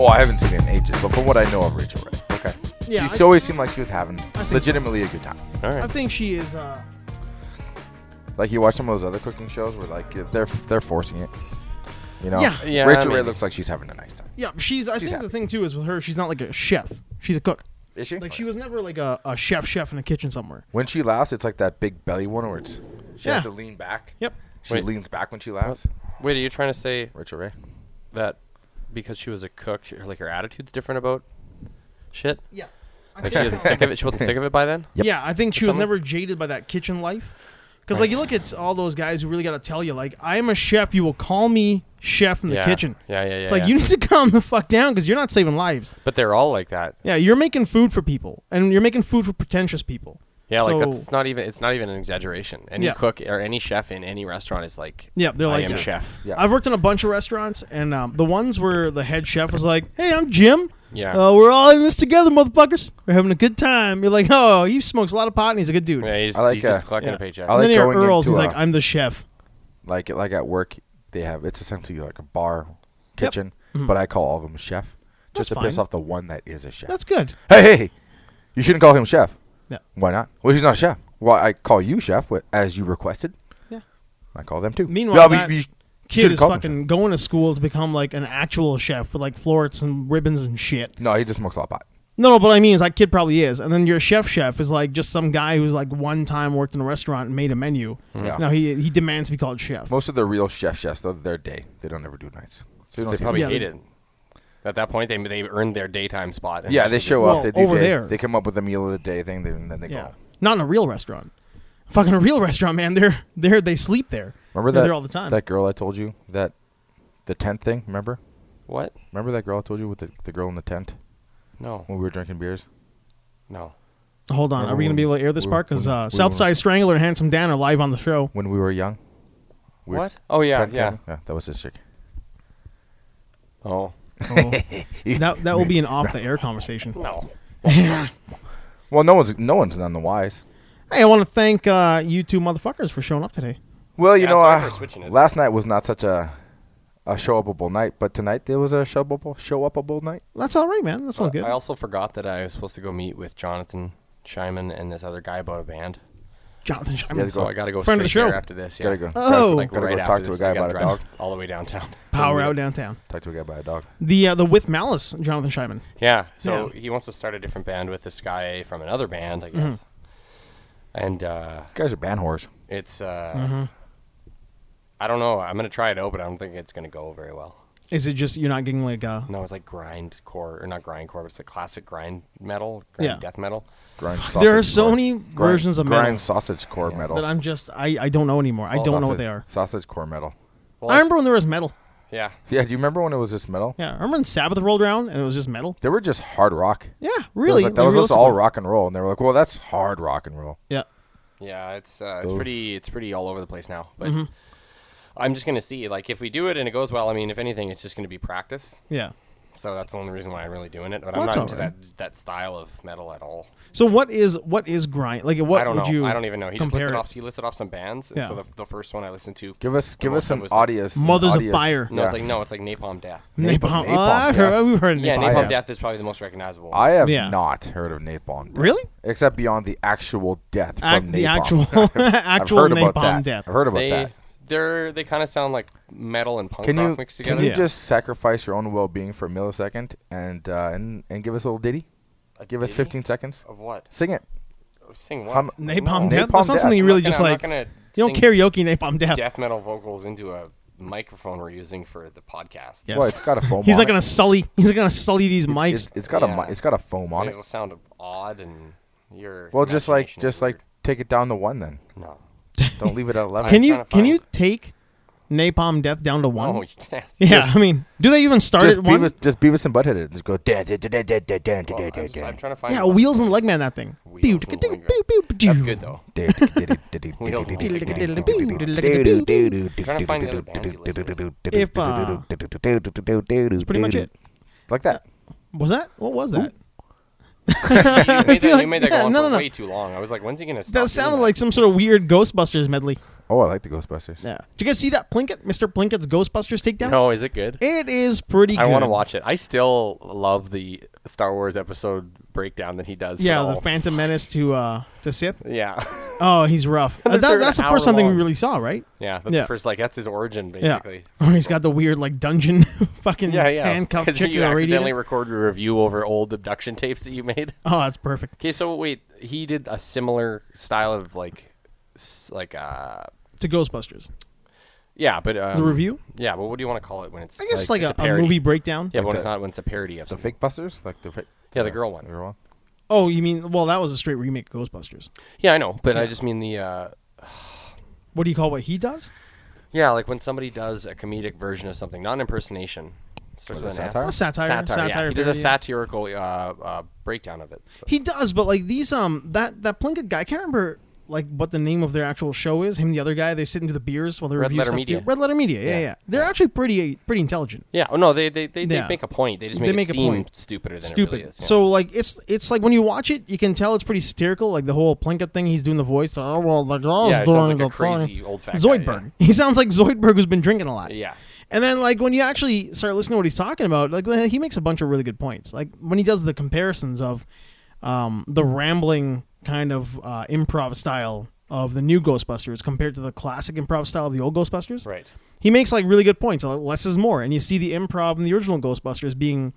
Oh, I haven't seen it in ages, but from what I know of Rachel Ray, Okay. she Yeah, I, always seemed like she was having think- legitimately a good time. All I right. think she is. Uh, Like you watch some of those other cooking shows where like if they're they're forcing it. You know, Yeah. Yeah, Rachel Ray maybe. looks like she's having a nice time. yeah, she's. I She's think the happy. thing too is with her, she's not like a chef. She's a cook. Is she? Like she was never like a, a chef chef in a kitchen somewhere. When she laughs, it's like that big belly one where it's she Yeah. has to lean back. Yep. She Wait. leans back when she laughs. Wait, are you trying to say Rachel Ray. that because she was a cook, she, like her attitude's different about shit? Yeah. I Like she think isn't so. sick of it. She wasn't sick of it by then. Yep. Yeah, I think she was Someone- never jaded by that kitchen life. Because like you look at all those guys who really got to tell you like I am a chef. You will call me chef in the yeah. kitchen. Yeah, yeah, yeah. It's like yeah. you need to calm the fuck down because you're not saving lives. But they're all like that. Yeah, you're making food for people, and you're making food for pretentious people. Yeah, so, like that's it's not even it's not even an exaggeration. Any Yeah. cook or any chef in any restaurant is like, Yeah, they're I like am that. chef. Yeah. I've worked in a bunch of restaurants, and um, the ones where the head chef was like, "Hey, I'm Jim. Yeah. uh, we're all in this together, motherfuckers. We're having a good time." You're like, "Oh, he smokes a lot of pot, and he's a good dude." Yeah, he's, I like, he's just uh, collecting Yeah. a paycheck. I And like then you're going Earl's. He's into like, a- "I'm the chef." Like like at work, they have it's essentially like a bar kitchen, but I call all of them chef Mm-hmm. That's just to piss fine. off the one that is a chef. That's good. hey, hey, hey, you shouldn't call him chef. Yeah. Why not? Well, he's not a chef. Well, I call you chef wh- as you requested. Yeah. I call them too. Meanwhile, Yeah, but that you- you Kid shouldn't is call them fucking going to school to become like an actual chef with like florets and ribbons and shit. chef. No, he just smokes a lot of pot. No, no, but I mean is that kid probably is, and then your chef chef is like just some guy who's like one time worked in a restaurant and made a menu. Yeah. Now he he demands to be called chef. Most of the real chef chefs, though, they're day. They don't ever do nights. So you don't they see probably Yeah, hate they- it. At that point, they they earned their daytime spot. and Yeah, that's they what show Well, up. They do over they, there. They come up with a meal of the day thing, then- and then they Yeah, go. not in a real restaurant. Fucking a real restaurant, man. They're they're they sleep there. Remember they're that there all the time. that girl I told you that the tent thing. Remember? What? Remember that girl I told you with the, the girl in the tent No, when we were drinking beers? no. Hold on, are we gonna be able to air this We're- part? Because uh, we're- Southside Strangler and Handsome Dan are live on the show. When we were young. We were What? Oh yeah, tent yeah. camping? Yeah, that was this chick. Oh That that will be an off the air conversation. no. Well, no one's no one's none the wise. Hey, I want to thank uh, you two motherfuckers for showing up today. Well, you Yeah, know, sorry for uh, switching it. last night was not such a a show upable night, but tonight there was a show upable show upable night. That's all right, man. Uh, That's all good. I also forgot that I was supposed to go meet with Jonathan Shyman and this other guy about a band. Jonathan Scheinman. Yeah, So I gotta go Friend of the straight there show. after this. Yeah. Gotta go. Oh. like Gotta go right talk after to a this, guy I gotta about a drive dog. all the way downtown. Power out downtown. Talk to a guy by a dog. The uh, the with malice, Jonathan Scheinman. Yeah. So Yeah. Mm-hmm. he wants to start a different band with this guy from another band, I guess. And uh, guys are band whores. it's uh, Mm-hmm. I don't know. I'm gonna try it out, but I don't think it's gonna go very well. Is it just you're not getting like uh No, it's like grind core or not grind core, but it's like classic grind metal, grind Yeah. death metal. Grind There are sausage so core. many versions of grind metal sausage core metal. that I'm just I I don't know anymore. I don't know Sausage- what they are. Sausage core metal. Well, I remember when there was metal. Yeah. Yeah, do you remember when it was just metal? Yeah, I remember when Sabbath rolled around and it was just metal. They were just hard rock. It Yeah, was really. like- that like was just realistically. all rock and roll, and they were like, "Well, that's hard rock and roll." Yeah, Yeah, it's uh, it's Those- pretty it's pretty all over the place now. But Mm-hmm. I'm just gonna see like if we do it and it goes well. I mean, if anything, it's just gonna be practice. yeah. So that's the only reason why I'm really doing it. But Well, I'm that's not into all right. that that style of metal at all. So what is what is grind? Like what I don't would know. you? I don't even know. He just compare listed it? off. He listed off some bands. And So Yeah. the, the first one I listened to. Give us, give us most of some it was like- audience. an Mothers of audience- Fire. No, Yeah. it's like no, it's like Napalm Death. Napalm. Napalm, Oh, I've napalm, heard, yeah. We've heard of Yeah, napalm. Napalm Death. Death is probably the most recognizable. I have Yeah. not heard of napalm. Death, Really? Except beyond the actual death Ac- from napalm. the actual I've actual heard napalm about that. death. I've heard about they that. they're they kind of sound like metal and punk Can rock you mixed together. can you Yeah. just sacrifice your own well-being for a millisecond and uh, and and give us a little ditty? A Give us ditty? 15 seconds. Of what? Sing it. Sing what? Hum- Napalm No. death. Napalm That's not Death. something you really I'm not just gonna- like. I'm not gonna You don't sing- karaoke napalm death. death metal vocals into a microphone we're using for the podcast. Yes. Well, it's got a foam. He's on not it. gonna sully. He's not gonna sully these mics. It's, it's got a mi- Yeah. it's got a foam on it. it'll sound odd and your Well, just like imagination is just like weird. take it down to one then. no. Don't leave it at eleven. can I'm you trying to can you find- take napalm death down to one? Oh, you can't. yeah, I mean, do they even start just at one? Beavis, just Beavis and Butthead it. Just go dan dan dan dan dan dan dan Well, I'm, dan just- I'm dan. trying to find. yeah, wheels and legman that thing. Wheels and Legman. That's good though. Trying to find the other bands you listen If, uh, It's Pretty much it. Like that. Was that what was that? you made that, feel you made like- that yeah, go on no, no, for no. way too long. I was like, when's he gonna stop? doing That sounded like some sort of weird Ghostbusters medley. Oh, I like the Ghostbusters. Yeah. Did you guys see that Plinkett, Mr. Plinkett's Ghostbusters takedown? No, is it good? It is pretty good. I want to watch it. I still love the Star Wars episode breakdown that he does. for Yeah, the the whole- Phantom Menace to uh to Sith. yeah, Oh, he's rough. Uh, They're that, an that's the hour first something we long. really saw, right? yeah. That's Yeah. the first like that's his origin basically. Yeah. Or he's got the weird like dungeon fucking Yeah, yeah. handcuff Because chick you to a radiator. accidentally record your review over old abduction tapes that you made. Oh, that's perfect. Okay, so wait, he did a similar style of like, s- like uh, To Ghostbusters. yeah, but um, The review? Yeah, but what do you want to call it when it's? I guess like, it's a, a, parody? movie breakdown. Yeah, but when the- it's not when it's a parody of The something. fake Busters, like the fake. Yeah, the girl one. The girl one. Oh, you mean well that was a straight remake of Ghostbusters. Yeah, I know, but I just mean the. Uh, What do you call what he does? yeah, like when somebody does a comedic version of something, not an impersonation. Starts Was with it an S. satire? Satire, satire yeah. He does a parody. satirical uh, uh, breakdown of it. He does, but like these um that that Plinkett guy, I can't remember like what the name of their actual show is. Him and the other guy, they sit into the beers while they Red review Letter stuff. Media. too. Red Letter Media, yeah, yeah. Yeah. They're actually pretty pretty intelligent. Yeah. Oh no, they they, they, they Yeah. make a point. They just They make, it make a seem point. stupider than Stupid. It really is. yeah. So like it's it's like when you watch it, you can tell it's pretty satirical. Like the whole Plinkett thing, he's doing the voice. Oh well, the girl's yeah, it doing sounds like the a crazy thing." old fat guy, yeah. Zoidberg. He sounds like Zoidberg who's been drinking a lot. Yeah. And then like when you actually start listening to what he's talking about, like well, he makes a bunch of really good points. Like when he does the comparisons of um, the Mm-hmm. rambling kind of uh, improv style of the new Ghostbusters compared to the classic improv style of the old Ghostbusters. Right. He makes like really good points. Like, less is more, and you see the improv in the original Ghostbusters being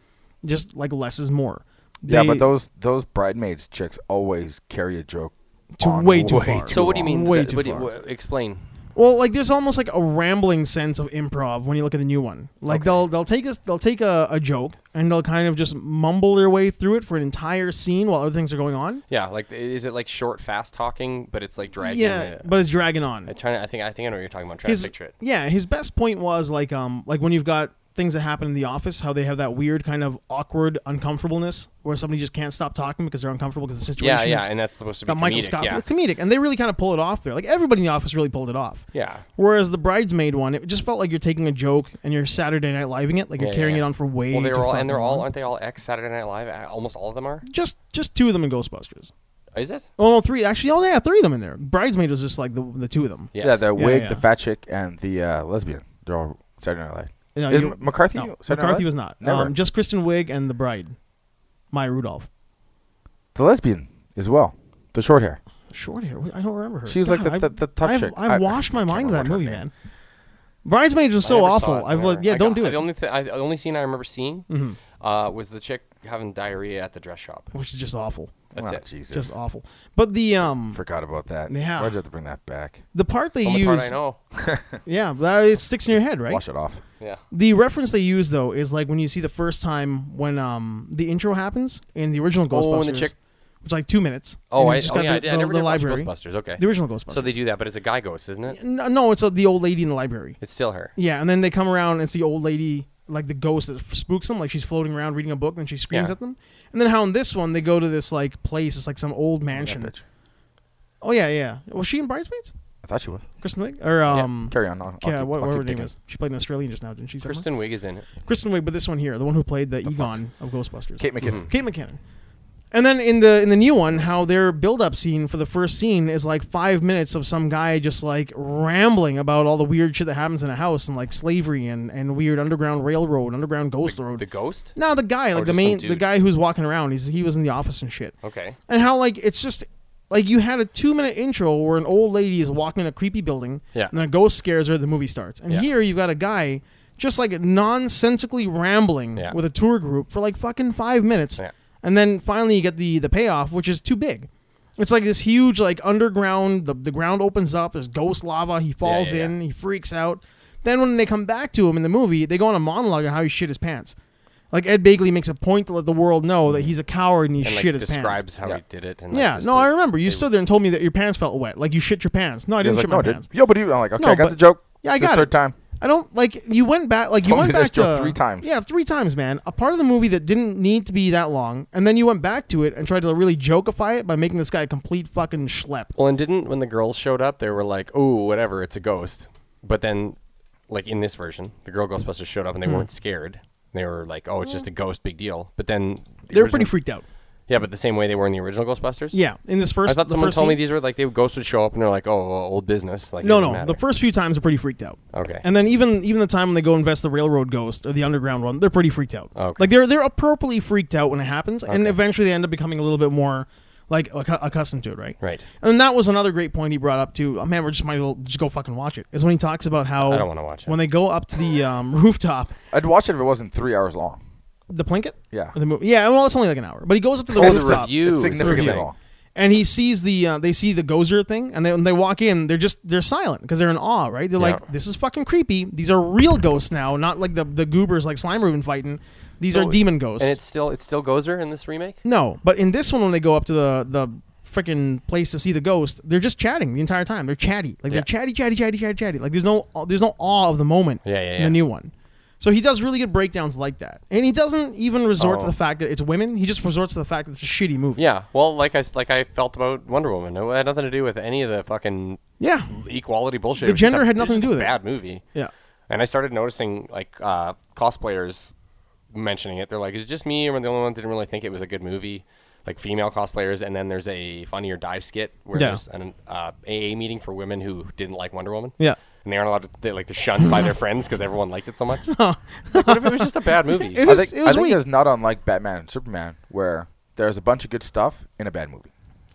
just like less is more. yeah, They- but those those bridesmaids chicks always carry a joke. To on way too far. too So what do you long. mean? Way that- too what do you- far. what- explain. Well, like there's almost like a rambling sense of improv when you look at the new one. Like they'll they'll take us they'll take a, a joke and they'll kind of just mumble their way through it for an entire scene while other things are going on. Yeah, like is it like short, fast talking, but it's like dragging? yeah, it? but it's dragging on. I'm trying to, I think I think I know what you're talking about. I'm trying his, to picture it. Yeah, his best point was like um like when you've got things that happen in the office, how they have that weird kind of awkward uncomfortableness where somebody just can't stop talking because they're uncomfortable because the situation Yeah, is yeah, and that's supposed to be got Michael comedic, Scott Yeah. comedic, and they really kind of pull it off there. Like everybody in the office really pulled it off. yeah, Whereas the bridesmaid one, it just felt like you're taking a joke and you're Saturday Night Living it, like you're Yeah, carrying yeah. it on for way. Well, too they're all and they're fucking all long. aren't they all ex Saturday Night Live? Uh, Almost all of them are. just just two of them in Ghostbusters. Is it? Oh no, three actually. Oh yeah, three of them in there. Bridesmaid was just like the the two of them. Yes. Yeah, the Yeah, wig, yeah. the fat chick, and the uh, lesbian. They're all Saturday Night Live. No, Is you- M- McCarthy? No, Saturday Night McCarthy Live? was not. Never. Um, just Kristen Wiig and the bride, Maya Rudolph. the lesbian as well. The short hair. Short hair. I don't remember her. She was like the- I- the- the tough I've, chick. I've I- washed I my can't mind with that remember her movie, name. man. Bridesmaid was I so never saw awful. it, I've never. like, yeah, I don't got- do it. Mm-hmm. The only thi- I, the only scene I remember seeing uh, was the chick having diarrhea at the dress shop. Which is just awful. That's Oh, it. Jesus. Just awful. But the um Forgot about that. Yeah. Why'd you have to bring that back? the part they Only part I use, know. yeah, but it sticks in your head, right? Wash it off. Yeah. The reference they use though is like when you see the first time when um the intro happens in the original Ghostbusters, Oh, when the chick- which is like two minutes. Oh, and I, you just oh got yeah, I the, did. I the- never the did watch library, Ghostbusters. Okay. the original Ghostbusters. So they do that, but it's a guy ghost, isn't it? N- no, it's uh, the old lady in the library. It's still her. Yeah, and then they come around and it's the old lady, like the ghost that spooks them, like she's floating around reading a book and she screams Yeah. at them. And then how in this one they go to this like place, it's like some old mansion. bitch. oh yeah, yeah. Was she in Bridesmaids? I thought you would. Kristen Wiig or um, Carry on. I'll, yeah, I'll keep, what, I'll what keep her name digging. is? She played in Australian just now, didn't she? somewhere? Kristen Wiig is in it. Kristen Wiig, but this one here, the one who played the Egon of Ghostbusters. Kate Mm-hmm. McKinnon. Kate McKinnon. And then in the in the new one, how their build up scene for the first scene is like five minutes of some guy just like rambling about all the weird shit that happens in a house and like slavery and, and weird underground railroad, underground ghost road. The ghost. no, the guy, like the just some main the dude. guy who's walking around, he's he was in the office and shit. Okay. And how like it's just like you had a two minute intro where an old lady is walking in a creepy building, Yeah. and then a ghost scares her, the movie starts. And Yeah. here you've got a guy just like nonsensically rambling Yeah. with a tour group for like fucking five minutes. Yeah. And then finally you get the the payoff, which is too big. It's like this huge like underground the, the ground opens up, there's ghost lava, he falls yeah, yeah. in, he freaks out. Then when they come back to him in the movie, they go on a monologue of how he shit his pants. Like Ed Bagley makes a point to let the world know that he's a coward and he And like shit his pants. describes how Yeah. he did it. And, like, Yeah, just no, the- I remember. You they- stood there and told me that your pants felt wet. Like you shit your pants. No, I He didn't was shit like, my no, dude. pants. Yo, but even I'm like, okay, No, I got but- the joke. Yeah, I This got third it. time. I don't like you went back like you Told me went this back to joke three times. Yeah, three times, man. A part of the movie that didn't need to be that long, and then you went back to it and tried to really jokeify it by making this guy a complete fucking schlep. Well, and didn't when the girls showed up, they were like, "Oh, whatever, it's a ghost." But then, like in this version, the girl Ghostbusters Hmm. showed up and they weren't scared. They were like, "Oh, it's just a ghost, big deal." But They then the were original- pretty freaked out. Yeah, but the same way they were in the original Ghostbusters. Yeah, in this first, I thought the someone first told me scene- these were like they ghosts would show up and they're like, oh, well, old business. Like it No, doesn't no. matter. The first few times are pretty freaked out. Okay. And then even even the time when they go invest the railroad ghost or the underground one, they're pretty freaked out. Okay. Like they're they're appropriately freaked out when it happens, and eventually they end up becoming a little bit more like accu- accustomed to it, right? Right. And that was another great point he brought up too. Oh, man, we're just might as well just go fucking watch it. Is when he talks about how I don't wanna watch it. when they go up to the um, rooftop, I'd watch it if it wasn't three hours long. the Plinkett. Yeah. The movie. Yeah. Well, it's only like an hour, but he goes up to the Oh, the rooftop. review. It's is significantly everything. long. and he sees the uh, they see the Gozer thing, and they, when they walk in, they're just they're silent because they're in awe, right? They're Yeah. like, "This is fucking creepy. These are real ghosts now, not like the the goobers like Slime Reuben fighting. These So- are demon ghosts." And it's still it's still Gozer in this remake. no, but in this one, when they go up to the the freaking place to see the ghost, they're just chatting the entire time. They're chatty, like Yeah. they're chatty, chatty, chatty, chatty, chatty. Like there's no there's no awe of the moment. Yeah, yeah, in yeah. The new one. So he does really good breakdowns like that, and he doesn't even resort to Oh. the fact that it's women. He just resorts to the fact that it's a shitty movie. Yeah. Well, like I s- like I felt about Wonder Woman. It had nothing to do with any of the fucking yeah, equality bullshit. The It was just gender a- had nothing it's to do just with it. a Bad movie. yeah. And I started noticing like uh, cosplayers mentioning it. They're like, "Is it just me? Or am I the only one that didn't really think it was a good movie?" Like female cosplayers, and then there's a funnier dive skit where Yeah. there's an uh, AA meeting for women who didn't like Wonder Woman. Yeah. and they aren't allowed to. They like they're shunned by their friends because everyone liked it so much. It's like, what if it was just a bad movie? It I was- think, was I think weak. it's not unlike Batman and Superman, where there's a bunch of good stuff in a bad movie.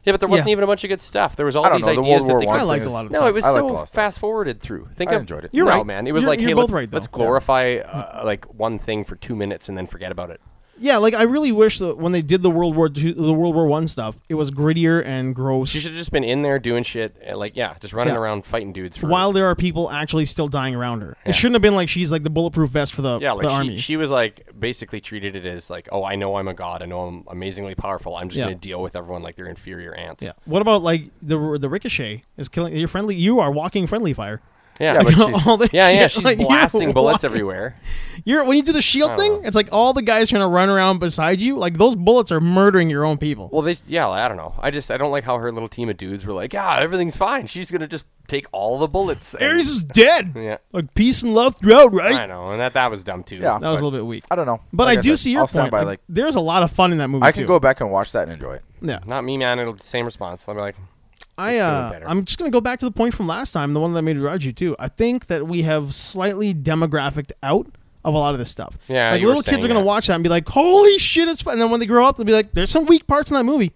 yeah, but there wasn't Yeah. even a bunch of good stuff. There was all I don't these know. The ideas World War that they One. I could liked thing a is- lot of the No, it was I liked a lot so of stuff. fast forwarded through. Think I of, enjoyed it. You're You're right, right. man. It was You're- like, you're hey, both let's, right, though. let's glorify uh, like one thing for two minutes and then forget about it. Yeah, like I really wish that when they did the World War II, the World War One stuff, it was grittier and gross. She should have just been in there doing shit, uh, like yeah, just running Yeah. around fighting dudes for While there are people actually still dying around her, Yeah. it shouldn't have been like she's like the bulletproof vest for the, yeah, the like she, army. she was like basically treated it as like, oh, I know I'm a god, I know I'm amazingly powerful, I'm just Yeah. gonna deal with everyone like they're inferior ants. yeah. What about like the the ricochet is killing your friendly? You are walking friendly fire. yeah, Yeah, like- but she's- All the yeah, yeah. shit, She's like, you're blasting bullets walking- everywhere. You're when you do the shield thing, it's like all the guys trying to run around beside you. Like those bullets are murdering your own people. Well, they yeah, I don't know. I just I don't like how her little team of dudes were like, ah, everything's fine. She's gonna just take all the bullets. and- Ares is dead. Yeah. Like peace and love throughout, right? I know, and that that was dumb too. Yeah. That was a little bit weak. I don't know. But Like I do said, see your I'll point. Stand by, Like, like, there's a lot of fun in that movie I can too. go back and watch that and enjoy it. Yeah. Not me, man. It'll be the same response. I'll be like, I doing uh, better. I'm just gonna go back to the point from last time, the one that I made Raju too. I think that we have slightly demographicked out of a lot of this stuff. Yeah, like you were little kids saying are gonna that. watch that and be like, "Holy shit, it's!" Fun. And then when they grow up, they'll be like, "There's some weak parts in that movie."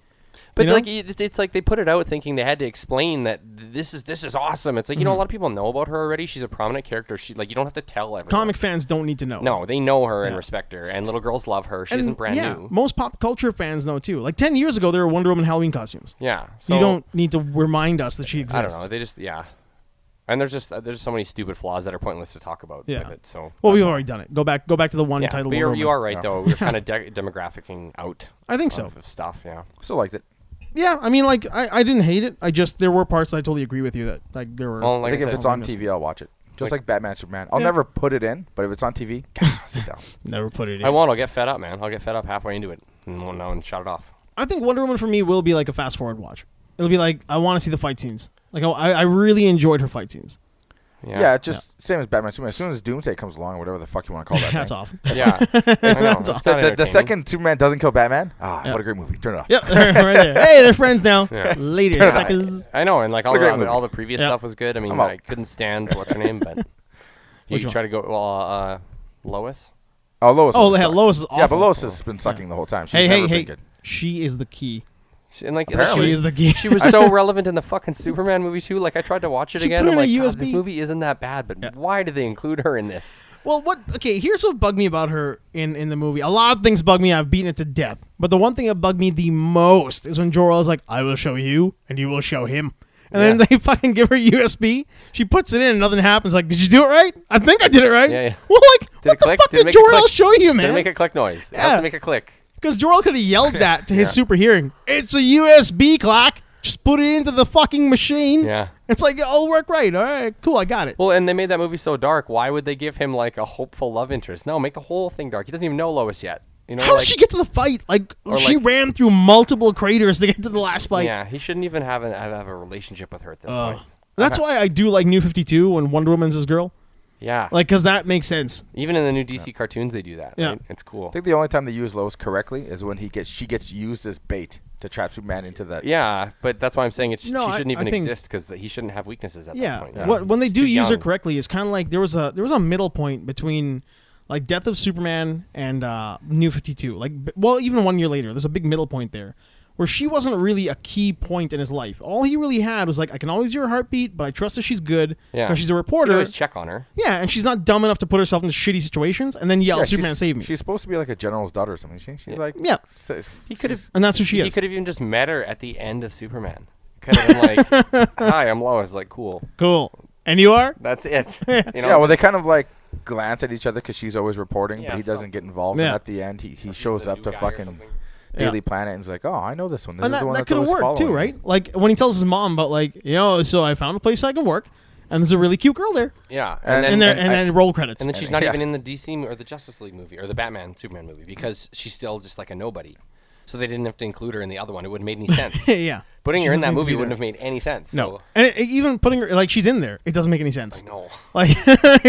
But You know? like it, it's like they put it out thinking they had to explain that th- this is this is awesome. It's like Mm-hmm. you know a lot of people know about her already. She's a prominent character. She like you don't have to tell everyone. Comic fans don't need to know. No, they know her and Yeah. respect her, and little girls love her. She and isn't brand yeah, new. most pop culture fans know too. Like ten years ago, there were Wonder Woman Halloween costumes. Yeah, So so you don't need to remind us that she I exists. don't know. They just yeah, and there's just there's so many stupid flaws that are pointless to talk about. Yeah. with it, so well, we've already done it. Go back. Go back to the one yeah, title. but Wonder you're, you Woman. are right Oh, though. We're kind of de- demographicking out. I think so. Of stuff. Yeah. Still liked it. Yeah, I mean, like I, I didn't hate it. I just there were parts that I totally agree with you that like there were. Well, I like I think if said, it's on I'll miss TV, I'll watch it. Just Like- like Batman, Superman. I'll Yeah. never put it in, but if it's on TV, sit down. never put it in. I won't. I'll get fed up, man. I'll get fed up halfway into it, and won't know and shut it off. I think Wonder Woman for me will be like a fast forward watch. It'll be like I want to see the fight scenes. Like I, I really enjoyed her fight scenes. Yeah, it's just same as Batman, Superman. As soon as Doomsday comes along, or whatever the fuck you want to call that, That's thing, off. Yeah, I know, it's The, the- not the entertaining. second Superman doesn't kill Batman, ah, what a great movie. Turn it off. yep, right there. Hey, they're friends now. Later, Yeah, suckers. I, I know, and like all What a great the, movie. all the previous Yeah. stuff was good. I mean, I'm out. I couldn't stand what's her name, but Which you one? try to go well, uh, Lois. Oh, Lois. Oh, always yeah, sucks. Lois is Yeah, awful. but Lois has been sucking the whole time. She's Hey, never hey, been hey. good. She is the key. She, and like Apparently. She she is was, the key. she was so relevant in the fucking Superman movie too. Like I tried to watch it She again. put I'm her like, in a God, this USB. movie isn't that bad, but why did they include her in this? Well, what? Okay, here's what bugged me about her in in the movie. A lot of things bug me. I've beaten it to death. But the one thing that bugged me the most is when Jor-El is like, "I will show you, and you will show him." And Yeah. then they fucking give her USB. She puts it in, and nothing happens. Like, did you do it right? I think I did it right. Yeah, yeah. Well, like, Did what it the click? fuck Did it did make a Jor-El click? show you, Did man? it make a click noise? It has Yeah. to make a click. Because Jorel could have yelled that to his super hearing. It's a USB clock. Just put it into the fucking machine. Yeah. It's like, it'll work right. All right, cool. I got it. Well, and they made that movie so dark. Why would they give him like a hopeful love interest? No, make the whole thing dark. He doesn't even know Lois yet. You know, How like, did she get to the fight? Like, Or she like- ran through multiple craters to get to the last fight. yeah, he shouldn't even have, an, have a relationship with her at this Uh, point. that's why I do like New 52 when Wonder Woman's his girl. Yeah. Like, because that makes sense. Even in the new DC cartoons, they do that. Yeah. Right? It's cool. I think the only time they use Lois correctly is when he gets she gets used as bait to trap Superman into that. yeah, but that's why I'm saying it. sh- No, she I- shouldn't I even think- exist because he shouldn't have weaknesses at Yeah. that point. What, when they He's do too use her young. correctly, it's kind of like there was a there was a middle point between like Death of Superman and uh, New Fifty Two. Like, b- well, even one year later, there's a big middle point there where she wasn't really a key point in his life. All he really had was like, I can always hear her heartbeat, but I trust that she's good Yeah. because she's a You can reporter. always check on her. Yeah, and she's not dumb enough to put herself into shitty situations and then yell, Yeah, "Superman, she's- save me!" She's supposed to be like a general's daughter or something. She, she's like Yeah. si- He could have. And that's who she He is. could have even just met her at the end of Superman. Could have been like, "Hi, I'm Lois." Like, cool. Cool. And you are? That's it. You know? yeah, well, they kind of like glance at each other because she's always reporting, Yeah, but he some- doesn't get involved. Yeah. And at the end, he, he He's shows the up new to guy or fucking something. Daily Planet and is like, oh, I know this one. This and is that, the one that that's could have always worked too, following me." right? Like when he tells his mom about like, you know, so I found a place I can work, and there's a really cute girl there, Yeah, And- and, then and there and, and, then roll credits. and then she's not yeah. even in the DC mo- or the Justice League movie or the Batman Superman movie because she's still just like a nobody. So they didn't have to include her in the other one. It wouldn't have made any sense. yeah, Putting her She doesn't in that need to movie be wouldn't there. have made any sense. No, So, and it, it- even putting her like she's in there, it doesn't make any sense. no. Like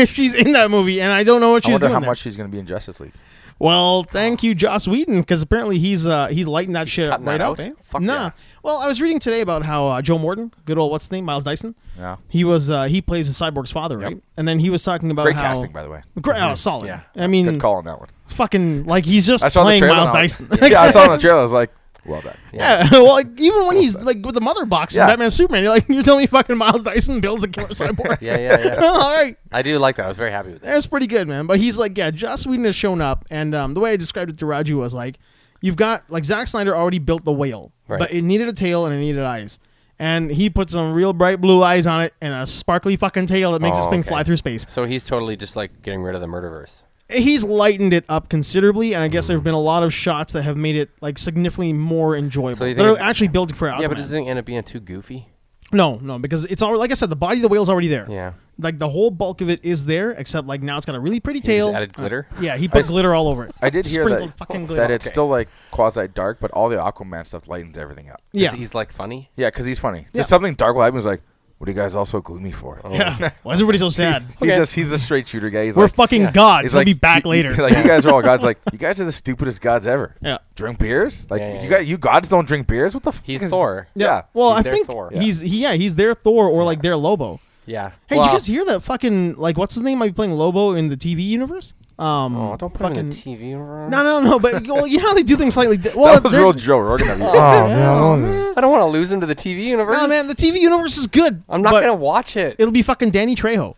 she's in that movie, and I don't know what I she's wonder doing. how there. much she's going to be in Justice League. Well, thank you, Joss Whedon, because apparently he's uh, he's lighting that shit cutting right that up. out? Eh? Fuck nah. yeah. Well, I was reading today about how uh, Joe Morton, good old what's his name, Miles Dyson. Yeah. He was uh, he plays a cyborg's father, right? And then he was talking about Great how casting, by the way. Mm-hmm. Great, oh, solid. Yeah. I mean, Good call on that one. fucking like he's just I saw playing the trailer. Miles and I was- Dyson. yeah, I saw it on the trailer. I was like, well done. Yeah, well, like, even when he's like with the mother box Yeah. in Batman Superman, you're like, you're telling me fucking Miles Dyson builds a killer cyborg? Yeah, yeah, yeah. All right, I do like that. I was very happy with that. that's pretty good, man. But he's like, yeah, Joss Whedon has shown up, and um, the way I described it to Raju was like, you've got like Zack Snyder already built the whale, Right. but it needed a tail and it needed eyes, and he put some real bright blue eyes on it and a sparkly fucking tail that makes this Oh, thing okay. fly through space. So he's totally just like getting rid of the murderverse. He's lightened it up considerably, and I guess there Mm. have been a lot of shots that have made it like significantly more enjoyable. So you think that are it's- actually building for Aquaman. Yeah, but doesn't it end up being too goofy? No, no, because it's all like I said, the body of the whale's already there. Yeah. Like the whole bulk of it is there, except like now it's got a really pretty He tail. Uh, just added glitter. yeah, he put glitter all over it. I did hear Sprinkled that, fucking glitter. that it's still like quasi dark, but all the Aquaman stuff lightens everything up. yeah. He's like funny. Yeah, because he's funny. Yeah. Just something dark will happen. He's like, what are you guys all so gloomy for? yeah. Why is everybody so sad? He's Okay. just he's a straight shooter guy. He's We're like, fucking gods. he's We'll like, be back you- later. You, like you guys are all gods. Like you guys are the stupidest gods ever. Yeah. Drink beers? Like Yeah, yeah, you yeah. guys, you gods don't drink beers. What the? Fuck He's is- Thor. Yeah. Well, He's I their think Thor. he's he, yeah he's their Thor or like their Lobo. Yeah. Hey, did Well, you guys hear that fucking like what's his name might be playing Lobo in the TV universe? Um, Oh, don't put him in the TV room. No, no, no. But well, you know how they do things slightly. Di- well, That was they're- real Joe Rogan. of you. Oh, man. I don't want to lose him to the TV universe. Nah, man, the TV universe is good. I'm not but- gonna watch it. It'll be fucking Danny Trejo.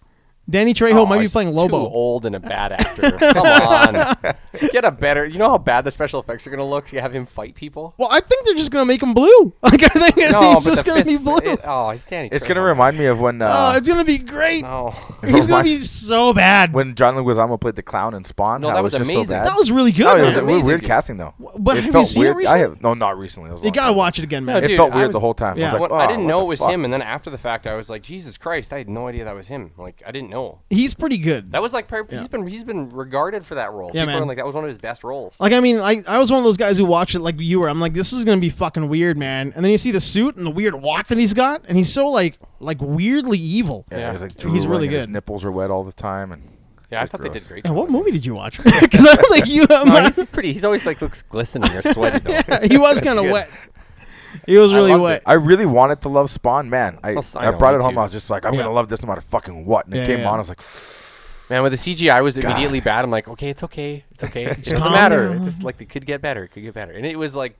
Danny Trejo might be Oh, he's playing Too Lobo. old and a bad actor. Come on, get a better. You know how bad the special effects are gonna look. You have him fight people. Well, I think they're just gonna make him blue. Like I think it's No, he's but just the gonna be fist- blue. it- oh, he's Danny. It's Trejo. gonna remind me of when uh, oh, it's gonna be great. No, He's gonna remind- be so bad. when John Leguizamo played the clown in Spawn. No, how that it was, was just so amazing. bad. that was really good. Oh, it man. was a weird, amazing, weird dude. casting though. it but have you felt seen it weird. recently? I have no, not recently. It was a you long gotta time ago. watch it again, man. No, It dude, felt I weird was- the whole time. Yeah. I was like, What- I "Oh, didn't what know the it was fuck?" him, and then after the fact, I was like, Jesus Christ, I had no idea that was him. Like, I didn't know. he's pretty good. That was like per- Yeah. he's been he's been regarded for that role. Yeah, People are man. like that was one of his best roles. like I mean, I, I was one of those guys who watched it like you were. I'm like, this is gonna be fucking weird, man. And then you see the suit and the weird walk that he's got, and he's so like like weirdly evil. Yeah, Yeah. he was like He's really drooling and His good. nipples were wet all the time, and Yeah, I just thought they gross. did great. And job. what movie did you watch? Because I don't think you. have No, he's, he's pretty. He's always like looks glistening or sweaty. Though. he was kind of good. wet. He was I really loved wet. it. I really wanted to love Spawn, man. I, Well, I I know, brought me it home. too. I was just like, I'm Yeah. gonna love this no matter fucking what. And it Yeah, came yeah. on. I was like, Man, with the CGI, I was immediately bad. I'm like, okay, it's okay, it's okay. It doesn't calm matter. down. It's just like it could get better. It could get better, and it was like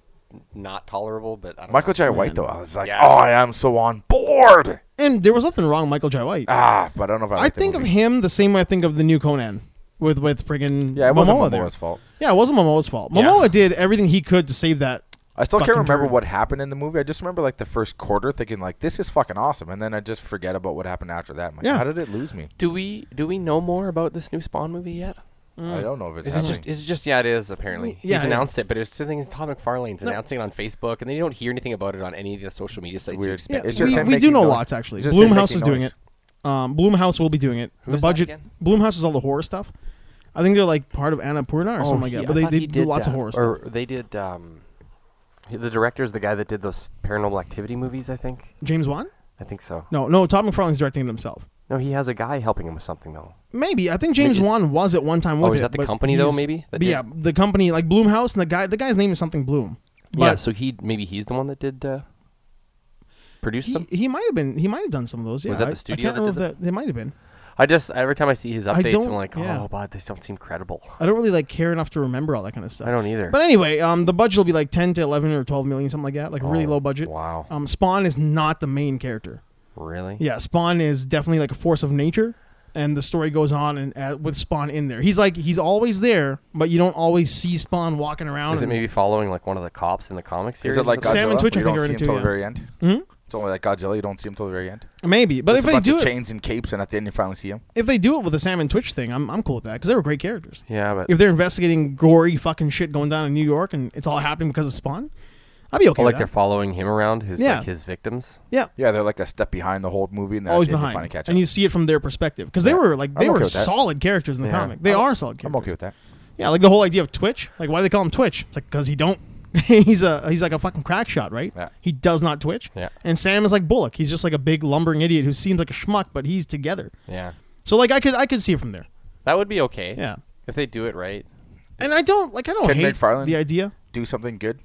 not tolerable. But I don't Michael know. J. White though. I was like, Yeah. oh, I am so on board. And there was nothing wrong with Michael J. White. Ah, but I don't know if I. I like the think of movie. him the same way I think of the new Conan with with friggin' Yeah, it Momoa wasn't there. Momoa's fault. Yeah, it wasn't Momoa's fault. Yeah. Momoa did everything he could to save that. I still can't Fucking remember turd. what happened in the movie. I just remember like the first quarter, thinking like, this is fucking awesome, and then I just forget about what happened after that. I'm like, Yeah. how did it lose me? do we do we know more about this new Spawn movie yet? Mm. I don't know if it's Is it just happening. is it just yeah it is apparently yeah, he's yeah. announced it, but it's the thing is Tom McFarlane's announcing it on Facebook, and they don't hear anything about it on any of the social media sites. you weird. expect. Yeah, It's just we, him we do making know noise. lots actually. It's just him Bloomhouse making is doing noise. it. Um, Bloomhouse will be doing it. Who the is that budget. again? Bloomhouse is all the horror stuff. I think they're like part of Annapurna or something like he- that. Oh, I But they, thought they he do did lots of that. horror stuff. Or they did. Um, he- the director's the guy that did those Paranormal Activity movies. I think. James Wan? I think so. No, no. Todd McFarlane's directing it himself. No, he has a guy helping him with something though. Maybe I think James is- Wan was at one time with Oh, is it, that the but company, though, he's- maybe, that but yeah, the company like Bloomhouse, and the guy the guy's name is something Bloom. yeah, But- so he maybe he's the one that did uh, produce He, them. he might have been. He might have done some of those. Yeah, Was that the I- studio I can't that remember did if that. They might have been. I just every time I see his I updates, don't- I'm like, yeah. oh, but these don't seem credible. I don't really like care enough to remember all that kind of stuff. I don't either. But anyway, um, the budget will be like ten to eleven or twelve million, something like that. Like really Oh, low budget. Wow, Um, Spawn is not the main character. really? Yeah, Spawn is definitely like a force of nature, and the story goes on and uh, with Spawn in there. He's like he's always there, but you don't always see Spawn walking around. Is it and- maybe following like one of the cops in the comics series? Is it like or something? Sam Godzilla? and Twitch, I you think, don't see are in him it till too, the yeah. very end. Hmm? It's only like Godzilla. You don't see him till the very end. Maybe, but Just if a they bunch do of it, chains and capes, and at the end you finally see him. if they do it with the Sam and Twitch thing, I'm I'm cool with that because they were great characters. Yeah, but If they're investigating gory fucking shit going down in New York and it's all happening because of Spawn, I'd be okay. oh, with like that. they're following him around, his Yeah. like his victims. yeah, Yeah, they're like a step behind the whole movie, and then always at the end Oh, behind, you finally catch up. and you see it from their perspective because they Yeah. were like they I'm were okay with that. solid characters in the Yeah. comic. They are solid I'm characters. okay with that. Yeah, like the whole idea of Twitch. Like, why do they call him Twitch? It's like because he don't. he's a he's like a fucking crack shot, right? Yeah. He does not twitch. Yeah. And Sam is like Bullock. He's just like a big lumbering idiot who seems like a schmuck, but he's together. Yeah, So like I could I could see it from there. that would be okay. Yeah. if they do it right. And I don't like I don't Ken hate McFarlane? the idea. Do something good.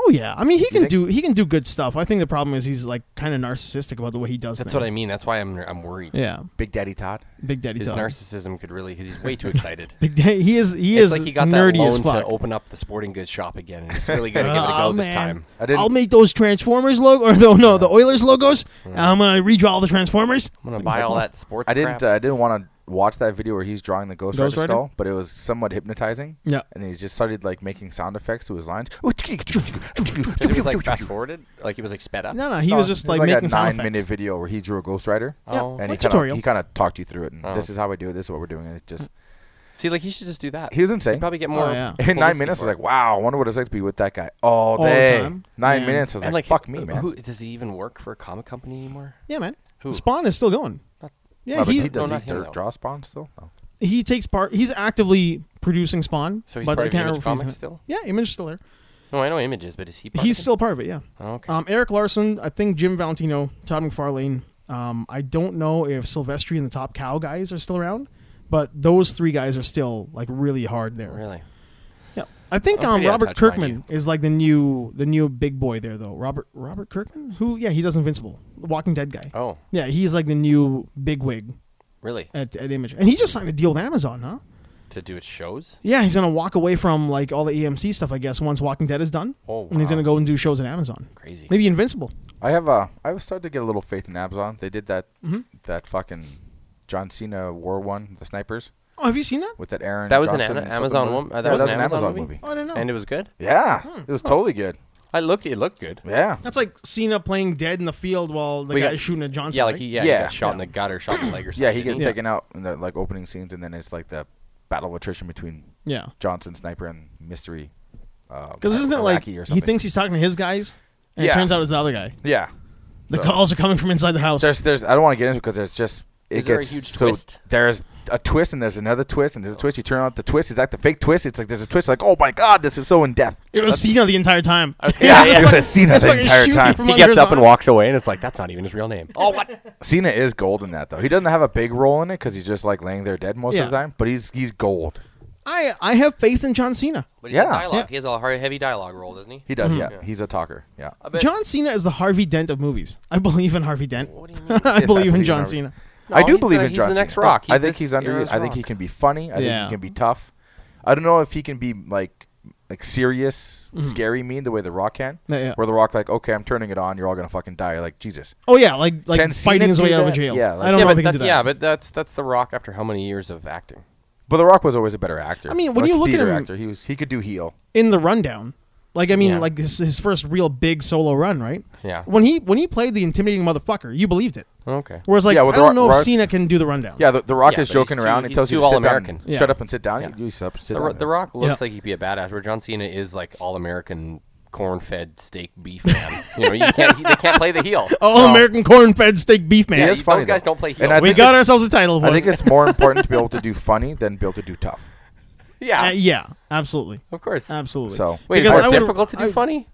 Oh yeah, I mean he can think- do he can do good stuff. I think the problem is he's like kind of narcissistic about the way he does That's things. what I mean. That's why I'm I'm worried. Yeah, Big Daddy Todd. Big Daddy. His Todd. narcissism could really because he's way too excited. Big Daddy. He is he it's is like he got that nerdy loan as fuck. to open up the sporting goods shop again, and he's really gonna give it a Oh, go this man. time. I didn't- I'll make those Transformers logo or no no the Oilers logos. I'm gonna redraw all the Transformers. Hmm. I'm gonna buy all that sports. I didn't. crap. Uh, I didn't want to watch that video where he's drawing the Ghost, Ghost Rider Rider? skull, but it was somewhat hypnotizing. Yeah. And he just started like making sound effects to his lines. Because it was like fast forward, like it was like sped up. No, no, he No, was just it like, like making a sound nine effects. minute video where he drew a Ghost Rider. Yeah. Oh, And he Like kind tutorial. of he kind of talked you through it, and Oh. this is how we do it. This is what we're doing, and it just see, like he should just do that. he was insane. He'd probably get more. Oh, In yeah. publicity nine minutes, I for was it. like, wow, I wonder what it's like to be with that guy all, All the day. time? Nine Yeah. minutes, I was And, like, fuck me, uh, man. Who, does he even work for a comic company anymore? Yeah, man. Who? Spawn is still going. Not- Yeah, No, but he's, he does no, he not him, dir- though. draw spawn still? No. he takes part. He's actively producing Spawn. So he's but part I of can't Image remember if Comics he's in it. still? Yeah, Image is still there. No, I know images, but is he? Part He's of it? still part of it. Yeah. Oh, okay. Um, Eric Larson, I think Jim Valentino, Todd McFarlane. Um, I don't know if Silvestri and the Top Cow guys are still around, but those three guys are still like really hard there. really? Yeah. I think I'm um, pretty Robert untouched by Kirkman is like the new the new big boy there though. Robert Robert Kirkman, who yeah he does Invincible, the Walking Dead guy. Oh, Yeah, he's like the new big wig really? at, at Image, and he just signed a deal with Amazon, huh? To do its shows? Yeah, he's gonna walk away from like all the EMC stuff, I guess, once Walking Dead is done, Oh, and he's wow. gonna go and do shows at Amazon. Crazy. Maybe Invincible. I have a. I was starting to get a little faith in Amazon. They did that Mm-hmm. that fucking John Cena war one, the snipers Oh, have you seen that? with that Aaron. That was an Johnson Ana- something Amazon movie. one- uh, that Yeah, was an Amazon movie? Hmm. Oh, I don't know. And it was good. Yeah, it was totally good. I looked. It looked good. Yeah, That's like Cena playing dead in the field while the We guy's got- shooting at Johnson. Yeah, like right? he, yeah, he Yeah. got shot in the gut or shot in the leg or something. yeah. He didn't gets Yeah. taken out in the like opening scenes, and then it's like the battle of attrition between yeah. Johnson sniper and mystery. Because Because isn't it like or he something? thinks he's talking to his guys, and it Yeah. turns out it's the other guy. yeah. The So- calls are coming from inside the house. There's, there's. I don't want to get into it because there's just. It Is there a gets huge so twist? There's a twist and there's another twist and there's a twist. You turn out the twist. It's like the fake twist. It's like there's a twist. Like oh my god, this is so in depth. It was Cena the entire time. was gonna Yeah, say, it yeah. was Cena That's the fucking entire shooting time. from He under gets his up and arm. walks away, and it's like that's not even his real name. Oh, what? Cena is gold in that though. He doesn't have a big role in it because he's just like laying there dead most Yeah. of the time. But he's he's gold. I I have faith in John Cena. But he's got Yeah. dialogue. Yeah. He has a hard, heavy dialogue role, doesn't He does. Mm-hmm. Mhm. Yeah. Yeah. he's a talker. Yeah. I bet- John Cena is the Harvey Dent of movies. I believe in Harvey Dent. What do you mean? I Yeah, believe in believe John in Cena. I do he's believe the- in he's John the next Cena. Rock. I He's think this he's under. era's I think he Rock. can be funny. I Yeah. think he can be tough. I don't know if he can be like like serious, scary, mean the way the Rock can. Mm-hmm. Yeah, yeah. Where the Rock like, okay, I'm turning it on. You're all gonna fucking die. You're like Jesus. Oh yeah, like like Can Cena fighting his do way out of a that? jail. Yeah, like- I don't yeah, know if but he can that, do that. yeah, but that's that's the Rock after how many years of acting? But the Rock was always a better actor. I mean, when Like, you look at theater him- actor, he was he could do heel. in the rundown, like I mean, Yeah. like his, his first real big solo run, right? Yeah. When he when he played the intimidating motherfucker, you believed it. Okay. Whereas like Yeah, with I don't Rock- know if Rock- Cena can do the rundown. Yeah, the, the Rock Yeah, is but joking he's around. too- He tells he's you too to sit all-American. down. Yeah. Shut up and sit down. Yeah. You, you sup, sit The, Ro- down. the Rock looks Yeah. like he'd be a badass, where John Cena is like all American corn-fed steak beef man. you know, you can't, he, they can't play the heel. All Oh, American corn fed steak beef man. He those is funny, guys though. don't play And heel. I we think got it's- ourselves a title. I think folks. it's more important to be able to do funny than be able to do tough. Yeah, Uh, yeah, absolutely, of course. absolutely. So Wait, Because I is it would've- difficult to do I- funny?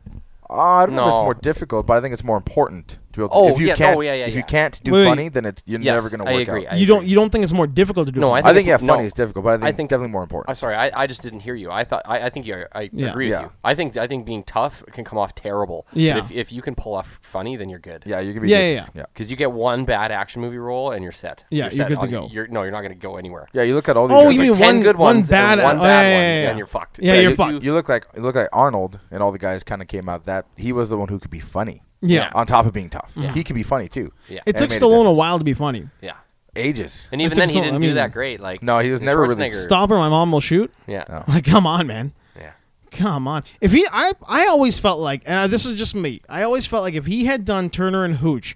Uh, I don't know if No. it's more difficult, but I think it's more important To be able to, Oh, if you yeah, can't, oh, yeah, yeah, if yeah. you can't do Wait, wait. funny, then it's you're Yes, never gonna I work agree. out. I you don't you don't think it's more difficult to do? No, funny? I, think, yeah, it's- funny no. is difficult, but I think, I it's think- definitely more important. I'm sorry, I, I just didn't hear you. I thought I, I think you I Yeah. agree with Yeah. you. I think I think being tough can come off terrible. But Yeah. if, if you can pull off funny, then you're good. yeah, you're gonna be Yeah, good. yeah, yeah. Because you get one bad action movie role and you're set. Yeah, you're set good to on- go. You're no, you're not gonna go anywhere. Yeah, you look at all these. Oh, guys, like, you mean Like, ten one- good one ones bad- and one oh, bad yeah, one, yeah, yeah. and you're fucked. Yeah, you're you- fucked. you- you look like you look like Arnold and all the guys kind of came out that he was the one who could be funny. Yeah. On top of being tough, Yeah. he could be funny too. Yeah. it And took made a Stallone a difference. while to be funny. yeah. Ages. And It even took then, he so- didn't I mean- do that great. Like No, he was never really- Schwarzenegger- Stop or my mom will shoot. Yeah, No. Like, come on, man. yeah. Come on. If he, I, I always felt like, and I, this is just me. I always felt like if he had done Turner and Hooch,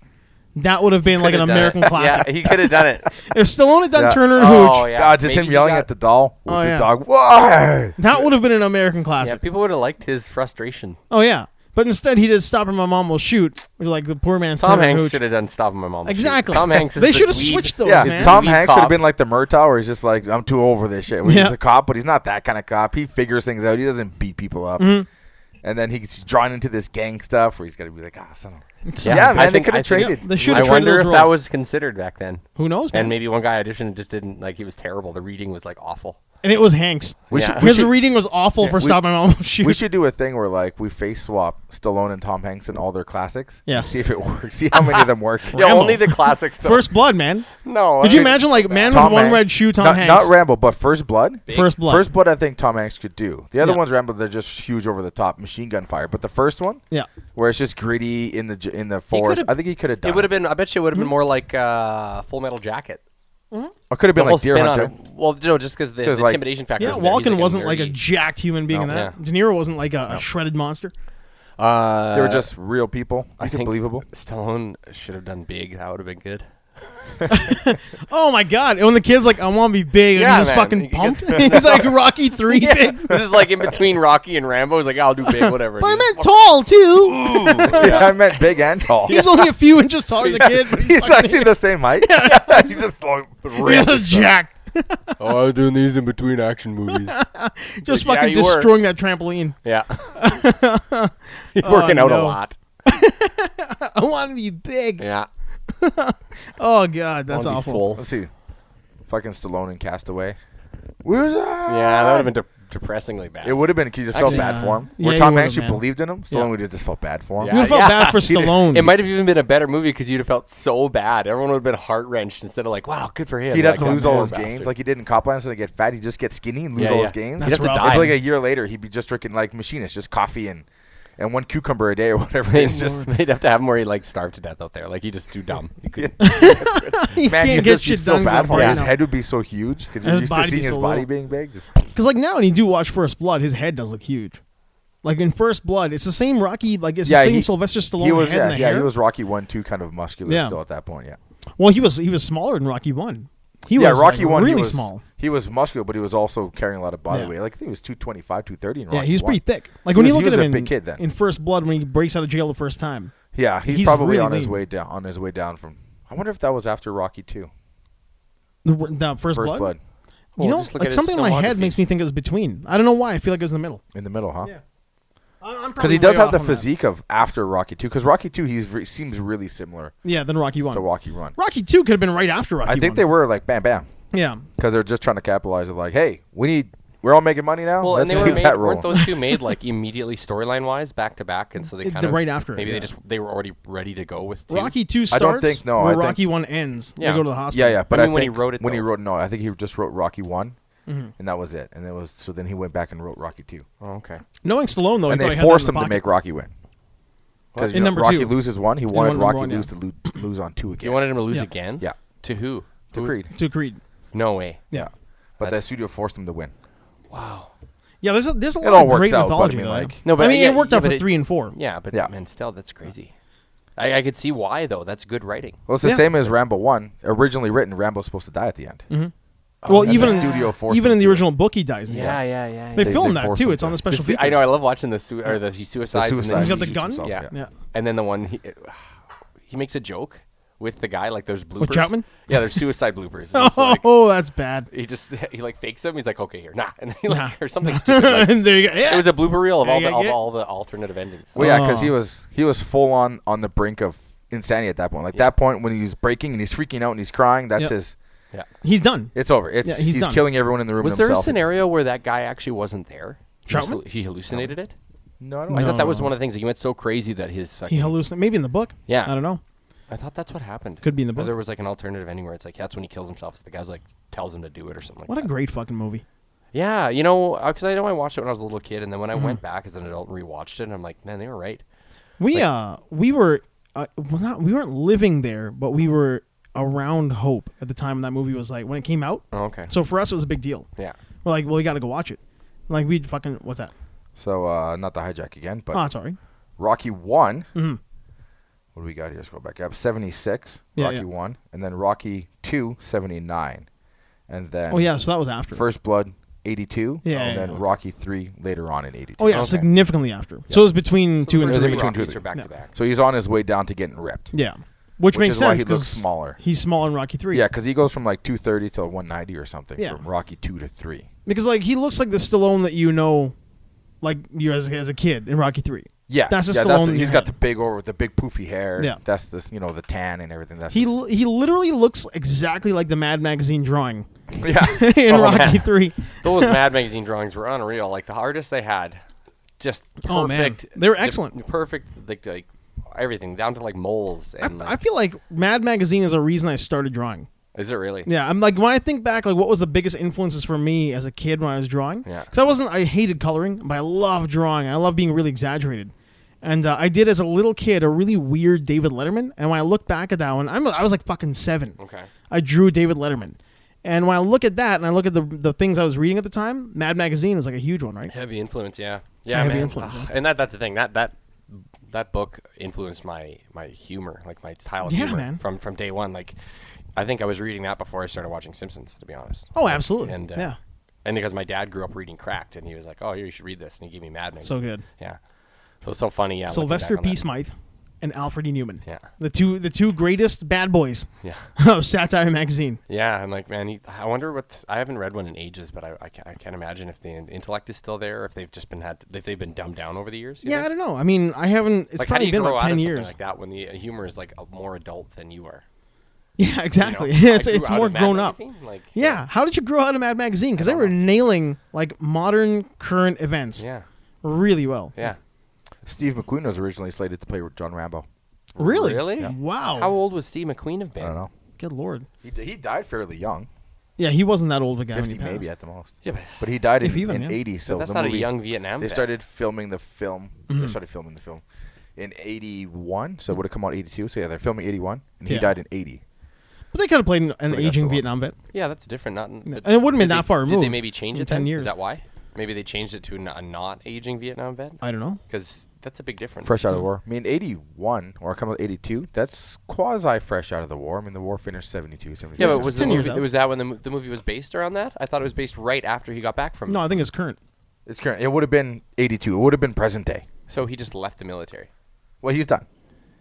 that would have been like an Could've done American it. classic. Yeah, he could have done it. If Stallone had done Yeah. Turner and Hooch, Oh, yeah. God, just him Maybe he yelling got- at the doll with Oh, the yeah. dog. Why? that would have been an American yeah, classic. people would have liked his frustration. Oh yeah. But instead, he did "Stop or My Mom Will Shoot," which is like the poor man's Tom Turner and Hanks Hooch. should have done Stop and My Mom. Will Shoot. Exactly. Tom Hanks. Is They the should have dweeb. switched those, Yeah, Oh, man. Tom Weed Hanks should have cop. been like the Murtaugh, where he's just like, I'm too over this shit. Where Yeah. He's a cop, but he's not that kind of cop. He figures things out. He doesn't beat people up. Mm-hmm. And then he's drawn into this gang stuff where he's got to be like, ah, son of It's Yeah, not I man, they think- could I have think- traded. They should I have traded wonder those if roles. that was considered back then. Who knows? Man? And maybe one guy auditioned and just didn't like. He was terrible. The reading was like awful. And it was Hanks. We Yeah. should- we His should- reading was awful for we- "Stop My Mom Will Shoot." We should do a thing where like we face swap Stallone and Tom Hanks and all their classics. and Yes. See if it works. See how many of them work. Yeah, Rambo. only the classics. Though. First Blood, man. no. Could you I- imagine like man Tom with one Hanks- red shoe, Tom not, Hanks? Not Rambo, but First Blood. First Blood. First Blood, I think Tom Hanks could do. The other Yeah. ones, Rambo, they're just huge over the top, machine gun fire. But the first one, Yeah. where it's just gritty in the j- in the forest, could've- I think he could have done. It would have been. I bet you it would have been more like uh, Full Metal Jacket. Or could have been The whole like Deer spin on Hunter. it. Well, no, just because the, 'Cause, the like- intimidation factor. Yeah, isn't there. He's, Walken wasn't like a nerdy- jacked human being in No, that. yeah. De Niro wasn't like a, a shredded monster. Uh, They were just real people. I think think- believable. Stallone should have done big. That would have been good. Oh my god! And when the kid's like, "I want to be big," and Yeah, he's just man. fucking He pumped. gets- he's like Rocky Three big, this is like in between Rocky and Rambo. He's like, I'll do big, whatever. but I And he's meant tall too. just- Ooh. Yeah, I meant big and tall. He's only a few inches taller than the kid, but he's, He's fucking- actually the same height. He's just like he's ripped. just jacked, oh, I was doing these in between action movies. just Yeah, fucking you were. destroying that trampoline. yeah. He's Oh, working out no. a lot. I want to be big. Yeah. Oh god, that's Wanna be awful. swole. Let's see. Fucking Stallone and Castaway. Where's that? Yeah, that would have been de- depressingly bad. It would have been. 'cause You just Actually- uh, felt bad for him. Yeah, Where you Tom would've, actually man. believed in him. Stallone would have just felt bad for him. You would have felt Yeah. bad for He did. Stallone. It might have even been a better movie because you'd have felt so bad. Everyone would have been heart wrenched instead of like, wow, good for him. He'd have That to guy- lose all poor his bastard. games, like he did in Copland. So they get fat, he just gets skinny and lose Yeah, all yeah. his games. That's He'd have rough. to die. Maybe Like a year later, he'd be just drinking like machinist, just coffee and and one cucumber a day or whatever. It's just they'd have to have him where he like starved to death out there. Like he just too dumb. He couldn't- you man, you just can't get you'd shit feel done. bad for him. His Because head would be so huge because And you're his used to body be seeing so his body little. being big. like now, when you do watch First Blood, his head does look huge. Like in First Blood, it's the same Rocky. Like it's Yeah, the same he- Sylvester Stallone He was head yeah, and the yeah hair. he was Rocky one two kind of muscular Yeah. still at that point yeah well, he was he was smaller than Rocky One. He yeah was Rocky like, one he really was- small. he was muscular but he was also carrying a lot of body Yeah. weight like I think he was 225 230 in Rocky Yeah, he was pretty one. thick. Like He when was- you he look was at a him in, big kid then. in First Blood when he breaks out of jail the first time. yeah he's, He's probably really on his lean. way down on his way down from I wonder if that was after Rocky two The, the first, First blood? blood Oh, You Well, know, just look like at his something in my head filmography. makes me think it was between. I don't know why. I feel like it was in the middle. in the middle huh I'm because he does have the physique of after Rocky two because Rocky two he's re- seems really similar Yeah, then Rocky one. to Rocky one Rocky two could have been right after Rocky. I think they were like bam bam they. Yeah, because they're just trying to capitalize it like hey we need we're all making money now Well, let's and they keep were made, that weren't rolling those two made like immediately storyline wise back to back, and so they It- kind the of right after it, Maybe yeah. they just they were already ready to go with two. Rocky two I starts. don't think- no, Where I think- Rocky one ends. Yeah. They go to the hospital. Yeah, yeah. But I, mean, when he think wrote it, when he though. Mm-hmm. wrote no, I think he just wrote Rocky one, and that was it. And it was so then he went back and wrote Rocky two, Oh, okay. Knowing Stallone though, and he they probably had that forced in him the to pocket. make Rocky win. Because In you know, number Rocky two. loses one, he one wanted number Rocky one, yeah. lose to lo- lose on two again. You wanted him to lose Yeah. again? yeah, To who? to Who is- Creed. to Creed. No way. Yeah, But the That's- studio forced him to win. Wow. yeah. There's a, there's a It lot all of works great out, but I mythology mean, though. like- No, but I mean, yeah, it worked yeah, out but for it- three and four. Yeah, but Yeah. man, still that's crazy. I, I could see why though. That's good writing. Well, it's the Yeah. same as Rambo one. Originally written, Rambo's supposed to die at the end. Mm-hmm. Well, and even the in- studio forced him even in the to. original book, he dies. in the end. yeah, yeah. They, They- filmed they that forced too. him It's to. on the The special su- features. I know. I love watching the su- or the The he suicides. suicide. And then He's got he the shoots gun? himself, Yeah. yeah. Yeah. And then the one he, he makes a joke with the guy like those bloopers. Chapman? Yeah, there's suicide bloopers. It's just Oh, like- that's bad. he just he like fakes him. He's like, okay, here, nah, and he like Nah. or something stupid. Like, and there you go. Yeah. it was a blooper reel of all Yeah, the yeah, of yeah. all the alternative endings. Well, yeah, because he Oh. was he was full on on the brink of insanity at that point. Like that point when he's breaking and he's freaking out and he's crying, that's Yep. his. Yeah. He's done. It's over. It's Yeah, he's he's, done. killing everyone in the room. Was and there a himself. scenario where that guy actually wasn't there? He was Troutman? hallu- He hallucinated it. No, I No. don't. I thought that was one of the things that he went so crazy that his fucking. He hallucinated. Maybe in the book. Yeah. I don't know. I thought that's what happened. Could be in the Or book. There was like an alternative ending where it's like that's when he kills himself. So the guy's like tells him to do it or something. Like What a that. great fucking movie. Yeah, you know, because I know I watched it when I was a little kid, and then Mm-hmm. when I went back as an adult and rewatched it, and I'm like, man, they were right. We uh we were uh, well not we weren't living there, but we were around Hope at the time when that movie was like when it came out. Oh, okay. So for us it was a big deal. yeah. We're like, well, we got to go watch it. Like we fucking what's that? So uh, not the hijack again, but Oh, sorry. Rocky one. Mm-hmm. What do we got here? Let's go back up. Seventy six. Yeah, Rocky yeah. one, and then Rocky two, 79. and then Oh yeah, so that was after. First Blood eighty two, Yeah, and yeah, then yeah. Rocky three later on in eighty two. oh yeah, Okay. significantly after. So it was between two and It was in three. between two and Rockies three. are back Yeah. to back. So he's on his way down to getting ripped. Yeah, which, Which makes is why sense he looks 'cause smaller. He's small in Rocky Three. Yeah, because he goes from like 230 to 190 or something Yeah. from Rocky 2 to 3. because like he looks like the Stallone that you know, like you as as a kid in Rocky Three. Yeah, that's the yeah, Stallone. the- in he's your got the head. big over the big poofy hair. Yeah. that's this you know the tan and everything. That's He his- l- he literally looks exactly like the Mad Magazine drawing yeah. in Oh, Rocky man. Three. Those Mad Magazine drawings were unreal. Like the artists they had, just perfect. Oh, man. They were the- excellent. perfect, like, like everything down to like moles I, and. I like, feel like Mad Magazine is a reason I started drawing. is it really? Yeah, I'm like when I think back, like what was the biggest influences for me as a kid when I was drawing? Yeah. because I wasn't. I hated coloring, but I love drawing. I love being really exaggerated. And uh, I did as a little kid a really weird David Letterman. And when I look back at that one, I'm I was like fucking seven. Okay. I drew David Letterman, and when I look at that and I look at the the things I was reading at the time, Mad Magazine was like a huge one, right? Heavy influence, yeah, yeah, Heavy man. influence, Ugh, And that that's the thing that that that book influenced my my humor, like my style of Yeah, humor man. from from day one. Like, I think I was reading that before I started watching Simpsons, to be honest. Oh, absolutely. And uh, yeah, and because my dad grew up reading Cracked, and he was like, "Oh, here you should read this," and he gave me Mad Magazine. so good. yeah, so it's so funny. Yeah, looking Sylvester back on P. that. Smythe and Alfred E. Newman. Yeah. the two the two greatest bad boys Yeah, of satire magazine. yeah. I'm like, man, he, I wonder what I haven't read one in ages, but I I, ca- I can't imagine if the intellect is still there, or if they've just been had, if they've been dumbed down over the years. you Yeah, think? I don't know. I mean, I haven't. It's Like, how do probably you been grow like ten out of something years. like that when the uh, humor is like a more adult than you are. Yeah, you know? exactly. I it's grew it's out more of Mad grown up. Magazine, Like Yeah. How did you grow out of Mad Magazine? Because they don't were know. nailing like modern current events yeah, really well. yeah. Steve McQueen was originally slated to play John Rambo. Really? Really? Yeah. Wow. How old would Steve McQueen have been? I don't know. Good lord. He, d- he died fairly young, Yeah, he wasn't that old of a guy. when he 50 maybe passed. at the most. Yeah, but But he died If in, even, in yeah. 80, so that's the not a movie- young Vietnam. They vet. started filming the film. They started filming the film in 81, so it would have come out 82. So yeah, they're filming 81, and Yeah. he died in 80. But they could have played an, an So he got aging still on. Vietnam vet. Yeah, that's different. Not in, And it wouldn't have been did that they- far Did removed they maybe change in it? 10 then? years. Is that why? Maybe they changed it to n- a not aging Vietnam vet. I don't know. Because that's a big difference. Fresh out of the war. Mm-hmm. I mean, 81 or come out 82. That's quasi fresh out of the war. I mean, the war finished 72, 73. Yeah, but It's was 10 the years movie, out. was that when the, mo- the movie was based around that? I thought it was based right after he got back from. No, I think it's current. It's current. It would have been 82. It would have been present day. So he just left the military. Well, he's done.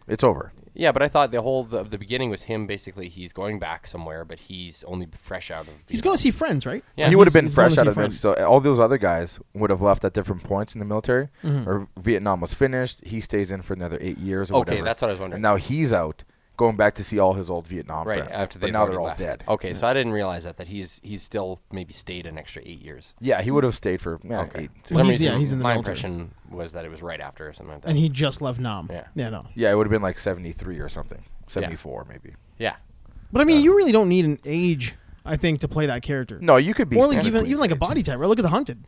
It's over. Yeah, but I thought the whole the, the beginning was him basically he's going back somewhere, but he's only fresh out of. He's Vietnam. going to see friends, right? Yeah. he would have He's- been he's going fresh to see out of the friends. military. So all those other guys would have left at different points in the military. Mm-hmm. Or Vietnam was finished. He stays in for another eight years. Or Okay, whatever. that's what I was wondering. And now he's out, going back to see all his old Vietnam right friends. after they Oh. but now they're all dead. Okay, so I didn't realize that that he's he's still maybe stayed an extra eight years. Yeah, he would have stayed for yeah, Okay, eight. For Well, some he's- yeah, he's in the my military. impression was that it was right after or something like that. And he just left Nam. Yeah. Yeah, no. Yeah, it would have been like 73 or something. 74 maybe. yeah, But I mean, you really don't need an age, I think, to play that character. No, you could be. Or like Stanley even even like a Kubrick's body type, right? Look at the Hunted,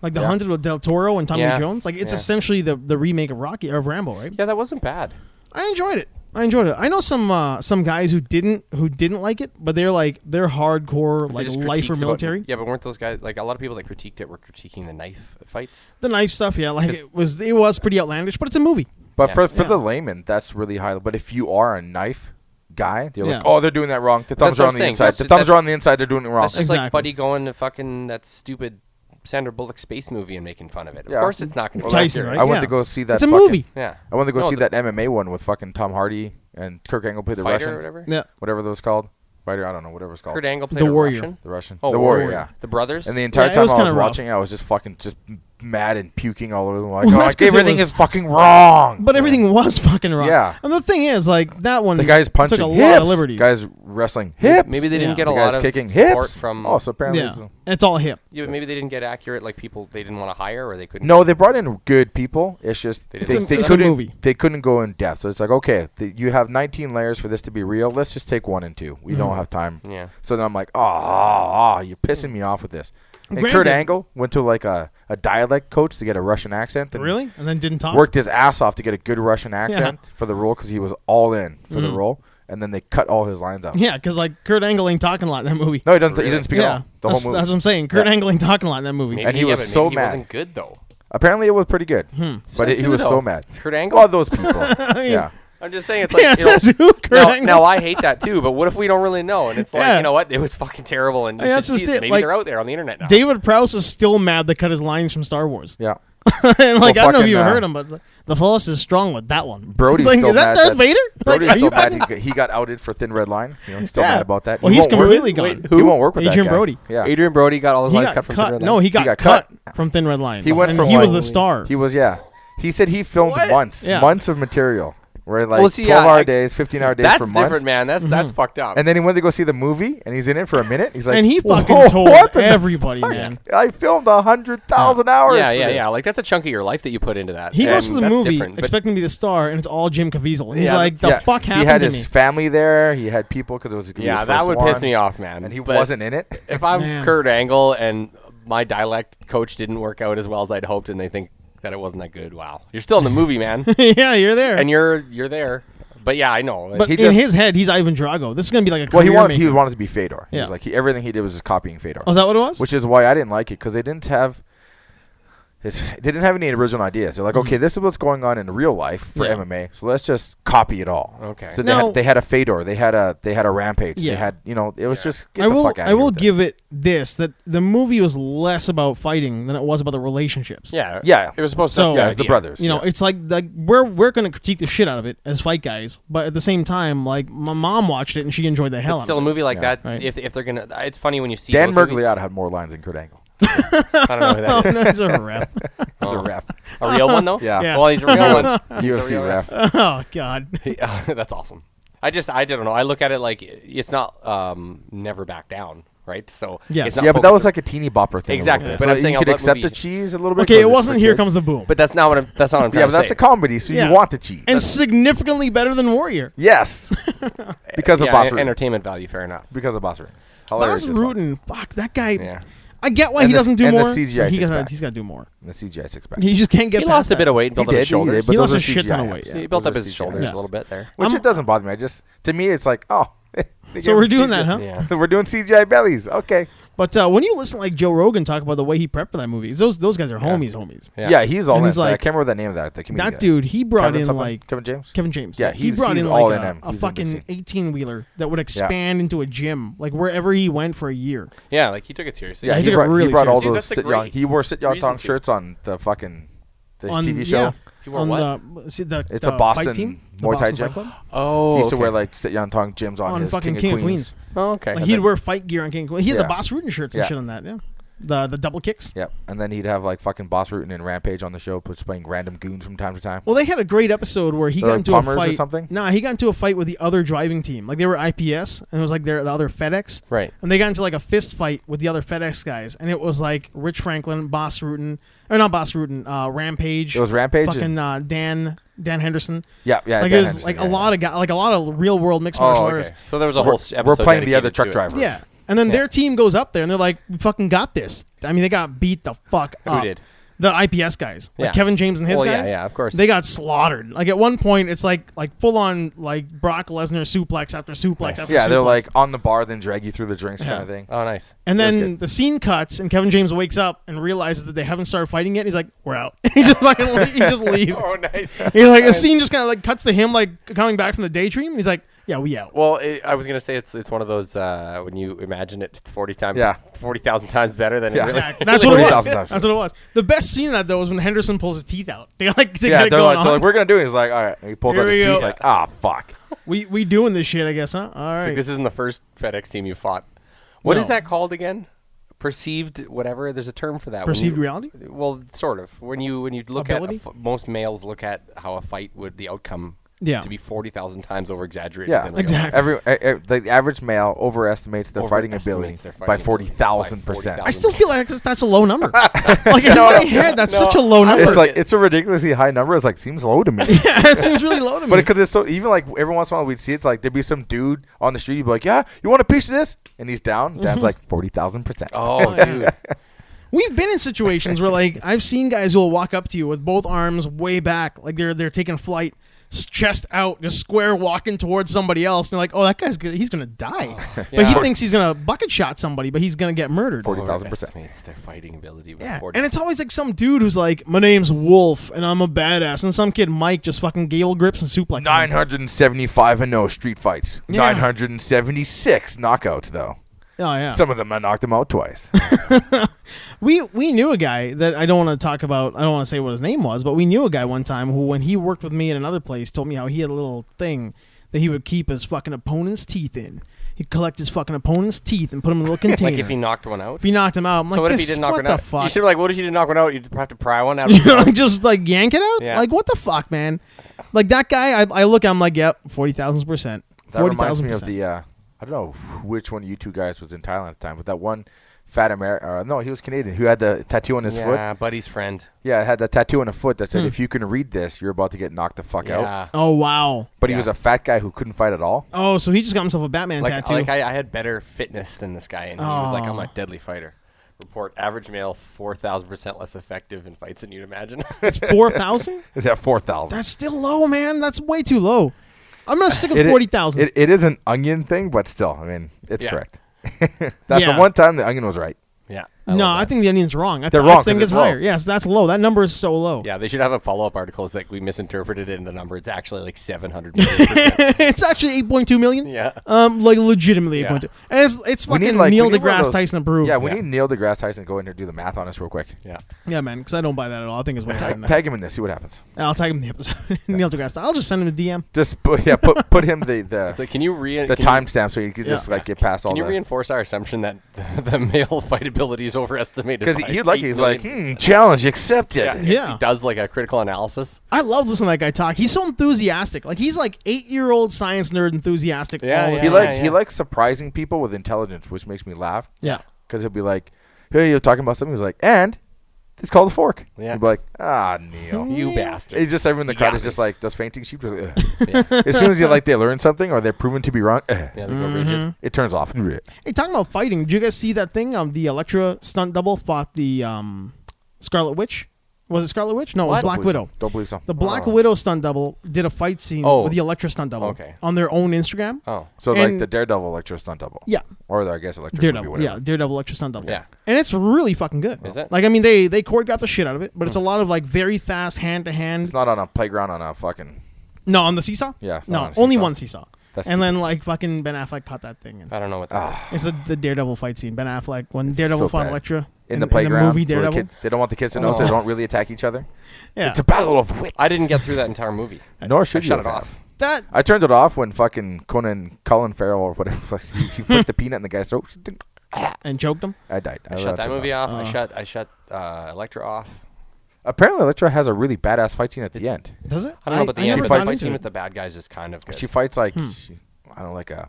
like the Yeah. Hunted with Del Toro and Tommy Lee Yeah. Jones. Like it's Yeah. essentially the the remake of Rocky or of Rambo, right? yeah, that wasn't bad. I enjoyed it. I enjoyed it. I know some uh, some guys who didn't who didn't like it, but they're like they're hardcore They like just critiques life or about- military. yeah, but weren't those guys like a lot of people that critiqued it were critiquing the knife fights? The knife stuff, yeah, like it was it was pretty outlandish, but it's a movie. But Yeah. for for Yeah. the layman, that's really high. But if you are a knife guy, you're Yeah. like, oh, they're doing that wrong. The thumbs are what I'm on the saying. inside. That's the ju- thumbs are that's- on the inside. They're doing it wrong. That's just Exactly. like Buddy going to fucking that stupid Sandra Bullock space movie and making fun of it. Of Yeah. course, it's not going to be Tyson, accurate. right? I went Yeah. to go see that. It's a fucking- movie. Yeah, I went to go No, see the that MMA one with fucking Tom Hardy and Kirk Angle played the fighter Russian, or whatever. Yeah, whatever that was called. Fighter, I don't know, whatever it's called. Kurt Angle The played a Warrior. Russian. The Russian, Oh, the warrior, yeah. The brothers. And the entire it time was I kinda was rough. watching, I was just fucking just mad and puking all over them. Like, Well, oh, that's like 'cause it everything is was- fucking wrong. But everything was fucking wrong. Yeah. And the thing is, like that one, the guy's punching took a hips. lot of liberties. Guys wrestling hips. Maybe, maybe they didn't Yeah. get a the lot guy's of kicking support hips from. Oh, so apparently. yeah, it's a- it's all hip. yeah, but maybe they didn't get accurate like people they didn't want to hire or they couldn't. No, they brought in good people. It's just they, It's they, a- it's a couldn't movie. they couldn't go in depth. So it's like okay, th- you have 19 layers for this to be real. Let's just take one and two. We don't have time. Mm. Yeah. So then I'm like, ah, oh, you're pissing me off with this. And Kurt Granted- Angle went to like a, a dialect coach to get a Russian accent. And Really? And then didn't talk. Worked his ass off to get a good Russian accent for the role because he was all in for Mm. the role. And then they cut all his lines out. Yeah, because like Kurt Angle ain't talking a lot in that movie. No, he doesn't. He Really? didn't speak at yeah, all. The that's, whole movie. that's what I'm saying. Kurt Yeah. Angle ain't talking a lot in that movie. Maybe and he was yeah, but so maybe mad. He wasn't good though. Apparently, it was pretty good. Hmm. But Says he who, was so though? mad. It's Kurt Angle? All those people. yeah. I'm just saying it's like. yeah, you know, says who? Kurt now, Angle. now I hate that too, but what if we don't really know? And it's like, Yeah. you know what? It was fucking terrible, and you Yeah, should that's see just it. it, maybe like- they're out there on the internet now. David Prowse is still mad they cut his lines from Star Wars. Yeah. and like I don't know if fucking, you uh, heard him, but it's like, the Force is strong with that one. Brody's It's like, still is mad that Darth that- Vader? Brody's like, are you still mad fucking- he got, he got outed for Thin Red Line. You know, he's still Yeah. mad about that. Well, He he's won't work- completely gone. He won't work with that Adrian guy. Brody. Yeah. Adrian Brody got all his He lines got cut cut. from Red no, Line. he got, got cut, from Thin Red Line. He went and from he was like- the star. He was yeah. He said he filmed months, Yeah. months of material, right? Like Well, see, yeah, twelve hour I- days, fifteen hour days That's for months. different, man. That's that's Mm-hmm. fucked up. And then he went to go see the movie, and he's in it for a minute. He's like, and he "Whoa, fucking told what the everybody, man. fuck? I filmed a hundred thousand hours. yeah, for yeah, this." yeah. Like that's a chunk of your life that you put into that. He and goes to the that's movie different, but- expecting to be the star, and it's all Jim Caviezel. And he's Yeah, like, the Yeah, fuck He had happened to his me? family there. He had people because it was. His yeah, that first would one, piss me off, man. And he But wasn't in it. If I'm Man. Kurt Angle and my dialect coach didn't work out as well as I'd hoped, and they think that it wasn't that good, wow, you're still in the movie, man, yeah, you're there. and you're you're there. But yeah, I know. but he in just- his head, he's Ivan Drago. This is gonna be like a Well, he career wanted. He maker. wanted to be Fedor. He was Yeah. like he, everything he did was just copying Fedor. Oh, is that what it was? which is why I didn't like it because they didn't have it's, they didn't have any original ideas. They're like, okay, this is what's going on in real life for Mm-hmm. Yeah. MMA, so let's just copy it all. Okay. So they, Now- had, they had a Fedor, they had a they had a Rampage, Yeah. they had you know it was just get I the will. fuck out. I will give it this: that the movie was less about fighting than it was about the relationships. yeah, Yeah. it was supposed to. So- that's yeah, it's the idea. brothers. You know, yeah. it's like like we're we're gonna critique the shit out of it as fight guys, but at the same time, like my mom watched it and she enjoyed the hell It's out still a of it. movie like Yeah. that. Right. If, if they're gonna, it's funny when you see Dan those movies. Mergliotta had more lines than Kurt Angle. I don't know who that is. Oh, no, it's a ref. That's Oh. a rap. A real one though. Yeah. Yeah. Well, he's a real one. He's a UFC real rap. oh God. That's awesome. I just I don't know. I look at it like it's not um never back down, right? So Yes. it's not Yeah, but that was focused- like a teeny bopper thing. a little Exactly, bit. but so I'm saying you I'll could let accept the movie- cheese a little bit. Okay, 'cause it it's for wasn't. Here kids. comes the boom. But that's not what I'm. That's not what I'm trying Yeah, but to that's say. a comedy, so Yeah. you want the cheese. and significantly better than Warrior. yes, because of yeah, Boss en- Root. entertainment value. Fair enough. Because of Boss Root. Hilarious Baz as fuck. Rutan, fuck that guy. Yeah. I get why And he the- doesn't do and the more. CGI but he six gotta, pack. he's got to do more. The CGI six pack. He just can't get. He past lost a that. bit of weight and built up did, his shoulders. did, but He those lost are a shit ton of CGI. weight, See, yeah. he built those up are his CGI. shoulders Yeah. a little bit there. Which I'm- it doesn't bother me. I just to me it's like, oh, they gave we're us doing CGI. that, huh? Yeah. we're doing CGI bellies. Okay. But uh, when you listen like Joe Rogan talk about the way he prepped for that movie, those those guys are homies, homies. Yeah, he's all And in. he's He's I like- can't remember the name of that. The comedian guy. That dude, he brought Kevin in something? like Kevin James. Kevin James. Yeah, he he's- brought he's in all like in a, him. a He's in fucking Dixie. eighteen wheeler that would expand into a gym, like wherever he went for a year. Yeah, like he took it seriously. Yeah, he he, took it brought, really he brought all seriously. Dude, those sit that's a young. great He wore sit young reason tong to. shirts on the fucking this on, TV show. yeah, You wore on what? The, see, the, It's the a Boston fight team, the Muay Thai Boston gym. Fight Club? Oh, he used to okay. wear like sit young tong gyms on, on, his fucking King, King of Queens. Oh, okay. Like he'd wear fight gear on King of Queens. He had the Yeah. Boss Rutan shirts and Yeah. shit on that. Yeah, the the double kicks. Yep. And then he'd have like fucking Boss Rootin and Rampage on the show, just playing random goons from time to time. Well, they had a great episode where he They're got like into plumbers a or fight something? Nah, he got into a fight with the other driving team. Like they were IPS, and it was like their the other FedEx. Right. And they got into like a fist fight with the other FedEx guys, and it was like Rich Franklin, Boss Rutan, or not Boss Rutan, uh, Rampage. It was Rampage and- Fucking uh, Dan Dan Henderson. yeah, yeah. like Dan it was Henderson, like yeah, a lot of guy, like a lot of real world mixed Oh, martial okay. artists. So there was a We're- whole s- we're episode playing the other dedicated to truck it. driver. Yeah. And then their team goes up there and they're like, we fucking got this. I mean, they got beat the fuck up. did? The IPS guys. Yeah. Like Kevin James and his Well, yeah, guys. yeah, of course. They got slaughtered. Like at one point, it's like like full on like Brock Lesnar suplex after suplex Nice. after suplex. Yeah, they're like on the bar, then drag you through the drinks kind of thing. Uh, Oh, nice. And That was then good. the scene cuts, and Kevin James wakes up and realizes that they haven't started fighting yet. And he's like, "We're out." he just fucking le- he just leaves. Oh, nice. He's like, the scene just kind of like cuts to him like coming back from the daydream. And he's like, "Yeah, we out." Well, it, I was gonna say it's it's one of those uh, when you imagine it, it's forty times, Yeah. forty thousand times better than Yeah. it really. Exactly. That's what it was. 40,000 times. That's what it was. The best scene of that though was when Henderson pulls his teeth out. They like to get Yeah, it they're going like, on. they're like, we're gonna do it. He's like, all right. And he pulls Here out we his go. teeth, like, ah, fuck. we we doing this shit, I guess, huh? All It's like right. this isn't the first FedEx team you fought. What is No. that called again? perceived whatever. There's a term for that. when Perceived you- reality? Well, sort of. When you when you look Ability? at a f- most males look at how a fight would the outcome Yeah. to be forty thousand times over exaggerated. Yeah, than real. Exactly. Every eh, eh, the average male overestimates their fighting ability Overestimates their by fighting forty ability thousand by percent. 40,000. I still feel like that's, that's a low number. like in my head, that's no, such a low number. It's like it's a ridiculously high number. It's like seems low to me. yeah, it seems really low to me. But because it's so, even like every once in a while we'd see it's like there'd be some dude on the street. You'd be like, "Yeah, you want a piece of this?" And he's Mm-hmm. down. Dan's like forty thousand percent. Oh, dude. We've been in situations where like I've seen guys who will walk up to you with both arms way back, like they're they're taking flight, s- chest out, just square walking towards somebody else, and they're like, "Oh, that guy's gonna, he's gonna die," Oh. but he yeah. thinks he's gonna bucket shot somebody, but he's gonna get murdered. 40,000%. Overestimates their fighting ability. by Yeah, 40. and it's always like some dude who's like, "My name's Wolf, and I'm a badass," and some kid Mike just fucking gale grips and suplexes. Nine him. hundred and seventy-five and no street fights. Yeah. Nine hundred and seventy-six knockouts though. Oh yeah. Some of them I knocked him out twice. We we knew a guy that I don't want to talk about. I don't want to say what his name was, but we knew a guy one time who, when he worked with me at another place, told me how he had a little thing that he would keep his fucking opponent's teeth in. He'd collect his fucking opponent's teeth and put them in a little container. like if he knocked one out. If he knocked him out, I'm so like, what if he "This- didn't knock what one the out? You fuck? should be like, what if you didn't knock one out? You'd have to pry one out. Of You know, the like, just like yank it out. Yeah. Like what the fuck, man? Like that guy, I, I look, I'm like, yep, forty thousand percent. That Forty reminds thousand me of percent. the uh, I don't know which one of you two guys was in Thailand at the time, but that one fat American. Uh, no, he was Canadian who had the tattoo on his foot. yeah, buddy's friend. Yeah, had the tattoo on a foot that said, Hmm. "If you can read this, you're about to get knocked the fuck out." Yeah. Oh wow. But he Yeah. was a fat guy who couldn't fight at all. Oh, so he just got himself a Batman Like, tattoo. like I, I had better fitness than this guy, and he was like, "I'm Aw. a deadly fighter." Report: Average male, four thousand percent less effective in fights than you'd imagine. it's four thousand. Is that four thousand? That's still low, man. That's way too low. I'm gonna stick with It- forty thousand. It, it is an onion thing, but still, I mean, it's Yeah. correct. That's Yeah. the one time the onion was right. yeah. I No, love I that. think the onion's wrong. I, They're th- I wrong, think 'cause it's it's low. higher. Yes, that's low. That number is so low. Yeah, they should have a follow-up article. It's like we misinterpreted it in the number. It's actually like seven hundred million. it's actually eight point two million. yeah. Um, like legitimately eight Yeah. point two. And it's it's We fucking like, we Neil need one of deGrasse those- Tyson approved. Yeah, we Yeah. need Neil deGrasse Tyson to go in here and do the math on us real quick. Yeah. yeah, man. Because I don't buy that at all. I think it's way higher than that. Tag him in this, see what happens. I'll tag him in the episode. Neil deGrasse. I'll just send him a DM. Just put, yeah, put put him the the, It's like, can you re the can you- timestamp so you can Yeah. just like get past all Can you the. reinforce our assumption that the, the male fight ability is overestimated? because by he, would like, 8 he's million like, hmm, challenge accepted. Yeah, Yeah. Yeah. He does like a critical analysis. I love listening to that guy talk. He's so enthusiastic. Like he's like eight year old science nerd enthusiastic. Yeah, all the yeah. He time. likes he yeah. likes surprising people with intelligence, which makes me laugh. Yeah. Because he'll be like, "Hey, you're talking about something." He's like, "And it's called a fork." Yeah. Hmm. You'd be like, "Ah, Neil, You It's bastard. just everyone in the You crowd got is me. just like those fainting sheep. Just, ugh. yeah, yeah, as soon as you like they learn something or they're proven to be wrong, ugh, they go rigid. Mm-hmm. it turns off. Hey, talking about fighting, did you guys see that thing? Um, the Electra stunt double fought the um, Scarlet Witch. Was it Scarlet Witch? No, it was What? Black Don't believe so. Widow. Don't believe so. The Black Oh. Widow stunt double did a fight scene Oh. with the Electra stunt double Okay. on their own Instagram. Oh, So like and- the Daredevil Electro stunt double. Yeah, Or the, I guess Electro Daredevil. movie, yeah, whatever. Daredevil Electra stunt double. Yeah. and it's really fucking good. Is it? Like, I mean, they they choreographed the shit out of it, but it's a lot of like very fast hand to Hmm. It's hand. not on a playground on a fucking. No, on the seesaw. Yeah, it's not no, on a only seesaw. one seesaw. That's and then like fucking Ben Affleck caught that thing. And I don't know what. That Ah, it's the, the Daredevil fight scene. Ben Affleck when Daredevil so fought bad. Electra in, the playground. movie where the Daredevil. kid- they don't want the kids to know, so they Oh. don't really attack each other. yeah, It's a battle of wits. I didn't get through that entire movie. Nor I should you shut it have. off. that I turned it off when fucking Conan, Colin Farrell, or whatever, he, he flicked the peanut in the guy's throat. and choked him. I died. I shut that turned it movie off. off. I Uh. shut. I shut uh, Electra off. Apparently, Electra has a really badass fight scene at the end. Does it? I don't know about the end, never but got the got fight into scene it. with the bad guys is kind of good. She fights like she, I don't know, like a,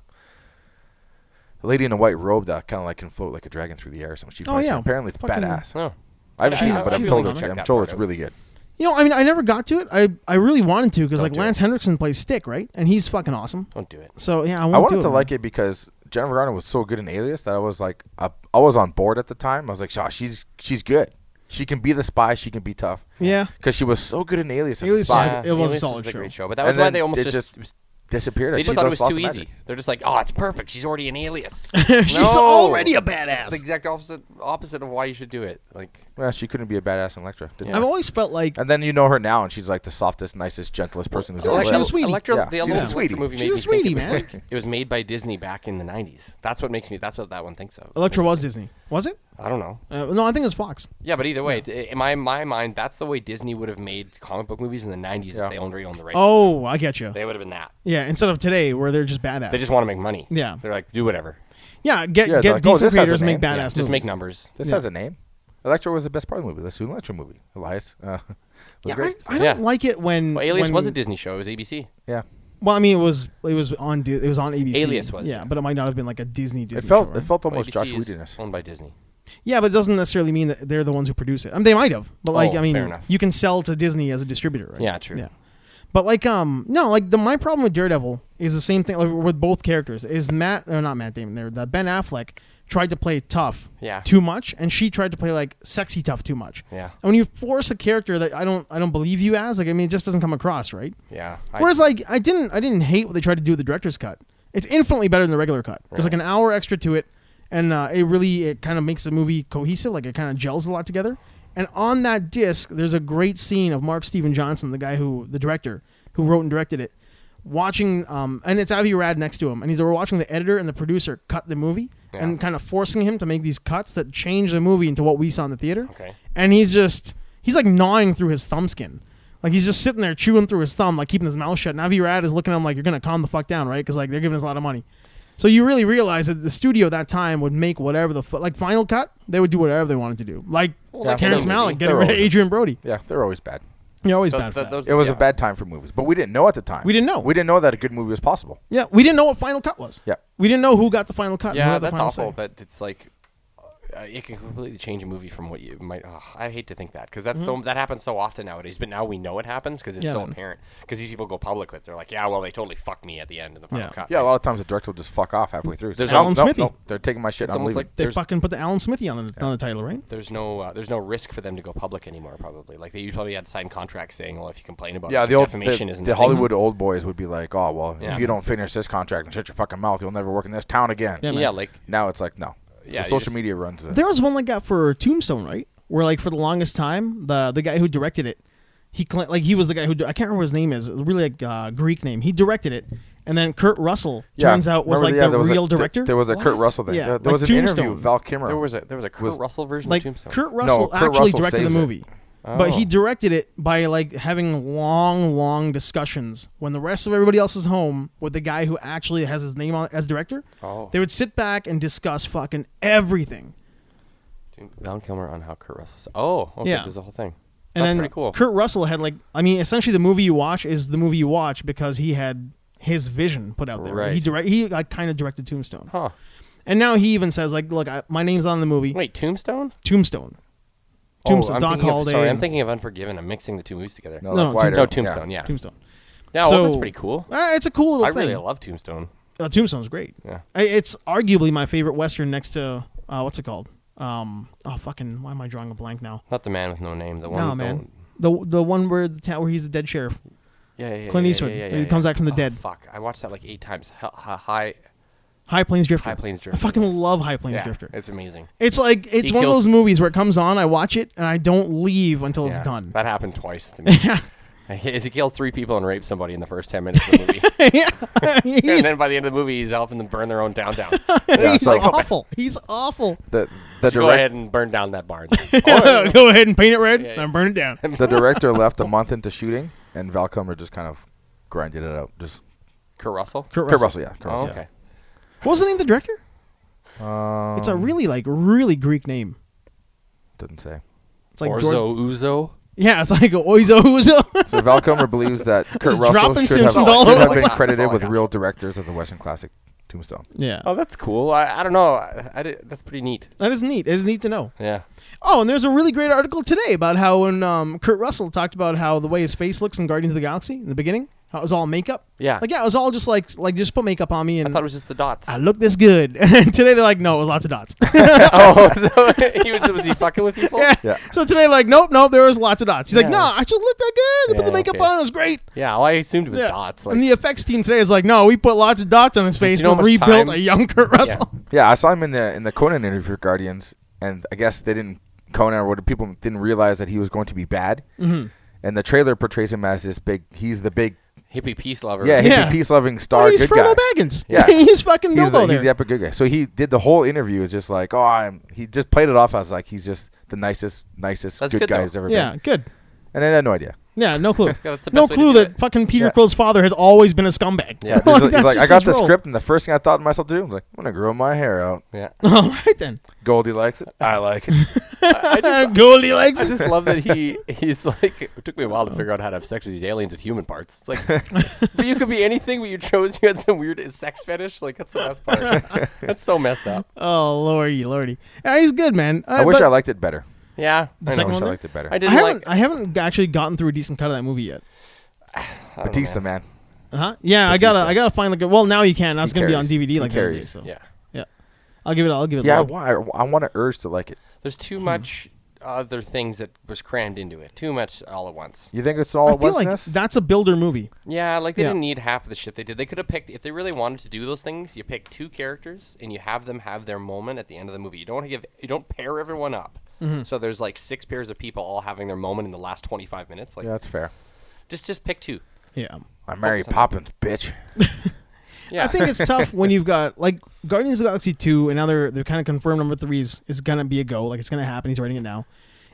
a lady in a white robe that kind of like can float like a dragon through the air or something. She Oh, fights yeah. and apparently it's Fucking- badass. no. I haven't Yeah, seen I- it, but I I'm really told wanna it's check I'm that told part it's out. really good. You know, I mean, I never got to it. I, I really wanted to because Don't like do Lance it. Hendrickson plays Stick, right? And he's fucking awesome. Don't do it. So yeah, I, I wanted do to it, like it because Jennifer Garner was so good in Alias that I was like, I, I was on board at the time. I was like, "Shaw, she's she's good. She can be the spy. She can be tough." Yeah. because she was so good in Alias. As Alias Alias is a spy. a- it was Alias solid is a show. great show, but that And was why then they almost it just, just disappeared. they She just thought it was lost too the easy. magic. They're just like, oh, it's perfect. She's already an alias. She's No. already a It's the badass. exact opposite opposite of why you should do it. Like Well, she couldn't be a badass in Electra. didn't Yeah. I've she? always felt like And then you know her now, and she's like the softest, nicest, gentlest person who's Yeah, ever she lived. was sweet. sweetie. Electra, Yeah, the she's a Electra sweetie. movie She's made a me think sweetie, it was man. like- it was made by Disney back in the '90s. That's what makes me. That's what that one thinks of. Electra was Disney, was it? I don't know. Uh, no, I think it's Fox. Yeah, but either way, it- in my my mind, that's the way Disney would have made comic book movies in the '90s Yeah. if they already owned the rights. Oh, I get you. they would have been that. Yeah, instead of today where they're just badass. They just want to make money. Yeah. they're like, do whatever. yeah, get Yeah, get like, oh, decent this has a creators make name. badass Yeah, just movies. make numbers. This Yeah. has a name. Electro was the best part of the movie. Let's do an Electro movie. Elias uh, was Yeah, I, great. I don't Yeah. like it when Well, Alias when- was a Disney show. It was ABC. yeah, Well, I mean, it was it was on Di- it was on ABC. Alias was, yeah, yeah. but it might not have been like a Disney Disney. it felt show, it right? felt Well, almost Josh ABC is Whedon-esque. owned by Disney. Yeah, but it doesn't necessarily mean that they're the ones who produce it. I mean, they might have, but like Oh, I mean, fair enough. you can sell to Disney as a distributor, right? Yeah, true. Yeah, but like um no, like the my problem with Daredevil is the same thing like, with both characters. Is Matt or not Matt Damon? There, the Ben Affleck tried to play tough, Yeah. too much, and she tried to play like sexy tough too much. Yeah. and when you force a character that I don't I don't believe you as, like I mean, it just doesn't come across right. Yeah. Whereas like I didn't I didn't hate what they tried to do with the director's cut. It's infinitely better than the regular cut. There's like an hour extra to it, and uh, it really it kind of makes the movie cohesive. Like it kind of gels a lot together. And on that disc, there's a great scene of Mark Steven Johnson, the guy who the director who wrote and directed it, watching. Um, and it's Avi Rad next to him, and he's we're watching the editor and the producer cut the movie and kind of forcing him to make these cuts that change the movie into what we saw in the theater Okay. and he's just he's like gnawing through his thumb skin. Like he's just sitting there chewing through his thumb, like keeping his mouth shut. And Avi Rad is looking at him like you're gonna calm the fuck down, right? Because like they're giving us a lot of money. So you really realize that the studio at that time would make whatever the fu- like Final Cut, they would do whatever they wanted to do. Like Well, like Terrence any movie. Malick getting They're rid of all- Adrian Brody. Yeah, they're always bad. You're always Th- bad for th- that. those- It was yeah. a bad time for movies, but we didn't know at the time. We didn't know. We didn't know that a good movie was possible. yeah, we didn't know what Final Cut was. Yeah. we didn't know who got the Final Cut. and who Yeah, got the that's final awful. say. But it's like uh, it can completely change a movie from what you might. ugh, I hate to think that because that's so that happens so often nowadays. But now we know it happens because it's Mm-hmm. Yeah, so man. apparent. Because these people go public with, they're like, yeah, well, they totally fucked me at the end of the final Yeah. cut. Yeah, a Like, lot of times the director will just fuck off halfway through. There's No, Alan no, Smithy. no, they're taking my shit. it's I'm almost leaving. like they there's, fucking put the Alan Smithy on the on the title, right? there's no uh, there's no risk for them to go public anymore. Probably like they usually had signed contracts saying, well, if you complain about yeah, this, the old defamation the, isn't the a thing. Hollywood old boys would be like, oh well, Yeah. if you don't finish this contract and shut your fucking mouth, you'll never work in this town again. Yeah, man. Yeah, like Now it's like no. Yeah, The you social just- media runs it. There was one like that for Tombstone, right? Where like for the longest time, the the guy who directed it, he cla like he was the guy who di- I can't remember his name is really like uh, Greek name. He directed it, and then Kurt Russell Yeah, turns out was remember, like yeah, the there was a- real there- director. There, was a Kurt What? Russell thing. Yeah, there there like was an interview Tombstone. with Val Kimmerer. there was a there was a Kurt Was- Russell version like of Tombstone. Kurt Russell Kurt actually Russell directed the saves it. movie, but he Oh. directed it by like having long, long discussions when the rest of everybody else is home with the guy who actually has his name on as director. Oh. They would sit back and discuss fucking everything. Dude, Val Kilmer on how Kurt Russell. Oh, okay, Yeah. there's a whole thing. and That's then pretty cool. Kurt Russell had like I mean essentially the movie you watch is the movie you watch because he had his vision put out there. Right. He direct he like kind of directed Tombstone. huh? And now he even says like look I, my name's on the movie Wait, Tombstone? Tombstone. Oh, Tombstone I'm Doc thinking of- Holliday. Sorry, I'm and- thinking of Unforgiven. I'm mixing the two movies together. no, no, like wider. no, Tombstone. Yeah, Tombstone. yeah, well, so that's pretty cool. Uh, it's a cool little I thing. really love Tombstone. uh, Tombstone's great. Yeah. I, it's arguably my favorite western next to uh, what's it called? Um oh fucking why am I drawing a blank now? Not the man with no name. The one. No the man. one- The the one where the town where he's the dead sheriff. yeah, yeah, yeah, Clint yeah, Eastwood, Yeah, yeah, when he yeah, comes yeah. back from the Oh, dead. Fuck, I watched that like eight times. Hi, hi, hi- High Plains Drifter. High Plains I Drifter. fucking love High Plains yeah, Drifter. It's amazing. It's like it's He one of kills- those movies where it comes on, I watch it, and I don't leave until Yeah, it's done. That happened twice to me. He he killed three people and raped somebody in the first ten minutes of the movie, yeah, he's, and then by the end of the movie, he's helping them burn their own town down. Yeah, he's it's like, awful. He's awful. the the Go direct, ahead and burn down that barn. Oh. Go ahead and paint it red Yeah, and yeah. burn it down. the director left a month into shooting, and Val Kilmer just kind of grinded it out. Just Kurt Russell. Kurt Kurt Russell, Russell. yeah, Kurt Oh, Russell. okay. What was the name of the director? Um, it's a really like really Greek name. didn't say. It's like George- Orzo Uzo. yeah, it's like Oizo Uzo. So Val Kilmer believes that Kurt Just Russell dropping should have, Simpsons all should over have the been place. That's credited all I with got. real directors of the Western classic Tombstone. yeah, Oh, that's cool. I, I don't know. I, I di- that's pretty neat. that is neat. It's neat to know. Yeah. Oh, and there's a really great article today about how when um, Kurt Russell talked about how the way his face looks in Guardians of the Galaxy in the beginning, how it was all makeup. Yeah. like yeah, it was all just like like just put makeup on me and I thought it was just the dots. I look this good. And today they're like, no, it was lots of dots. oh, so he was, was he fucking with people? Yeah. Oh, Yeah. So today they're like, nope, nope, there was lots of dots. He's like, Yeah. no, I just looked that good. They put Yeah, the makeup okay. on, it was great. Yeah, well, I assumed it was Yeah. dots. and like- the effects team today is like, no, we put lots of dots on his face know and how much rebuilt time- a young Kurt Russell. Yeah, I saw him in the in the Conan interview for Guardians, and I guess they didn't Conan or what people didn't realize that he was going to be bad. Mm-hmm. And the trailer portrays him as this big. He's the big, hippie peace lover. yeah, Yeah. yeah. peace loving star. Well, he's good Frodo guy. Baggins. Yeah. he's fucking He's the, Bilbo he's the there. epic good guy. So he did the whole interview. It's just like, oh, I'm. He just played it off as like he's just the nicest, nicest That's good, good, guy though. he's ever yeah, been. good. And I had no idea. Yeah, no clue. Yeah, that's the no best way to clue do that it. fucking Peter Yeah. Quill's father has always been a scumbag. Yeah. He's like, he's that's like, I just got his the role. script, and the first thing I thought to myself to do was like, I'm gonna grow my hair out. Yeah. All right then. Uh, Goldie likes it. I like it. I, I just, Goldie likes I it. just love that he he's like it took me a while to figure out how to have sex with these aliens with human parts. It's like but you could be anything but you chose you had some weird sex fetish. Like that's the best part. that's so messed up. Oh lordy, lordy. Yeah, he's good, man. Uh, I wish but I liked it better. Yeah. I wish Second one I there? liked it better. I I didn't haven't. like I haven't actually gotten through a decent cut of that movie yet. I don't know, Batista, man. man. Uh-huh. Yeah, I gotta. I gotta find the good. Well, now you can. That's He gonna carries. be on DVD He like that. carries. So. Yeah. I'll give it. I'll give it. Yeah, I love. want, I, I want to urge to like it. There's too much other things that was crammed into it. Too much all at once. You think it's all I at feel once? like that's a builder movie. Yeah, like they Yeah. didn't need half of the shit they did. They could have picked if they really wanted to do those things. You pick two characters and you have them have their moment at the end of the movie. You don't give you don't pair everyone up. Mm-hmm. So there's like six pairs of people all having their moment in the last 25 minutes. Like yeah, that's fair. just just pick two. Yeah. I'm Mary Focus on- Poppins, bitch. Yeah, I think it's tough when you've got like Guardians of the Galaxy two, and now they're they're kind of confirmed number threes is gonna be a go. Like it's gonna happen. He's writing it now.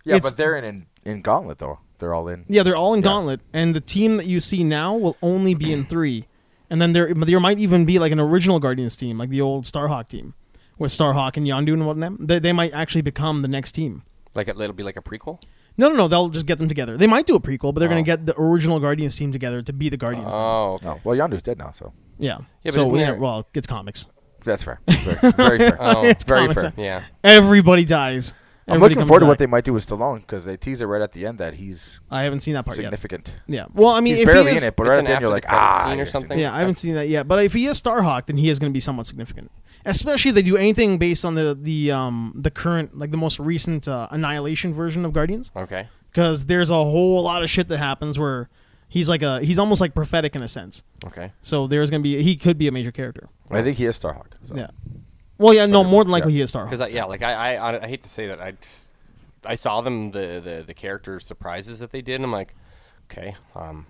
Yeah, It's- but they're in, in in Gauntlet though. They're all in. Yeah, they're all in Yeah. Gauntlet, and the team that you see now will only be in three, and then there there might even be like an original Guardians team, like the old Starhawk team, with Starhawk and Yondu and whatnot. They they might actually become the next team. like it, it'll be like a prequel. No, no, no. They'll just get them together. They might do a prequel, but they're Oh. gonna get the original Guardians team together to be the Guardians. team. Oh, okay. Oh, well, Yondu's dead now, so Yeah. but so isn't we there- well, it's comics. that's fair. Very, very fair. Oh. it's very comics. fair. yeah. Everybody dies. I'm Everybody looking comes forward to what back. they might do with Stallone because they tease it right at the end that he's I haven't seen that part yet. significant. Oh, Yeah. Well, I mean, He's if barely he is, in it, but It's right an at the end you're like, after the credits ah, scene or you're significant. something? Yeah, I haven't seen that yet. But if he is Starhawk, then he is going to be somewhat significant. Especially if they do anything based on the the um the current like the most recent uh, Annihilation version of Guardians, Okay. because there's a whole lot of shit that happens where he's like a he's almost like prophetic in a sense. Okay. So there's going to be he could be a major character. I think he is Starhawk. so. Yeah. Well, yeah, no, more than likely Yeah. he is Starhawk. Because yeah, like I, I I hate to say that I just- I saw them the the the character surprises that they did. and I'm like, okay, um,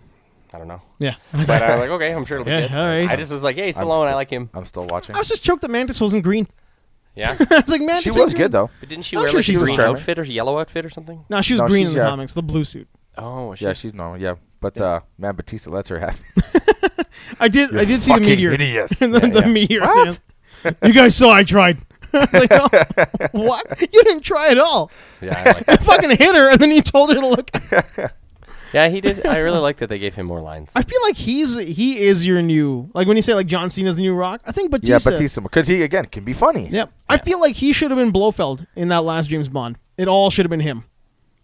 I don't know. Yeah. But I was like, okay, I'm sure it'll be Yeah, good. all right. I just was like, hey, I'm Stallone, I still- like him. I'm still watching. I was just choked that Mantis wasn't green. Yeah. I was like, Mantis She ain't was green. good though. But didn't she I'm wear sure like she a was green charming. outfit or yellow outfit or something? No, she was No, green she's- in the yeah. comics, the blue suit. Oh, was she? Yeah, she's no. Yeah, but uh, man, Batista lets her have. I did. I did see the fucking meteor. hideous. the Yeah, the yeah. meteor. yeah. you guys saw I tried. It's like, oh, what? You didn't try at all. yeah, I like I fucking hit her, and then you told her to look. yeah, he did. I really like that they gave him more lines. I feel like he's he is your new like when you say like John Cena's the new Rock. I think yeah, Batista. Batista because he again can be funny. Yep. I feel like he should have been Blofeld in that last James Bond. It all should have been him.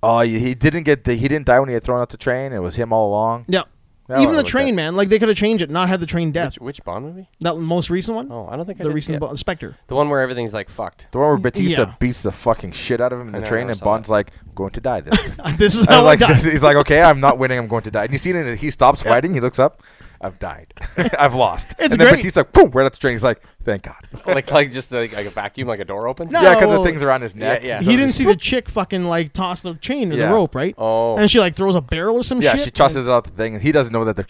Oh, he he didn't get the, he didn't die when he had thrown out the train. It was him all along. Yep. No, I Even the like train, that. man. Like they could have changed it, not had the train death. Which, which Bond movie? that most recent one. Oh, I don't think I the did recent yet. Bo- Spectre. the one where everything's like fucked. The one where Batista Yeah. beats the fucking shit out of him in I the know, I train, never and saw Bond's that. like, "I'm going to die." This. this is I how was I, like, died. this- he's like, "Okay, I'm not winning. I'm going to die." And you see it, and he stops fighting. He looks up. I've died. I've lost. It's and then great. Batista, boom, right up the train. He's like, "Thank God." like like just like, like a vacuum, like a door opens. No. yeah, because well, the things around his neck. yeah. he didn't see the chick fucking like toss the chain or Yeah. the rope, right? Oh. and she like throws a barrel or some Yeah, shit. she tosses it out the thing, and he doesn't know that the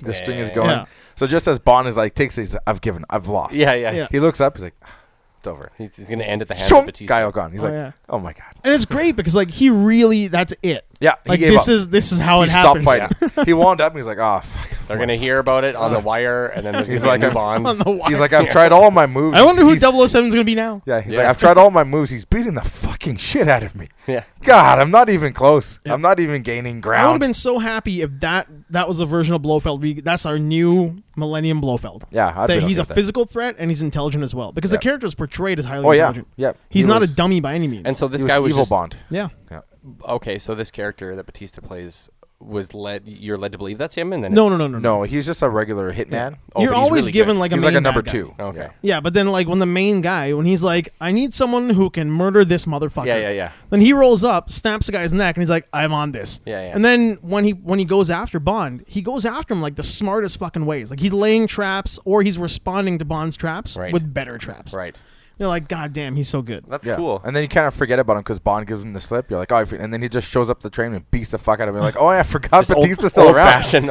the string is Yeah. going. Yeah. So just as Bond is like, takes it, he's like, "I've given. I've lost." Yeah, yeah. Yeah. He looks up. He's like, "Ah, "It's over." He's, he's gonna end at the hands of Shunk, Batista. guy all gone. He's Oh, like, yeah. "Oh my God." and it's great because like he really that's it. Yeah, he like gave this up. is this is how He Oh, it stopped happens. fighting. he wound up. and He's like, "Ah, fuck." They're gonna hear about it on the wire, and then there's He's gonna like, be a new I'm- Bond. On the wire. He's like, "I've tried all my moves." I wonder who He's- 007 is gonna be now. Yeah, he's Yeah. like, I've tried all my moves. He's beating the fucking shit out of me. Yeah. God, I'm not even close. Yeah. I'm not even gaining I ground. would have been so happy if that that was the version of Blofeld. We, that's our new Millennium Blofeld. Yeah, I'd that been he's okay a with that. physical threat and he's intelligent as well because Yeah. the character is portrayed as highly Oh, yeah. intelligent. Yeah. he's He not was- a dummy by any means. And so He this guy was evil just, Bond. yeah, Yeah. Okay, so this character that Batista plays was led. You're led to believe that's him, and then no, no, it's- no, no, no. No, he's just a regular hitman. Oh, You're but he's always really given good. like a he's like main a number bad guy. two. Okay. Yeah. Yeah, but then like when the main guy, when he's like, I need someone who can murder this motherfucker. Yeah, yeah, yeah. Then he rolls up, snaps the guy's neck, and he's like, I'm on this. Yeah, yeah. And then when he when he goes after Bond, he goes after him like the smartest fucking ways. Like he's laying traps or he's responding to Bond's traps Right. with better traps. Right. You're like, God damn, he's so good. That's Yeah. cool. And then you kind of forget about him because Bond gives him the slip. You're like, oh, I forget- and then he just shows up the train and beats the fuck out of him. You're like, oh, yeah, I forgot Just old- Batista's still around. old-fashioned-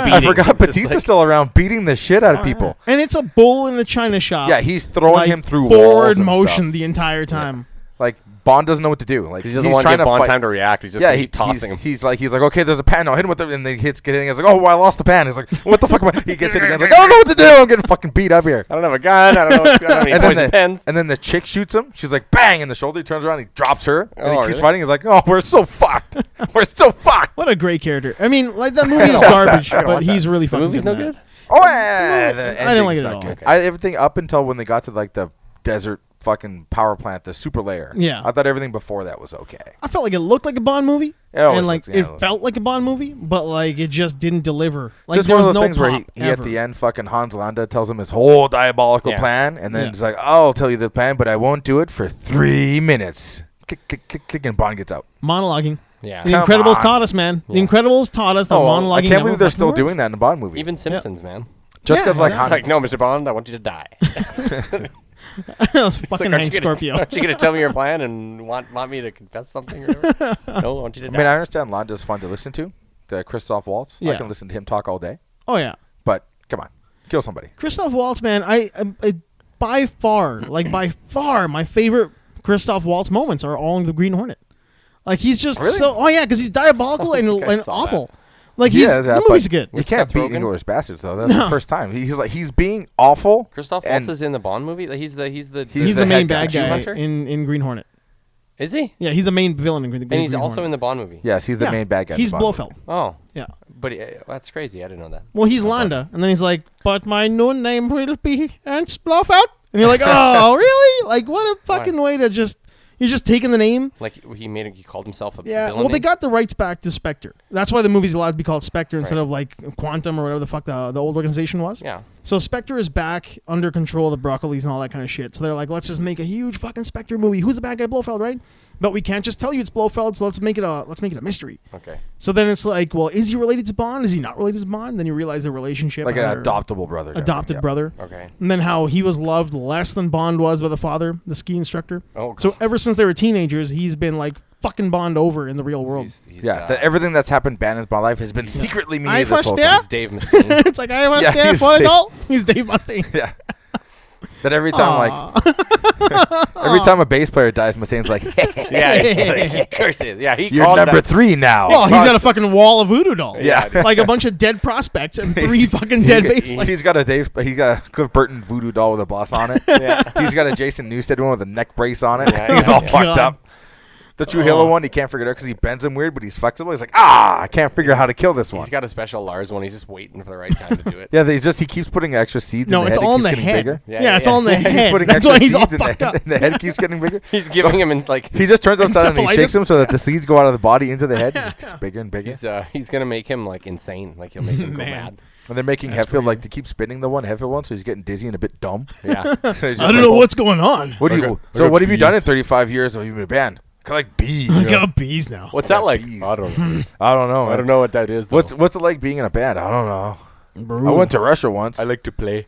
I- I beating. forgot It's just Batista's like- still around beating the shit Oh, out of people. And it's a bull in the china shop. Yeah, he's throwing like, him through walls forward and motion stuff. the entire time. Like Bond doesn't know what to do. Like He doesn't he's want to trying give Bond fight. time to react. He's just yeah, gonna he, keep tossing him. he's, he's like he's like okay, there's a pan. I'll hit him with it, and then he hits getting. He's like, oh, well, I lost the pan. He's like, what the fuck? Am I? He gets hit again. He's like, I don't know what to do. I'm getting fucking beat up here. I don't have a gun. I don't know. What's, I don't have any And then, poison the, pens. and then the chick shoots him. She's like, bang, in the shoulder. He turns around, he drops her, and he Oh, keeps really? fighting. He's like, oh, we're so fucked. we're so fucked. What a great character. I mean, like that movie is gotta watch garbage, that. I gotta but watch he's that. really The fucking movie's good no in that. good. Oh, yeah. I the didn't ending's like it at not all. good. Okay. I, everything up until when they got to like the desert fucking power plant, the super layer. Yeah. I thought everything before that was okay. I felt like it looked like a Bond movie, It always and like looks- yeah, it it looks- felt like a Bond movie, but like it just didn't deliver. Like just there one of was those no things where he, pop he at ever. the end fucking Hans Landa tells him his whole diabolical Yeah. plan, and then Yeah. he's like, "I'll tell you the plan, but I won't do it for three minutes." Click, click, click, click, and Bond gets out. monologuing. Yeah. The Come Incredibles on. taught us, man. Yeah. The Incredibles taught us that Oh, well, monologuing. I can't never believe they're fucking still works. doing that in a Bond movie. Even Simpsons, man. just Yeah, because like yeah. Han, Like, no, Mr. Bond, I want you to die. It's like, that was fucking aren't Hank you gonna- Scorpio. Aren't you going to tell me your plan and want want me to confess something? Or whatever? no, I want you to I mean, die. I understand Landa's fun to listen to, the Christoph Waltz. I Yeah. can listen to him talk all day, Oh yeah, but come on, kill somebody. Christoph Waltz, man. I, I, I by far, like by far, my favorite Christoph Waltz moments are all in the Green Hornet. Like he's just Really? so. Oh yeah, because he's diabolical and, think I and saw awful. Like he's yeah, the that, movie's but good. You With can't Seth beat Rogen? English bastards though. That's No. the first time he's like he's being awful. Christoph and- Waltz is in the Bond movie. Like, he's the he's the He's He's the the head main guy. bad Jew guy Hunter? in, in Green Hornet. is he? Yeah, he's the main villain in Green, Green And he's Green also in Hornet. the Bond movie. Yes, he's the Yeah, main bad guy. in He's the Bond movie. Blofeld. Oh, Yeah. but uh, that's crazy. I didn't know that. Well, he's Landa, and then he's like, "But my new name will be Ernst Blofeld," and you're like, "Oh, really? Like, what a fucking way to just you're just taking the name." Like he made he called himself a Yeah. villain. Well, they name? got the rights back to Spectre. That's why the movie's allowed to be called Spectre instead of like Quantum or whatever the fuck the, the old organization was. yeah. So Spectre is back under control of the Broccolis and all that kind of shit. So they're like, let's just make a huge fucking Spectre movie. Who's the bad guy, Blofeld, right? But we can't just tell you it's Blofeld, so let's make it a let's make it a mystery. Okay. So then it's like, well, is he related to Bond? Is he not related to Bond? Then you realize the relationship, like how an they're adoptable brother. now. adopted Yeah. brother. Okay. And then how he was loved less than Bond was by the father, the ski instructor. Oh, God. so ever since they were teenagers, he's been like fucking Bond over in the real world. He's, he's, Yeah, uh, the, everything that's happened bad in my life has been secretly me I this whole first time. he's Dave Mustaine. it's like I was Yeah, there he's for it Dave- all. He's Dave Mustaine. Yeah. That every time, like every time a bass player dies, Mustaine's like, Yeah, he's like, curses. Yeah, he "You're called number that. three now." Well, Oh, he's got a fucking wall of voodoo dolls. Yeah. like a bunch of dead prospects and three fucking dead He's got- bass players. He's got a Dave. He got a Cliff Burton voodoo doll with a boss on it. Yeah. He's got a Jason Newsted one with a neck brace on it. Yeah, he's yeah. all Oh God. fucked up. The Trujillo one, he can't figure it out because he bends him weird, but he's flexible. He's like, ah, I can't figure out how to kill this one. he's got a special Lars one. He's just waiting for the right time to do it. yeah, they- he's just he keeps putting extra seeds. No, in the it's head. all in it the keeps getting head. Bigger. Yeah, Yeah, it's yeah, all in the He's head. putting That's extra why he's all seeds in fucked the, up. head, and the head keeps getting bigger. He's giving him in like He just turns upside and he shakes Encephalitis? him so that the seeds go out of the body into the head. It just gets bigger and bigger. he's uh, he's gonna make him like insane. Like he'll make him go mad. Man. And they're making Hetfield like to keep spinning the one Hetfield one, so he's getting dizzy and a bit dumb. Yeah. I I don't know what's going on. What do you? Look at- so look at what have you done in bees. 35 years? Have you been banned? Collect bees. I You're like, got bees now. What's that like? Jeez. I don't know. I don't know. I don't know what that is. Though. What's What's it like being in a band? I don't know. I Bro. went to Russia once. I like to play.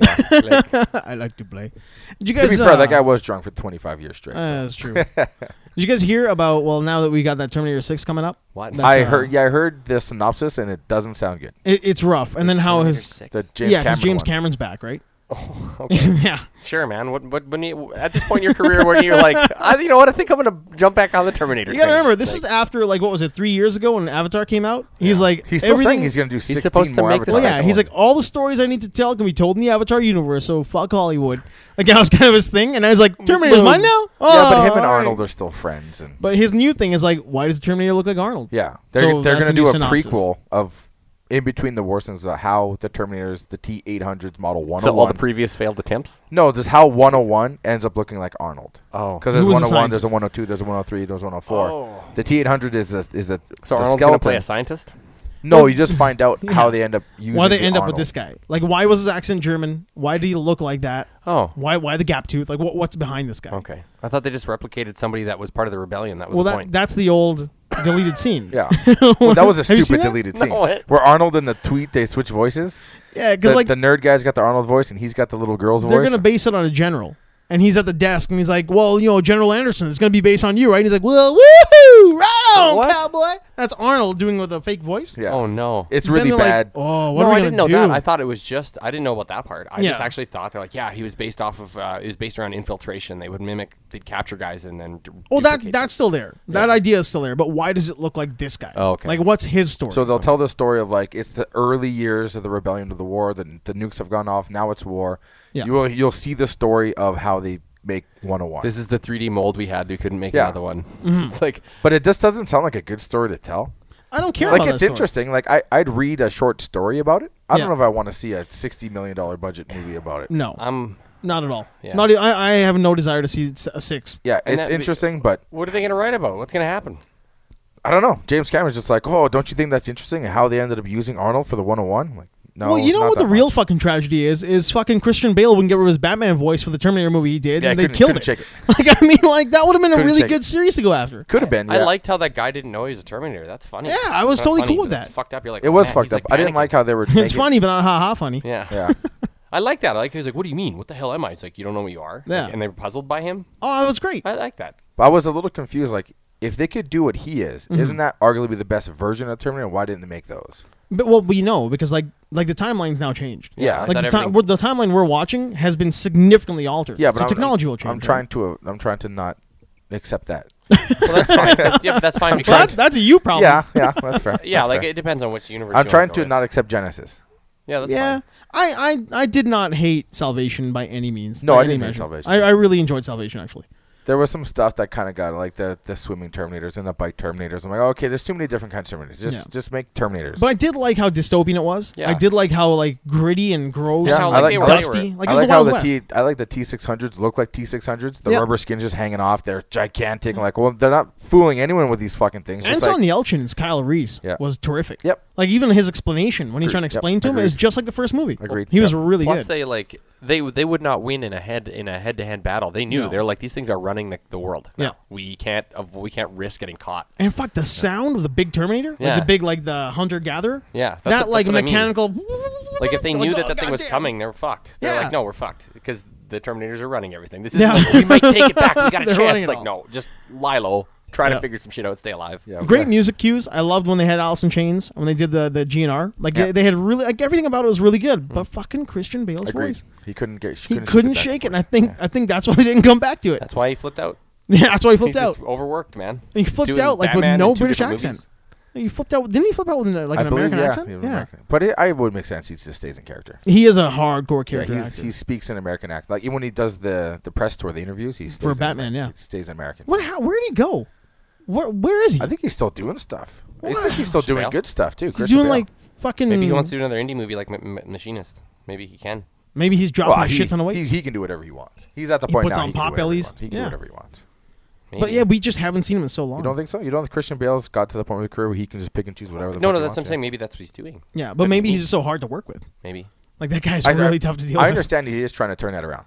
I like to play. Did you to guys? be fair, uh, that guy was drunk for 25 years straight. uh, so. that's true. Did you guys hear about? Well, now that we got that Terminator Six coming up, What? That- I uh, heard. Yeah, I heard the synopsis, and it doesn't sound good. it, it's rough. And then how his Six. The James yeah, because Cameron. James one. Oh, Cameron's back, right? okay. yeah. Sure, man. What? What? When you, at this point in your career, when you're like, I, you know what? I think I'm gonna jump back on the Terminator. You gotta train. remember, this Like, is after like what was it, three years ago when Avatar came out. He's like, He's still saying everything- he's going to do 16 supposed to more make this Avatar. Well, yeah, he's like all the stories I need to tell can be told in the Avatar universe. So fuck Hollywood. Like that was kind of his thing, and I was like, Terminator's Boom. mine now. Yeah, Oh, but him and all right. Arnold are still friends, and But his new thing is like, why does Terminator look like Arnold? Yeah, they're So they're that's going to the do new a synopsis. prequel of in between the wars and uh, how the Terminators, the T eight hundreds model one so hundred all the one. previous failed attempts. no, just how one hundred one ends up looking like Arnold. Oh. because there's Who was one the hundred one, there's a scientist? one hundred two, there's a one hundred three, there's one hundred four. Oh. The T eight hundred is a is a the So Arnold's gonna skeleton. play a scientist. no, you just find out how Yeah. they end up using. Why they the end up with Arnold. this guy? Like, why was his accent German? Why did he look like that? Oh. Why why the gap tooth? Like, what what's behind this guy? Okay. I thought they just replicated somebody that was part of the rebellion. That was Well, the that point. that's the old deleted scene. Yeah, well, that was a Have you seen stupid that? deleted No, scene it- where Arnold and the tweet they switch voices. yeah, because The, like the nerd guy's got the Arnold voice and he's got the little girl's they're voice. gonna base it on a general, and he's at the desk, and he's like, "Well, you know, General Anderson, it's gonna be based on you, right?" And he's like, "Well, Woo! Right on, What? cowboy. That's Arnold doing with a fake voice. Yeah. Oh no. It's Then really they're bad. Like, oh, what no, are we I gonna didn't know do? that. I thought it was just. I didn't know about that part. I just Yeah. actually thought they're like, yeah, he was based off of. Uh, it was based around infiltration. They would mimic, they'd capture guys and then. d- well, that duplicate that's still there. That idea is still there. But why does it look like this guy? Oh, okay. Like, what's his story? So they'll tell the story of like it's the early years of the rebellion to the war. The, the nukes have gone off. Now it's war. Yeah. You will you'll see the story of how they make 101. them. This is the 3D mold we had. We couldn't make Yeah. another one. Mm-hmm. it's like but it just doesn't sound like a good story to tell. I don't care Like about it's that story. interesting. Like I I'd read a short story about it. I Yeah. don't know if I want to see a 60 million dollar budget movie about it. No, I'm. not at all. Yeah. Not. e- I, I have no desire to see s- a six. Yeah, And it's that- interesting, but What are they gonna write about? What's gonna happen? I don't know. James Cameron's just like, oh, don't you think that's interesting? And how they ended up using Arnold for the 101? I'm like, no. well, you know not what that the real much. fucking tragedy is? Is fucking Christian Bale wouldn't get rid of his Batman voice for the Terminator movie he did, Yeah, and they couldn't- killed couldn't it. shake it. Like, I mean, like that would have been a Couldn't really shake good series to go after. could have been. I yeah. liked how that guy didn't know he was a Terminator. That's funny. Yeah, I was Kinda totally funny, cool with but it's that. Fucked up. You're like, It "Oh, was man," fucked he's, up. I didn't panicking. like how they were. It's making- funny, but not ha ha funny. Yeah. Yeah. I like that. I like. He's like, "What do you mean? What the hell am I?" He's like, "You don't know what you are." Like, Yeah. and they were puzzled by him. Oh, that was great. I like that. But I was a little confused. Like, if they could do what he is, Mm-hmm. isn't that arguably the best version of Terminator? Why didn't they make those? But well, we know because like like the timeline's now changed. Yeah. I like thought the, ti- everything- we're- the timeline we're watching has been significantly altered. Yeah, but so I'm, technology I'm, will change. I'm trying to. Uh, I'm trying to not accept that. Well, that's fine. That's- yeah, but that's fine. Right? Well, Because, that, that's a you problem. yeah, yeah, that's fair. yeah, that's like fair. it depends on which I'm universe. you wanna trying go to with. not accept Genesis. Yeah, that's yeah. fine. I, I I did not hate Salvation by any means. No, by I any didn't hate measure. Salvation. I, I really enjoyed Salvation actually. There was some stuff that kind of got like the the swimming Terminators and the bike Terminators. I'm like, okay, there's too many different kinds of Terminators. Just Yeah. just make Terminators. But I did like how dystopian it was. Yeah. I did like how like gritty and gross Yeah, and how, I like, they like, were- I like, dusty. were- Like, I it was like the how Wild the West. T I like the T six hundreds look like T six hundreds. The Yeah. rubber skin's just hanging off. They're gigantic. Like, well, they're not fooling anyone with these fucking things. Just Anton like, Yelchin as Kyle Reese Yeah. was terrific. Yep. Like even his explanation when he's Agreed. trying to Yep. explain to him is Agreed. just like the first movie. Agreed. He was Yep. really Plus, good. they like they they would not win in a head in a head to hand battle. They knew No. they're like these things are running the, the world. now. Yeah. we can't av- we can't risk getting caught. And fuck the sound of the big Terminator, like Yeah. the big like the hunter gatherer. Yeah, that's what- that that's like what I mean. mechanical. Like if they knew that oh, that thing was goddamn. coming, they're fucked. They're Yeah. like, no, we're fucked because the Terminators are running everything. This is Yeah. like, we might take it back. We got a They're running chance. it Like all. no, just Lilo trying Yeah. to figure some shit out, stay alive. Yeah. Great music cues. I loved when they had Alice in Chains when they did the the GNR. Like Yeah. they had really like everything about it was really good, Mm. but fucking Christian Bale's Agreed. voice. He couldn't get. He couldn't back. shake it, and I think I think that's why they didn't come back to it. That's why he flipped out. Yeah, that's why he flipped He's out. just overworked, man. And he flipped Doing out like Batman with no in two British different accent. movies. He flipped out. Didn't he flip out with an, like I an believe, American yeah, accent? he was yeah, American. But it, I would make sense. He just stays in character. he is a hardcore Yeah, character. he's, actor. he speaks in American accent. Like even when he does the the press tour, the interviews, he stays in Batman, American. yeah. he stays in American. what? How, where did he go? Where Where is he? I think he's still doing stuff. I think he's still doing Bale. good stuff too. Is he Christian doing Bale. like fucking? Maybe he wants to do another indie movie like M- M- Machinist. Maybe he can. Maybe he's dropping Well, a he, shit ton of weight. he's- he can do whatever he wants. He's at the He point puts now. on he can do pop whatever he bellies. wants. He can Yeah. do whatever he wants. Maybe. But yeah, we just haven't seen him in so long. You don't think so? You don't think Christian Bale's got to the point of his career where he can just pick and choose whatever the no, fuck no, he that's what I'm wants, saying. Maybe that's what he's doing. yeah, but maybe he's just so hard to work with. Maybe. Like that guy's yeah. I- really I- tough to deal I with. understand he is trying to turn that around.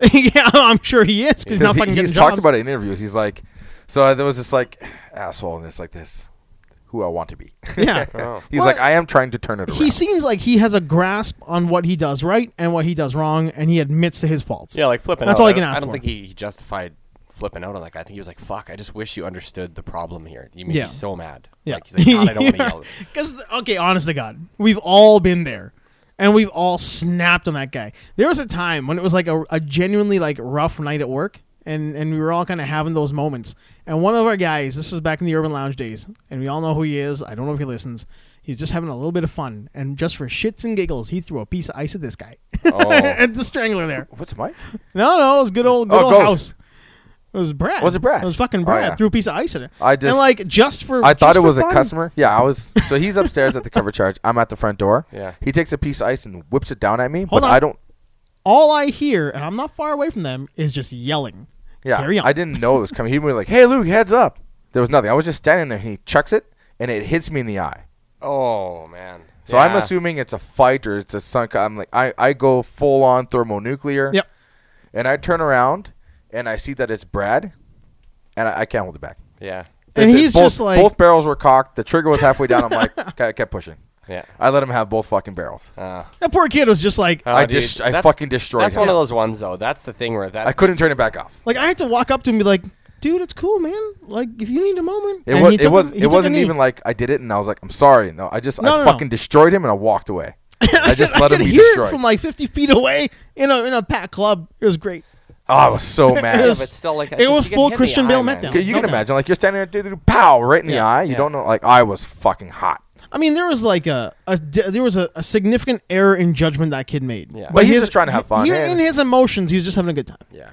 yeah, I'm sure he is because he's Because not he- fucking he's getting talked jobs. about it in interviews. He's like, so there was this like asshole, and it's like this, who I want to be. Yeah. Oh. he's Well, like, I am trying to turn it around. He seems like he has a grasp on what he does right and what he does wrong, and he admits to his faults. Yeah, like flipping. That's out. all I can don't- ask I don't for. think he, he justified flipping out on that guy. I think he was like, "Fuck! I just wish you understood the problem here. You made Yeah. me so mad." Yeah. Like, he's like, "God, I don't want to yell." Because okay, honest to God, we've all been there, and we've all snapped on that guy. There was a time when it was like a, a genuinely like rough night at work, and and we were all kind of having those moments. And one of our guys, this is back in the Urban Lounge days, and we all know who he is. I don't know if he listens. He's just having a little bit of fun, and just for shits and giggles, he threw a piece of ice at this guy Oh. at the strangler there. What's Mike? No, no, it was good old good Oh, old Ghost. house. It was Brad. Was it Brad? It was fucking Oh, Brad. yeah. Threw a piece of ice at her. I just- and like just for I thought just it for was a fun. customer. Yeah, I was. So he's upstairs at the cover charge. I'm at the front door. Yeah. He takes a piece of ice and whips it down at me, Hold but on. I don't. all I hear, and I'm not far away from them, is just yelling. Yeah, Carry on. I didn't know it was coming. He was like, "Hey, Luke, heads up!" There was nothing. I was just standing there, and he chucks it, and it hits me in the eye. Oh man. So I'm Yeah. assuming it's a fight or it's a sunk. I'm like, I, I go full on thermonuclear. Yep. And I turn around and I see that it's Brad, and I, I can't hold it back. Yeah. And The- the- he's both- just like- both barrels were cocked. The trigger was halfway down. I'm like, I kept pushing. Yeah. I let him have both fucking barrels. Uh, That poor kid was just like, I oh, dude, just- I that's- fucking destroyed That's him. one of those ones though. That's the thing where that. I couldn't turn it back off. like I had to walk up to him and be like, dude, it's cool, man. Like, if you need a moment, It And was. he It took- was. he It took a wasn't knee. even like I did it, and I was like, "I'm sorry." No, I just No, I no, no. fucking destroyed him, and I walked away. I just I let could him be hear destroyed. it from like 50 feet away in a in a packed club. It was great. oh, I was so mad. It Yeah, was- but still, like, it's it just- was you get full hit in the Christian eye, Bale man. meltdown. Okay, you meltdown. can imagine, like you're standing there, dude, dude, pow, right in the Yeah, eye. You yeah. don't know, like I was fucking hot. I mean, there was like a, a d- there was a, a significant error in judgment that kid made. Yeah. But In he's his- just trying to have fun, he- man. in his emotions, he was just having a good time. Yeah.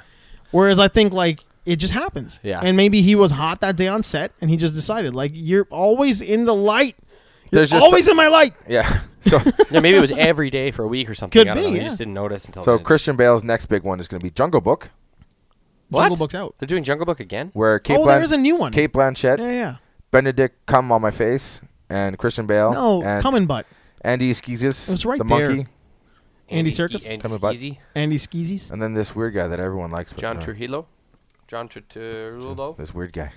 Whereas I think like it just happens. Yeah. And maybe he was hot that day on set, and he just decided like you're always in the light. You're There's just always in my light. Yeah. So, Yeah, maybe it was every day for a week or something. Could I don't be, know. yeah. You just didn't notice until. so then. Christian Bale's next big one is going to be Jungle Book, What? Jungle Book's out. They're doing Jungle Book again. where Kate oh, Blan- there's a new one. Kate Blanchett, yeah, yeah. Benedict Come on My Face, and Christian Bale. No, and coming butt. Andy Skeezis, It was right the there. monkey, Andy Ske- Serkis? Andy Come about. Skeezy, Andy Skeezies. and then this weird guy that everyone likes. but, John uh, Trujillo, John Turturro. This weird guy.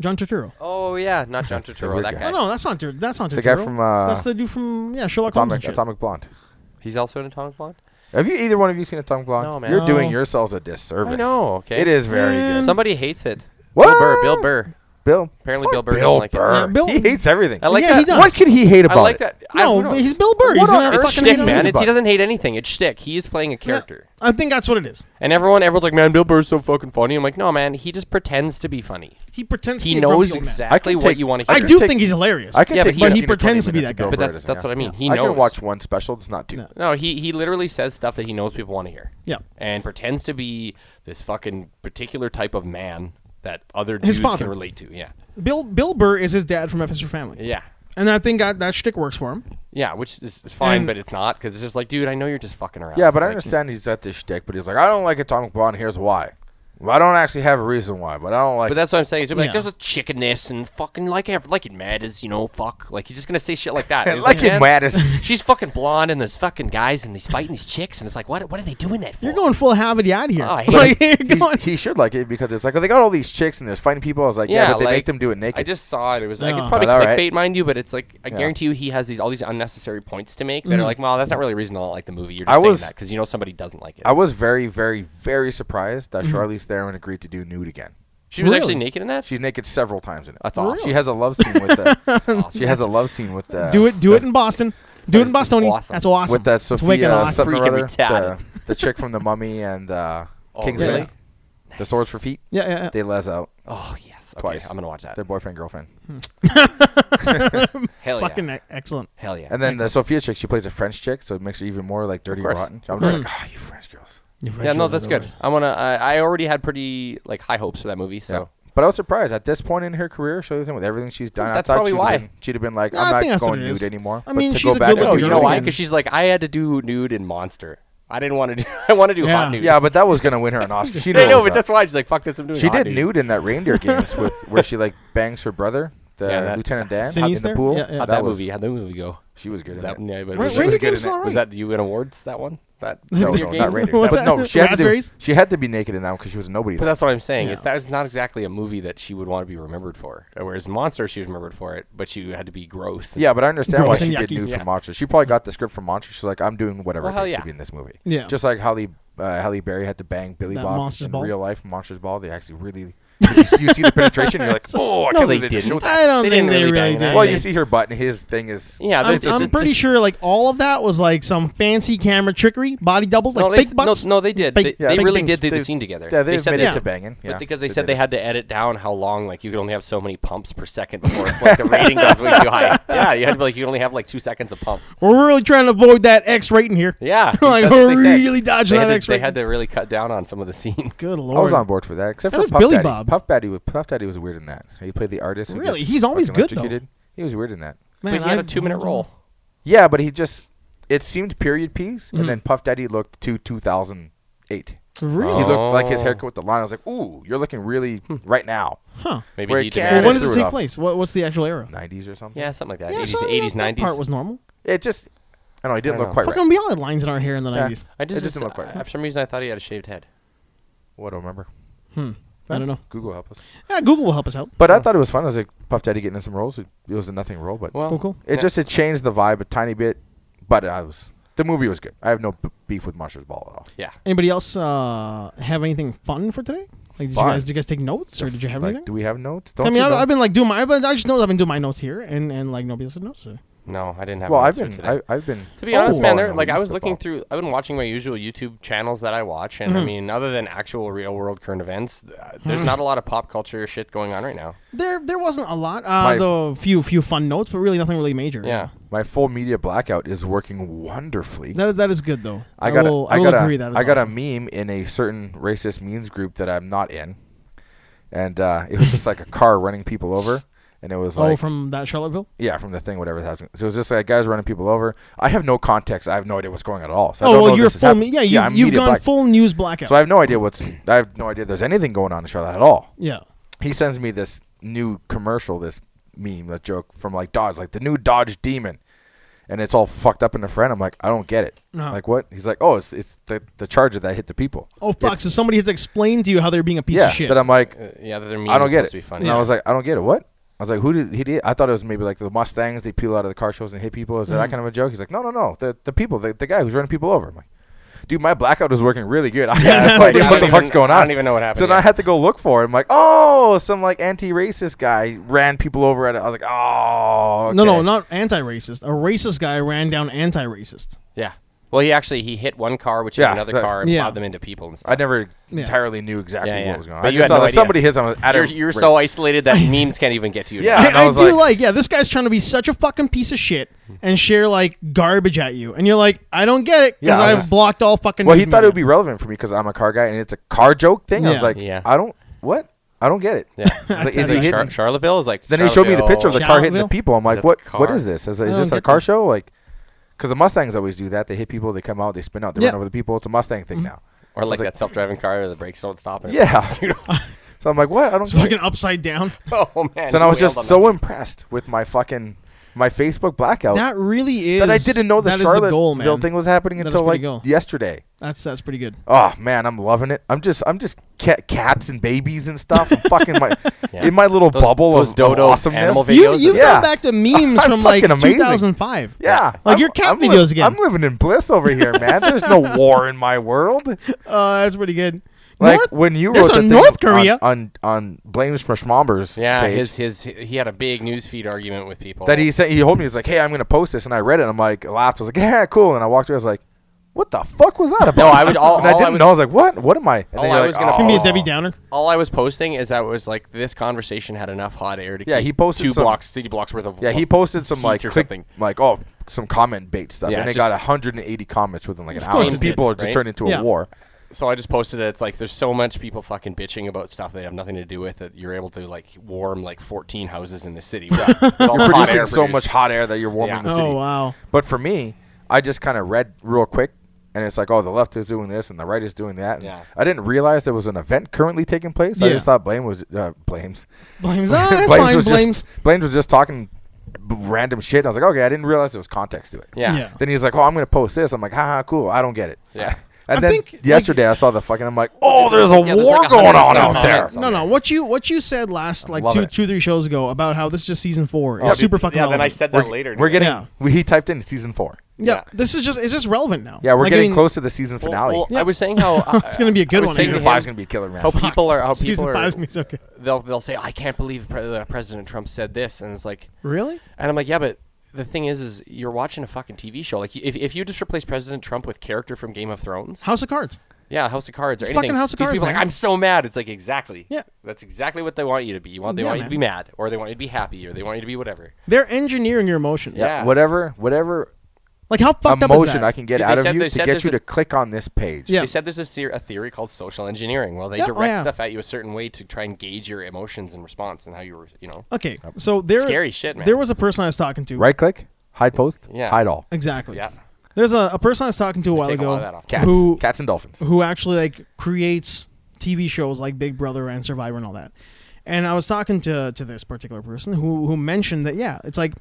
John Turturro. Oh yeah, not John Turturro. weird that guy. guy. Oh no, that's not Tur- that's not Turturro. the guy from, uh, that's the dude from yeah Sherlock Holmes. Atomic, and shit. Atomic Blonde. He's also an Atomic Blonde. Have you either one of you seen Atomic Blonde? No, man. You're doing No. yourselves a disservice. I know, okay. It is very Man. good. Somebody hates it. What? Bill Burr. Bill Burr. Bill. Apparently Fuck Bill Burr doesn't Bill like it. Burr. Yeah, Bill- he hates everything. I like Yeah, that. he does. What could he hate about I like it? that. I No, don't know. but he's Bill Burr. He's What on gonna earth It's fucking did he hate shtick, on do man. everybody. It's, about he it? doesn't hate anything. It's shtick. He's playing a character. I think that's what it is. And everyone, everyone's like, "Man, Bill Burr's so fucking funny." I'm like, "No, man. He just pretends to be funny. He pretends to He be a grumpy knows old man. exactly I can what take- you want to I hear." can do take- think he's hilarious. I can Yeah, but take he- but he 15 20 pretends to be minutes that guy. Bill But Burr that's- doesn't, that's yeah. what I mean. He I can knows. watch one special. It's not two. No. No, he he literally says stuff that he knows people want to hear. Yeah. And pretends to be this fucking particular type of man that other His dudes father. can relate to. Yeah. Bill Bill Burr is his dad from FSU Family, Yeah. and I think that, that shtick works for him. Yeah, which is fine, And- but it's not because it's just like, dude, I know you're just fucking around. Yeah, but I Like, understand he's at this shtick. But he's like, I don't like Atomic Blonde. Here's why. Well, I don't actually have a reason why, but I don't like. But that's what I'm saying. He's gonna be Yeah. like, there's a chick in this, and fucking like, ev- like it matters, you know, fuck. Like he's just gonna say shit like that. And it. it's like it "Man, matters. She's fucking blonde, and there's fucking guys, and he's fighting these chicks, and it's like, what, what are they doing that for? You're going full Havity out here. Oh, I hate like, he, you're going, he should like it because it's like oh, they got all these chicks and there's fighting people. I was like, yeah, but they like, make them do it naked. I just saw it. It was like Oh. it's probably But all clickbait, right. mind you, but it's like I Yeah. guarantee you he has these all these unnecessary points to make that Mm. are like, well, that's not really a reason to not like the movie. You're just I saying was- that because you know somebody doesn't like it. I was very, very, very surprised that Mm-hmm. Charlize Theron agreed to do nude again. she was Really? actually naked in that. She's naked several times in it. Oh, That's awesome. She has a love scene with the. Oh, She has a love scene with the. do it, do it in Boston. Do it in That's Boston. awesome. That's awesome. with that it's wicked Sophia awesome. something or Freaking other, the, retarded. the chick from the Mummy and uh, Oh, Kingsman, really? the swords for feet. Yeah, yeah, yeah. They les out oh yes, okay, twice. I'm gonna watch that. Their boyfriend girlfriend, Hell yeah, Fucking e- excellent. hell yeah. and then the Sophia chick. She plays a French chick, so it makes her even more like dirty course. rotten. I'm just like, ah, you French girls. yeah, no, that's good. I wanna. I, I already had pretty like high hopes for that movie, so. Yeah. But I was surprised at this point in her career. Show you thing with everything she's done. That's I thought probably she'd why. Have been, she'd have been like, No, I I'm think not that's what going it nude is. anymore. I but mean, to she's go a back and good-looking No, do you it know why? again- Because she's like, I had to do nude in Monster. I didn't want to do. I want to do Yeah. hot nude. Yeah, but that was gonna win her an Oscar. She I know, knows but that. that's why she's like, fuck this. I'm doing. She hot did nude in that reindeer games with where she like bangs her brother, the Yeah, that- Lieutenant Dan, Sydney's in the there? pool. Yeah, yeah. How'd that, was- movie? How'd that movie go? She was good. Is in that, it. yeah, but Ra- was, Ranger Reindeer good Game's in it. all right. was that you in awards? That one? That No, Reindeer no, Games? not Raider. What's But that? no, she had to do. Raspberries? She had to be naked in that because she was nobody. But there. that's what I'm saying. Is Yeah. that is not exactly a movie that she would want to be remembered for. Whereas Monster, she was remembered for it, but she had to be gross. Yeah, but I understand why Gross she and did yucky. nude Yeah. from Monster. She probably got the script from Monster. She's like, I'm doing whatever Well, it hell takes yeah. to be in this movie. Yeah. Just like Holly, uh, Halle Berry had to bang Billy That Bob Monster's in Ball? real life. Monsters Ball. They actually really. you, see, you see the penetration. You're like, oh, I No, can't they believe just didn't. showed that. I don't They think didn't they really really bang that. did. Well, they- you see her butt, and his thing is. Yeah, I'm, there's just, I'm pretty sure like all of that was like some fancy camera trickery, body doubles, like No, they, big s- butts. no, no, they did. Big- they yeah, they big really things. did do They- the scene together. Yeah, they, said admitted they, to banging. Yeah, But because they, said they had to edit down how long, like you could only have so many pumps per second before it's like the rating goes way too high. Yeah, you had to be like you only have like two seconds of pumps. We're really trying to avoid that X rating here. Yeah, like that's what we're they said. really dodging They had that to- X They had rating. to really cut down on some of the scene. Good lord. I was on board for that, except That for was Puff Billy Daddy. Bob. Puff Daddy, was, Puff Daddy was weird in that. He played the artist. who Really? gets He's always fucking good, though. electrocuted. He was weird in that. Man, but he had I- a two minute roll. Yeah, but he just it seemed period piece, Mm-hmm. and then Puff Daddy looked to 2008. Really? He looked like his Oh. haircut with the line. I was like, ooh, you're looking really Hmm. right now. Huh. Maybe Where he it did can- Well, And it. when it does it threw it take off. place? What, what's the actual era? 90s or something. Yeah, something like that. Yeah, 80s, so that- 80s, that 90s. part was normal. It just, I don't know, it didn't I don't look know. quite Fucking right. we all had lines in our hair in the Yeah. 90s. I just, It doesn't just- look right. I- for some reason I thought he had a shaved head. What do I remember? I don't know. Google help us. Yeah, Google will help us out. But I thought it was fun. I was like, Puff Daddy getting in some roles. It, it was a nothing role, but Well, Cool, cool. it yeah. just it changed the vibe a tiny bit. But I was the movie was good. I have no b- beef with Monsters Ball at all. yeah. Anybody else uh, have anything fun for today? Like, did Fine. you guys, did you guys take notes or did you have Like, anything? do we have notes? I mean, you I've, know- I've been like doing my, I've been, I just know I've been doing my notes here, and and like nobody else knows. No, I didn't have. well, an I've answer been, today. I, I've been. To be honest, Oh, man, no, there, we like I used was to looking bump. through, I've been watching my usual YouTube channels that I watch, and Mm-hmm. I mean, other than actual real world current events, th- uh, there's not a lot of pop culture shit going on right now. There there wasn't a lot, uh, My- though few few fun notes, but really nothing really Mm-hmm. major. Yeah, My full media blackout is working wonderfully. that that is good though. I got, will, a, I will got agree a, that is I got awesome. a meme in a certain racist memes group that I'm not in, and uh, it was just like a car running people over, and it was oh like from that Charlottesville. yeah from the thing whatever that's happening. So it was just like guys running people over. I have no context. I have no idea what's going on at all. So I Oh don't well, know you're this is full. happening. Me- yeah, you, I'm you've media gone black. full news blackout. So I have no idea what's I have no idea there's anything going on in Charlotte at all. yeah. He sends me this new commercial, this meme, that joke from like Dodge, like the new Dodge Demon. And it's all fucked up in the front. I'm like, I don't get it. Uh-huh. Like what? He's like, oh, it's it's the, the Charger that hit the people. Oh fuck! So somebody has to explain to you how they're being a piece yeah, of shit. that I'm like, Uh, yeah, they're memes I don't get supposed it. to be And funny. I was like, I don't get it. What? I was like, who did he did? I thought it was maybe like the Mustangs they peel out of the car shows and hit people. Is that Mm-hmm. that kind of a joke? He's like, no, no, no. The the people, the, the guy who's running people over. I'm like, dude, my blackout is working really good. I have no I idea don't what the even- fuck's going on. I don't even know what happened So then I yet. had to go look for it. I'm like, oh, some like anti-racist guy ran people over at it. I was like, oh, No, no, okay." not anti-racist. A racist guy ran down anti-racist. yeah. Well, he actually he hit one car, which Yeah, hit another so- car, and Yeah. plowed them into people and stuff. I never Yeah. entirely knew exactly Yeah, yeah. what was going on. But I you just had saw no that idea. somebody hits on at You're, a you're race. so isolated that memes can't even get to you. Yeah. now. And I, I I was do like- like, yeah, this guy's trying to be such a fucking piece of shit and share like garbage at you, and you're like, I don't get it because Yeah, I I've was- blocked all fucking. Well, he news thought it media. would be relevant for me because I'm a car guy and it's a car joke thing. I was Yeah. like, Yeah. I don't what? I don't get it. Yeah. I was like, is Like he Char- hitting? Charlottesville is like. Then he showed me the picture of the car hitting the Charlottesville? people. I'm like, The what? What car. is this? Is, is I this don't a get car this. show? Like, because the Mustangs always do that. They hit people. They come out. They spin out. They Yeah. Mm-hmm. run over the people. It's a Mustang thing now. Or like like- that self-driving car where the brakes don't stop. And it Yeah. passes you. So I'm like, what? I don't. It's Get fucking it. upside down. oh man. So then he I was wailed just on so that. impressed with my fucking my Facebook blackout That really is Oh. that I didn't know the that is the Charlotte goal, man. thing was happening That is until pretty like goal. yesterday. That's that's pretty good. Oh man, I'm loving it. I'm just, I'm just ca- cats and babies and stuff. I'm fucking my Yeah. in my little Those- bubble those of, dodo of awesomeness. animal videos. You of you it. got Yeah. back to memes I'm from like fucking amazing. 2005. Yeah, Like your cat li- videos again. I'm living in bliss over here, man. There's no war in my world. Uh, that's pretty good. Like North- when you there's wrote the a thing North on- Korea. on on, blames for Schmombers Yeah, page his his he had a big newsfeed argument with people. that he sent. He told me he was like, "Hey, I'm gonna post this," and I read it. and I'm like, laughed. I was like, "Yeah, cool." And I walked away. I was like, "What the fuck was that about?" No, I would- all- and I all I didn't was- know. I was like, "What? What am I?" And All you're I like, was gonna- it's gonna be a "Oh." Debbie Downer. all I was posting is that it was like this conversation had enough hot air to Yeah, keep he posted two some- blocks, city blocks worth of Yeah, he of- posted some heat like or click, something. like oh some comment bait stuff, Yeah, and it just- got 180 comments within like an hour. course And it did, people are just right? turned into Yeah. a war. So I just posted it. It's like there's so much people fucking bitching about stuff they have nothing to do with that you're able to like warm like 14 houses in the city. With with all the hot air Producing so produced. much hot air that you're warming Yeah. the city. Oh wow. But for me, I just kind of read real quick, and it's like, oh, the left is doing this and the right is doing that. And Yeah. I didn't realize there was an event currently taking place. I Yeah. just thought Blame was uh, Blames. Blames. Ah, that's fine. was Blames. just Blames was just talking b- random shit. And I was like, okay, I didn't realize there was context to it. Yeah. Yeah. Then he's like, oh, I'm gonna post this. I'm like, haha, cool. I don't get it. Yeah. And I then think, like- yesterday I saw the fucking. I'm like, oh, there's a there's war like going 100 on out there. comments. No, no. What you what you said last like love two it. two three shows ago about how this is just season four is Yeah, super dude, fucking. Yeah, relevant. then I said that later. We're dude. getting. Yeah. We, he typed in season four. Yeah, Yeah. this is just it's just relevant now. Yeah, we're Like, I getting mean, close to the season finale. Well, well, I was saying how It's gonna be a good one. season five. five's gonna be a killer, man. How people are how Season people are five's gonna be okay. they'll they'll say I can't believe pre- uh, President Trump said this and it's like Really? And I'm like, yeah, but the thing is, is you're watching a fucking TV show. Like, if, if you just replace President Trump with character from Game of Thrones, House of Cards. yeah, House of Cards or It's fucking anything, House of these Cards, people are man. like, I'm so mad. It's like exactly, Yeah. that's exactly what they want you to be. You want they Yeah, want you man. to be mad, or they want you to be happy, or they want you to be whatever. They're engineering your emotions. Yeah. Whatever, whatever Like how fucked up is emotion that? I can get Dude, they out of said- you they to said get you there's to a- click on this page. Yeah. They said there's a, ser- a theory called social engineering. Well, they Yeah, oh, direct yeah. stuff at you a certain way to try and gauge your emotions and response and how you were, you know. Okay, so there. Scary shit, man. There was a person I was talking to. Right click, hide post, Yeah. hide all. Exactly. Yeah. There's a, a person I was talking to a while take a ago lot of that off. Cats, who cats and dolphins. who actually like creates TV shows like Big Brother and Survivor and all that. And I was talking to to this particular person who who mentioned that yeah, it's like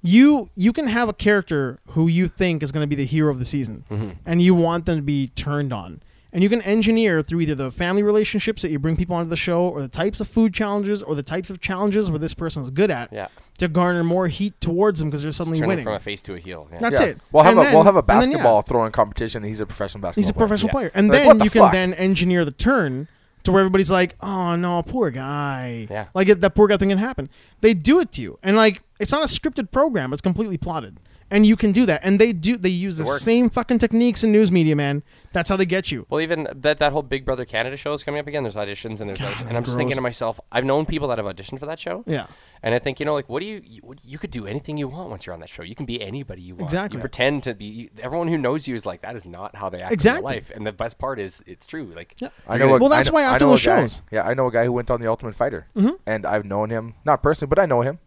you you can have a character who you think is going to be the hero of the season Mm-hmm. and you want them to be turned on. And you can engineer through either the family relationships that you bring people onto the show or the types of food challenges or the types of challenges where this person's good at Yeah. to garner more heat towards them because they're suddenly Turning winning. from a face to a heel. Yeah. That's- yeah. it. We'll have And a then- we'll have a and then, yeah. basketball throwing competition. and He's a professional basketball. He's a professional player. player. And Like, then what the you can fuck? then engineer the turn to where everybody's like, "Oh no, poor guy." Yeah. Like it, that poor guy thing can happen. They do it to you, and like it's not a scripted program; it's completely plotted, and you can do that. And they do they use the works. same fucking techniques in news media, man. That's how they get you. Well, even that that whole Big Brother Canada show is coming up again. There's auditions and there's auditions. and I'm just thinking gross. to myself, I've known people that have auditioned for that show. Yeah. And I think you know, like, what do you you, what, you could do anything you want once you're on that show. You can be anybody you want. Exactly. You pretend to be you, everyone who knows you is like that is not how they act Exactly. in real life. And the best part is it's true. Like Yeah. I know. A, Well, that's I kn- why I after know a those guy- shows- Mm-hmm. yeah, I know a guy who went on the Ultimate Fighter, and I've known him not personally, but I know him.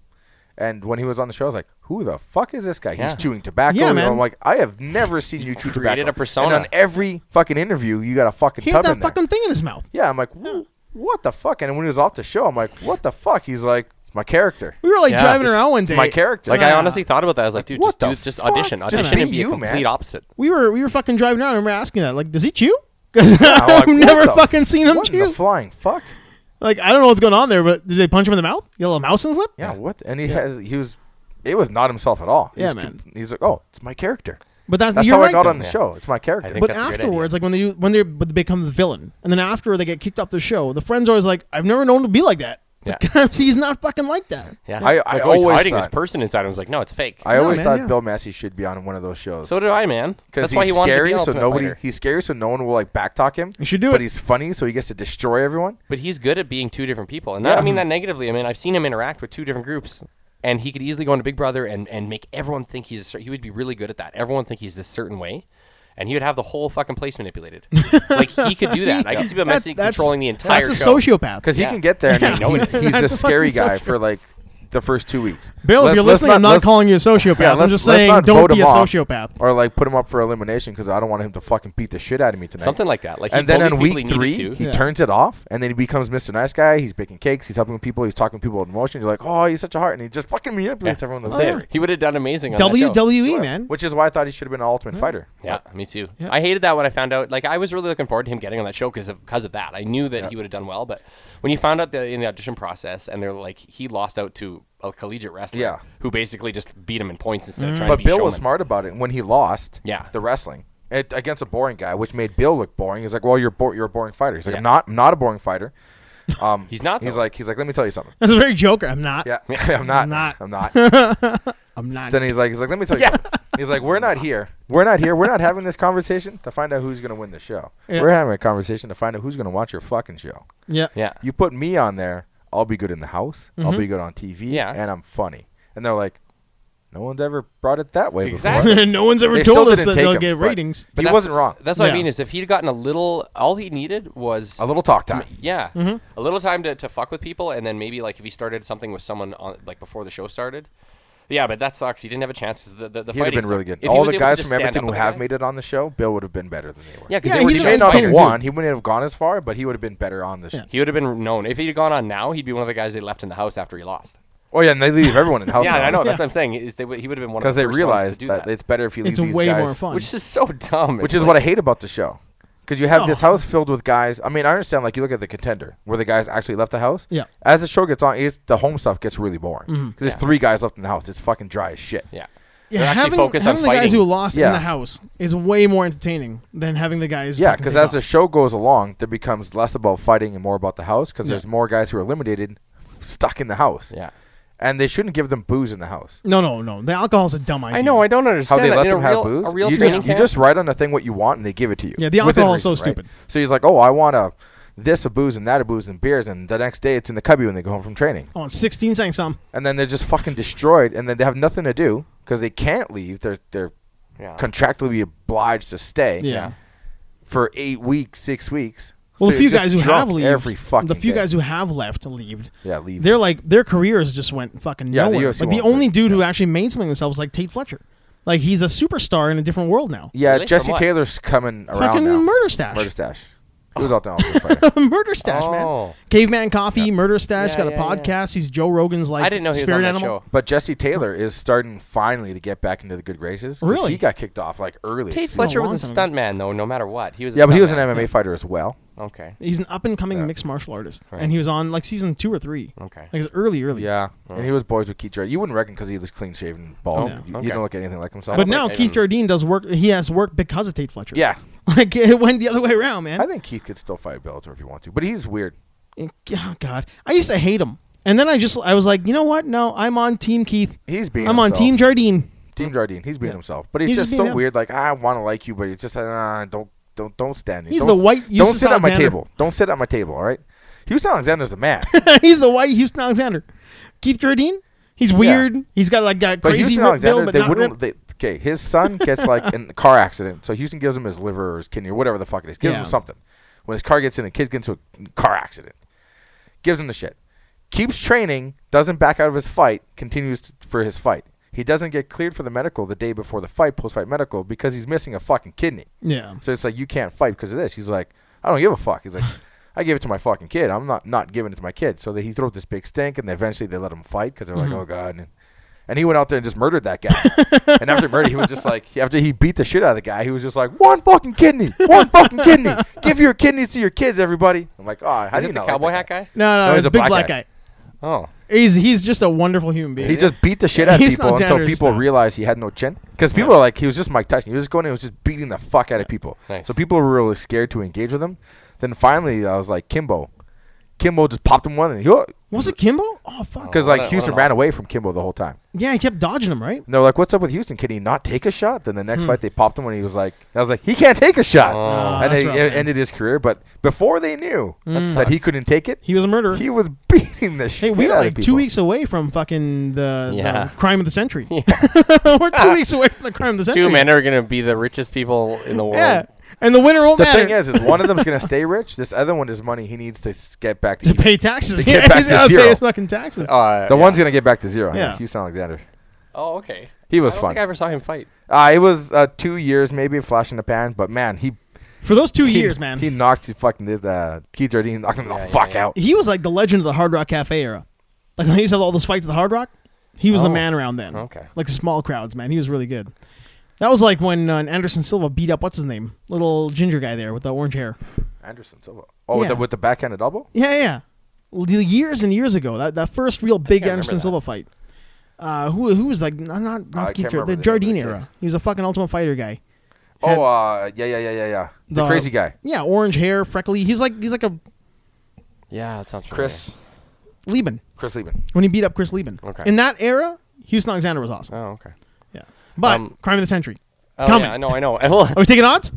And when he was on the show, I was like, "Who the fuck is this guy? Yeah. He's chewing tobacco." Yeah, You know, man. I'm like, I have never seen you chew tobacco. created a persona. And on every fucking interview, you got a fucking He tub had that in there. fucking thing in his mouth. Yeah, I'm like, "Wha- what the fuck? And when he was off the show, I'm like, what the fuck? He's like, "It's my character. We were like Yeah, driving it's- around one it's day. my character. Like I Nah. honestly thought about that. I was like, dude, What just do, the just fuck? audition, Just audition, be and be uh, you, a complete man. opposite. We were we were fucking driving around and we are asking that. Like, does he chew? Because I'm like, "What I've never the fucking seen him What in chew. the flying fuck? like, I don't know what's going on there, but did they punch him in the mouth? You got a little mouse in his lip? Yeah, what? And he had he was, it was not himself at all. He Yeah, was man. com- He's like, oh, it's my character. But that's, That's you're how right I got though. on the Yeah. show. It's my character. I think But that's a great afterwards, like when they do, when they but they become the villain, and then afterward they get kicked off the show. The friends are always like, "I've never known him to be like that." Yeah. Because he's not fucking like that. Yeah. I- Like, I oh, he's always hiding this thought- person inside. I was like, no, it's fake. I No, always man, thought yeah. Bill Massey should be on one of those shows. so did I, man. because That's why he he's wanted to be scary, an so Ultimate nobody Fighter. he's scary, so no one will like backtalk him. You should do but it. he's funny, so he gets to destroy everyone. But he's good at being two different people. And that, I mean that negatively. I mean, I've seen him interact with two different groups. And he could easily go into Big Brother and, and make everyone think he's a cer- he would be really good at that. Everyone think he's this certain way. And he would have the whole fucking place manipulated. like he could do that. I could see Bill Massey that's- controlling the entire That's show. a sociopath. Because Yeah. he can get there, and Yeah, I know he's, he is. he's the That's scary fucking guy sociopath. for like the first two weeks. Bill, if Let's- you're let's listening, not- I'm not let's- calling you a sociopath. yeah, I'm let's- just let's saying, not don't vote be a him off sociopath. or like put him up for elimination because I don't want him to fucking beat the shit out of me tonight. Something like that. Like he and then bullied on people week he three, needed he to. Yeah. turns it off, and then he becomes Mr. Nice Guy. He's baking cakes, he's helping people, he's talking to people with emotions. You're like, oh, he's such a heart, and he just fucking manipulates everyone. That's Oh, yeah. it. He would have done amazing on that show. WWE, man. Which is why I thought he should have been an Ultimate Fighter. Yeah, me too. Yeah. I hated that when I found out. Like, I was really looking forward to him getting on that show because of because of that. I knew that he would have done well, but when you found out that in the audition process, and they're like, he lost out to a collegiate wrestler, Yeah. Mm. who basically just beat him in points instead of trying to But be Bill was showman. smart about it when he lost. Yeah. the wrestling it, against a boring guy, which made Bill look boring. He's like, "Well, you're bo- you're a boring fighter." He's like, "I'm Yeah. not. I'm not a boring fighter." Um, He's not, He's though. like, he's like, "Let me tell you something." That's a very Joker. I'm not. Yeah, I'm not. I'm not. I'm not. I'm not. then he's like, he's like, "Let me tell you." something. He's like, "We're not here. We're not here. We're not having this conversation to find out who's gonna win the show. Yeah. We're having a conversation to find out who's gonna watch your fucking show. yeah. Yeah, You put me on there, I'll be good in the house. I'll be good on TV. Mm-hmm. Yeah. and I'm funny." And they're like, "No one's ever brought it that way before." Exactly. no one's ever They still told us didn't that take they'll him, get but- ratings. He that's- wasn't wrong. That's what Yeah. I mean is if he'd gotten a little, all he needed was A little talk to time. Mm-hmm. ma- yeah, a little time to, to fuck with people, and then maybe like if he started something with someone on like before the show started. Yeah, but that sucks. He didn't have a chance. The, the, the He'd have fighting been really good. sucked. If he All was the able to guys just from stand up Edmonton who with have the guy- made it on the show, Bill would have been better than they were. Yeah, because Yeah, they were he's he an may not have entertainer, won. dude. He wouldn't have gone as far, but he would have been better on this. Yeah. He would have been known. If he'd gone on now, he'd be one of the guys they left in the house after he lost. Oh yeah, and they leave everyone in the house. yeah, I know. That's what I'm saying. Is they, would- he would have been one because of the they first ones realized to do that, that. it's better if you leave It's these way guys, more fun. which is so dumb. which is what I hate about the show. Because you have this No. house filled with guys. I mean, I understand. Like you look at the contender, where the guys actually left the house. Yeah. Mm-hmm. As the show gets on, it's, the home stuff gets really boring. Because there's three guys left in the house. It's fucking dry as shit. yeah. Yeah, They're actually having, focused on having the guys fighting. who lost in Yeah. the house is way more entertaining than having the guys. Yeah, fucking because take as off. the show goes along, there becomes less about fighting and more about the house. Because Yeah. there's more guys who are eliminated, f- stuck in the house. Yeah. and they shouldn't give them booze in the house. no, no, no. The alcohol's a dumb idea. I know. I don't How understand they that. let In a them have real- booze? A real you training just you camp? just write on the thing what you want and they give it to you. Yeah, the Within alcohol is so reason, right? stupid. So he's like, oh, I want a this a booze and that a booze and beers, and the next day it's in the cubby when they go home from training, Oh, and 16 saying something. and then they're just fucking destroyed, and then they have nothing to do because they can't leave. They're they're Yeah. contractually obliged to stay. Yeah. for eight weeks, six weeks. Well, So the you're few just guys who drunk have leaved, every fucking the few day. guys who have left leaved. Yeah, leaved. They're like their careers just went fucking Yeah, the nowhere. UFC like the won't only leave. dude who actually made something of themselves was like Tate Fletcher. Like he's a superstar in a different world now. yeah, Really? From Jesse what? Taylor's coming around Fucking now. Murder Stash. Murder stash. He was out there. all the time. murder stash man. Oh. Caveman Coffee, murder stash. Yeah, got a yeah, yeah. podcast. He's Joe Rogan's like I didn't know he was spirit on that animal. show. But Jesse Taylor is starting finally to get back into the good graces. 'cause Really? He got kicked off like early. Tate It's- Fletcher was a long time stuntman though. No matter what, he was. a yeah, but he was an stuntman. MMA fighter as well. Okay. He's an up and coming Yeah. mixed martial artist, Right. and he was on like season two or three. Okay. Like it's early, early. Yeah, and he was boys with Keith Jardine. You wouldn't reckon because he was clean shaven, bald. No. You, you Okay. don't look anything like himself. Oh, But think now I Keith even- Jardine does work. He has work because of Tate Fletcher. yeah, like it went the other way around, man. I think Keith could still fight Bellator if he want to, but he's weird. oh God, I used to hate him, and then I just I was like, you know what? No, I'm on Team Keith. He's being. I'm on himself. Team Jardine. Team Jardine. He's being Yeah. himself, but he's, He's just just so being him. weird. Like I want to like you, but it's just uh, don't don't don't stand me. He's Don't- the white Don't Eustace sit at my Alexander. table. Don't sit at my table. All right. Houston Alexander's a man, he's the white Houston Alexander. Keith Jardine. He's weird. He's got like that but crazy Houston rip build, Alexander but they not wouldn't. ripped. They, okay, his son gets like in a car accident, so Houston gives him his liver or his kidney or whatever the fuck it is. Gives Yeah. him something. When his car gets in, a kid gets into a car accident. Gives him the shit. Keeps training. Doesn't back out of his fight. Continues t- for his fight. He doesn't get cleared for the medical the day before the fight, post-fight medical, because he's missing a fucking kidney. Yeah. So it's like you can't fight because of this. He's like, I don't give a fuck. He's like, I gave it to my fucking kid. I'm not not giving it to my kid. So they, he threw up this big stink, and eventually they let him fight because they're Mm-hmm. like, oh god. And, and he went out there and just murdered that guy. and after murder, he was just like, after he beat the shit out of the guy, he was just like, one fucking kidney, one fucking kidney. Give your kidneys to your kids, everybody. I'm like, oh, how Is do you it the not like cowboy that hat guy? No, no, No, he's it's a a big black black, guy. guy. Oh. He's he's just a wonderful human being. He just beat the shit out of He's people not down until to his people stuff. realized he had no chin. Because people are like, he was just Mike Tyson. He was just going in and was just beating the fuck out of people. Nice. So people were really scared to engage with him. Then finally, I was like, Kimbo. Kimbo just popped him one, and he was it Kimbo? Oh fuck. because what a- like what Houston an ran awesome- away from Kimbo the whole time. Yeah, he kept dodging him, right? And they're like, "What's up with Houston? Can he not take a shot?" Then the Hmm. next fight, they popped him, and he was like, "I was like, he can't take a shot," Oh. and that's they rough, it man. ended his career. But before they knew that, That he sucks. couldn't take it, He was a murderer. he was beating the shit. hey, we out are of like two people. weeks away from fucking the, the Yeah. crime of the century. We're two weeks away from the crime of the century. Two men are gonna be the richest people in the world. Yeah, and the winner won't The matter. thing is, is one of them's gonna stay rich. This other one is money he needs to s- get back to. to even. pay taxes. To get back he's to gotta zero. pay his fucking taxes. Uh, The yeah. one's gonna get back to zero. Yeah, Yeah. Houston Alexander. Oh, okay. He was I don't fun. think I ever saw him fight. Uh, it was uh, two years, maybe a flash in the pan, but man, he For those two he- years, man, he he, knocked the fucking uh, Keith Jardine knocked him the Yeah, yeah, fuck yeah. out. was like the legend of the Hard Rock Cafe era. Like when he used to have all those fights at the Hard Rock, he was the Oh. man around then. Okay. like the small crowds, man. He was really good. That was like when uh, Anderson Silva beat up what's his name, little ginger guy there with the orange hair. Anderson Silva. Oh, with, Yeah. the, with the backhanded elbow. Yeah, yeah. Well, the Years and years ago, that, that first real big I remember Anderson that. Silva fight. Uh, who who was like I not not, not can't Keith remember Jar- the the name of the Jardine kid. era. He was a fucking Ultimate Fighter guy. Had- Oh, uh, yeah, yeah, yeah, yeah, yeah. The, The- crazy guy, Yeah, orange hair, freckly. He's like he's like a Yeah, that sounds familiar. Chris. Lieben Chris Lieben. when he beat up Chris Lieben. Okay. In that era, Houston Alexander was awesome. Oh, okay. Yeah. But Um, crime of the century. It's Oh, coming. yeah, I know, I know. Well, Are we taking odds?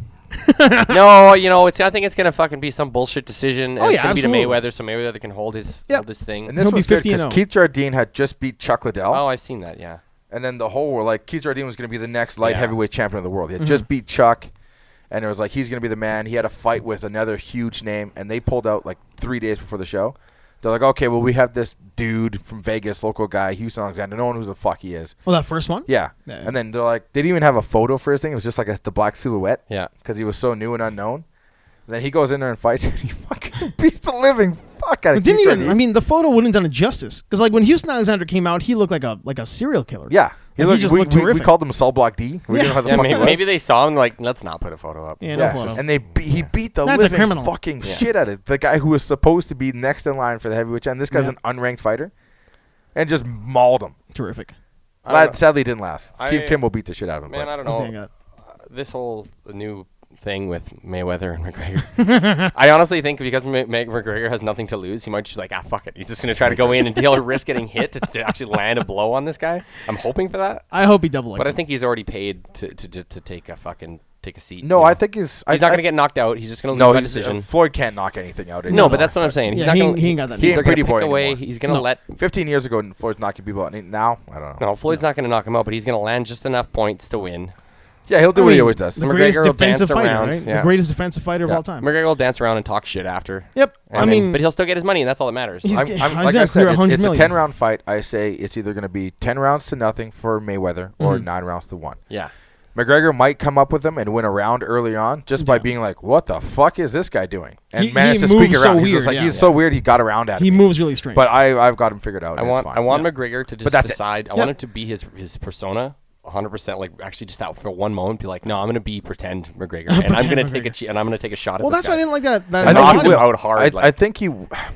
no, you know, it's. I think it's gonna fucking be some bullshit decision. And Oh, it's yeah, gonna be to absolutely. Mayweather, so Mayweather can hold his Yep. hold his thing. And this He'll be oh. was good 50 and because 0. Keith Jardine had just beat Chuck Liddell, oh, I've seen that. Yeah. and then the whole were like Keith Jardine was gonna be the next light Yeah. heavyweight champion of the world. He had Mm-hmm. just beat Chuck, and it was like he's gonna be the man. He had a fight with another huge name, and they pulled out like three days before the show. They're like, okay, well, we have this dude from Vegas, local guy, Houston Alexander. No one who's the fuck he is. Well, Oh, that first one. Yeah. Yeah. And then they're like, they didn't even have a photo for his thing. It was just like a, the black silhouette. Yeah. Because he was so new and unknown. And then he goes in there and fights, and he fucking beats the living fuck out But of didn't Keith even. Jardine. I mean, the photo wouldn't have done it justice because like when Houston Alexander came out, he looked like a like a serial killer. yeah. He Like, looked, just we, looked we- we terrific. called him Cell Block D. We Yeah. didn't know how the Yeah, fuck maybe, it was. maybe they saw him like, let's not put a photo up. Yeah, no Yeah. photo. And they be, he beat the That's a living criminal. fucking shit out of the guy who was supposed to be next in line for the heavyweight champion. This guy's Yeah. an unranked fighter, and just mauled him. Terrific. I Lad- don't know. sadly, didn't last. I- Keith Kimball beat the shit out of him. Man, but- I don't That's the thing know. I got. this whole new thing with Mayweather and McGregor. I honestly think because Ma- Ma- McGregor has nothing to lose, he might just be like, ah, fuck it. He's just gonna try to go in and he'll risk getting hit to, to actually land a blow on this guy. I'm hoping for that, I hope he double. but I think he's already paid to to, to, to take a fucking take a seat. no, you know? I think he's. he's I, not I- gonna get knocked out. He's just gonna lose No, by he's- uh, decision. Floyd can't knock anything out. no, anymore. but that's what I'm saying. He's Yeah, not he gonna, ain't- he ain't got that He ain't they're Pretty gonna Boy pick away. anymore. He's gonna No. let 15 years ago, Floyd's not gonna be able. Now, I don't know. no. Floyd's not gonna knock him out, but he's gonna land just enough points to win. Yeah, he'll do I what mean, he always does. The greatest McGregor will dance defensive fighter, around, right? The yeah. greatest defensive fighter Yeah. of all time. McGregor will dance around and talk shit after. Yep. And I then- mean, but he'll still get his money, and that's all that matters. He's- I'm, g- I'm, how's like that I said, clear? it's, 100 it's a million. 10 round fight. I say it's either gonna be 10 rounds to nothing for Mayweather or Mm-hmm. nine rounds to one. yeah. McGregor might come up with him and win a round early on just by Yeah. being like, "What the fuck is this guy doing?" and He- managed he to squeak moves so around. he's weird, just like yeah. he's so weird. He got around at he me. moves really strange. But I I've got him figured out. I and it's want fine. I want McGregor to just that's it. decide. I Yep. want him to be his his persona 100 percent like actually just out for one moment be like, no, I'm gonna be pretend McGregor and I'm Pretend gonna take a McGregor. che- and I'm gonna take a shot. Well, at this that's why I guy. didn't like that. that I I knocked think him he will. out hard, I, like- I think he.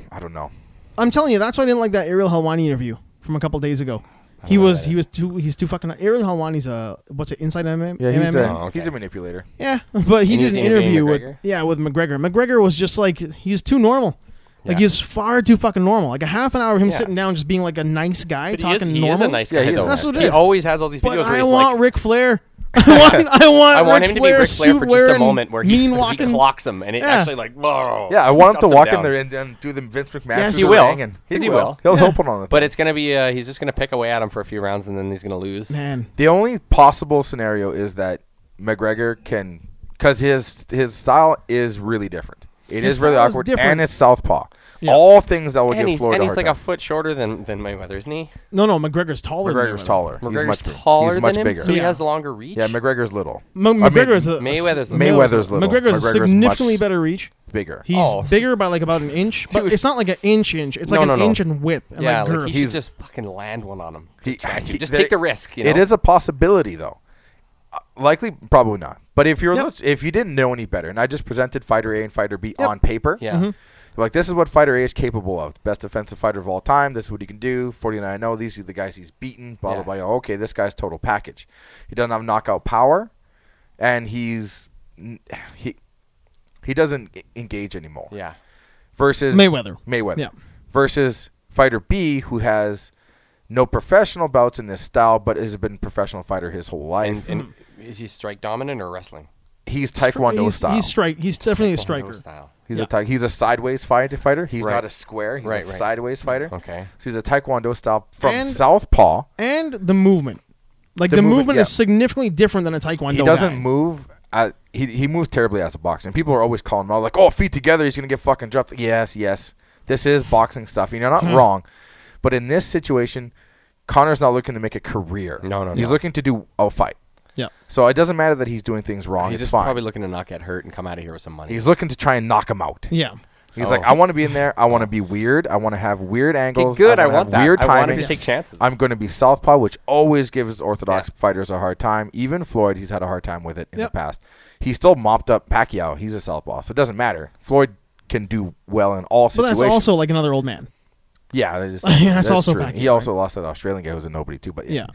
I don't know. I'm telling you, that's why I didn't like that Ariel Helwani interview from a couple days ago. He know who was that he is. was too he's too fucking. Ariel Helwani's a what's it inside MMA? Yeah, he's a, MMA? Oh, okay. he's a manipulator. yeah, but he And he did was an interviewing interview with McGregor? yeah with McGregor. McGregor was just like he's too normal. Like Yeah. he's far too fucking normal. Like a half an hour of him Yeah. sitting down, just being like a nice guy, But he is, talking he normal. is a nice Yeah, guy. he is. though. That's what it He is. always has all these videos But where I he's want like, Ric Flair. I want I want, I want Ric him to be Flair, Ric Flair for suit just a wearing, moment where he, mean walking. he clocks him and it Yeah. actually like, whoa. Yeah, I want him shuts to walk in down. there and, and do the Vince McMahon. Yes, thing he will. And Yes, he will. He'll Yeah. help on it. But it's gonna be uh, he's just gonna pick away at him for a few rounds and then he's gonna lose. Man, The only possible scenario is that McGregor can, because his his style is really different. It His is really style is awkward, different. and it's southpaw. Yeah. All things that will And give he's, Floyd and a he's hard like time. a foot shorter than, than Mayweather's knee. no, no, McGregor's taller. than McGregor's Mayweather. taller. McGregor's he's much, taller he's much than him, bigger. so he Yeah. has longer reach. yeah, McGregor's little, M- I mean, McGregor's a, Mayweather's a, little. Mayweather's little. McGregor's a McGregor's significantly much- better reach. bigger. He's Oh, so- bigger by like about an inch, but Dude. it's not like an inch inch. It's like No, no, an no. inch in width and yeah, like girth. like he should He's- just fucking land one on him. He- Just, try to. he- just there- take the risk. You know? It is a possibility though. Uh, Likely, probably not. But if you're Yep. if you didn't know any better, and I just presented fighter A and fighter B Yep. on paper, Yeah. Mhm. like this is what fighter A is capable of, best defensive fighter of all time. This is what he can do. Forty nine, no, these are the guys he's beaten. Blah Yeah. blah blah. Okay, this guy's total package. He doesn't have knockout power, and he's n- he he doesn't e- engage anymore. Yeah. Versus Mayweather. Mayweather. Yeah. Versus fighter B, who has no professional bouts in this style, but has been a professional fighter his whole And, life. and is he strike dominant or wrestling? he's Stri- Taekwondo he's, style. He's He's, strike. He's definitely a Taekwondo striker. style. a ta- he's a sideways fight, fighter. He's Right. not a square. He's Right, a right. sideways fighter. Okay. So he's a Taekwondo style from And- Southpaw. And the movement, like the, The movement, movement, yeah. is significantly different than a taekwondo. He doesn't guy. move. At, he he moves terribly as a boxer. And people are always calling him out like, "Oh, feet together, he's gonna get fucking dropped." Yes, yes, this is boxing stuff. You're not wrong, but in this situation, Connor's not looking to make a career. No, no, he's no. looking to do a fight. Yeah. So it doesn't matter that he's doing things wrong. He's it's just fine. probably looking to not get hurt and come out of here with some money. he's looking to try and knock him out. Yeah. He's Oh. like, I want to be in there. I want to be weird. I want to have weird angles. good, I, I wanna want have that. Weird I want him timing. to take chances. I'm going to be southpaw, which always gives orthodox Yeah. fighters a hard time. Even Floyd, he's had a hard time with it in Yep. the past. He still mopped up Pacquiao. He's a southpaw, so it doesn't matter. Floyd can do well in all But situations. that's also like another old man. yeah, that is- That's that's, also true. Pacquiao, He right? also lost that Australian guy who was a nobody too. But Yeah.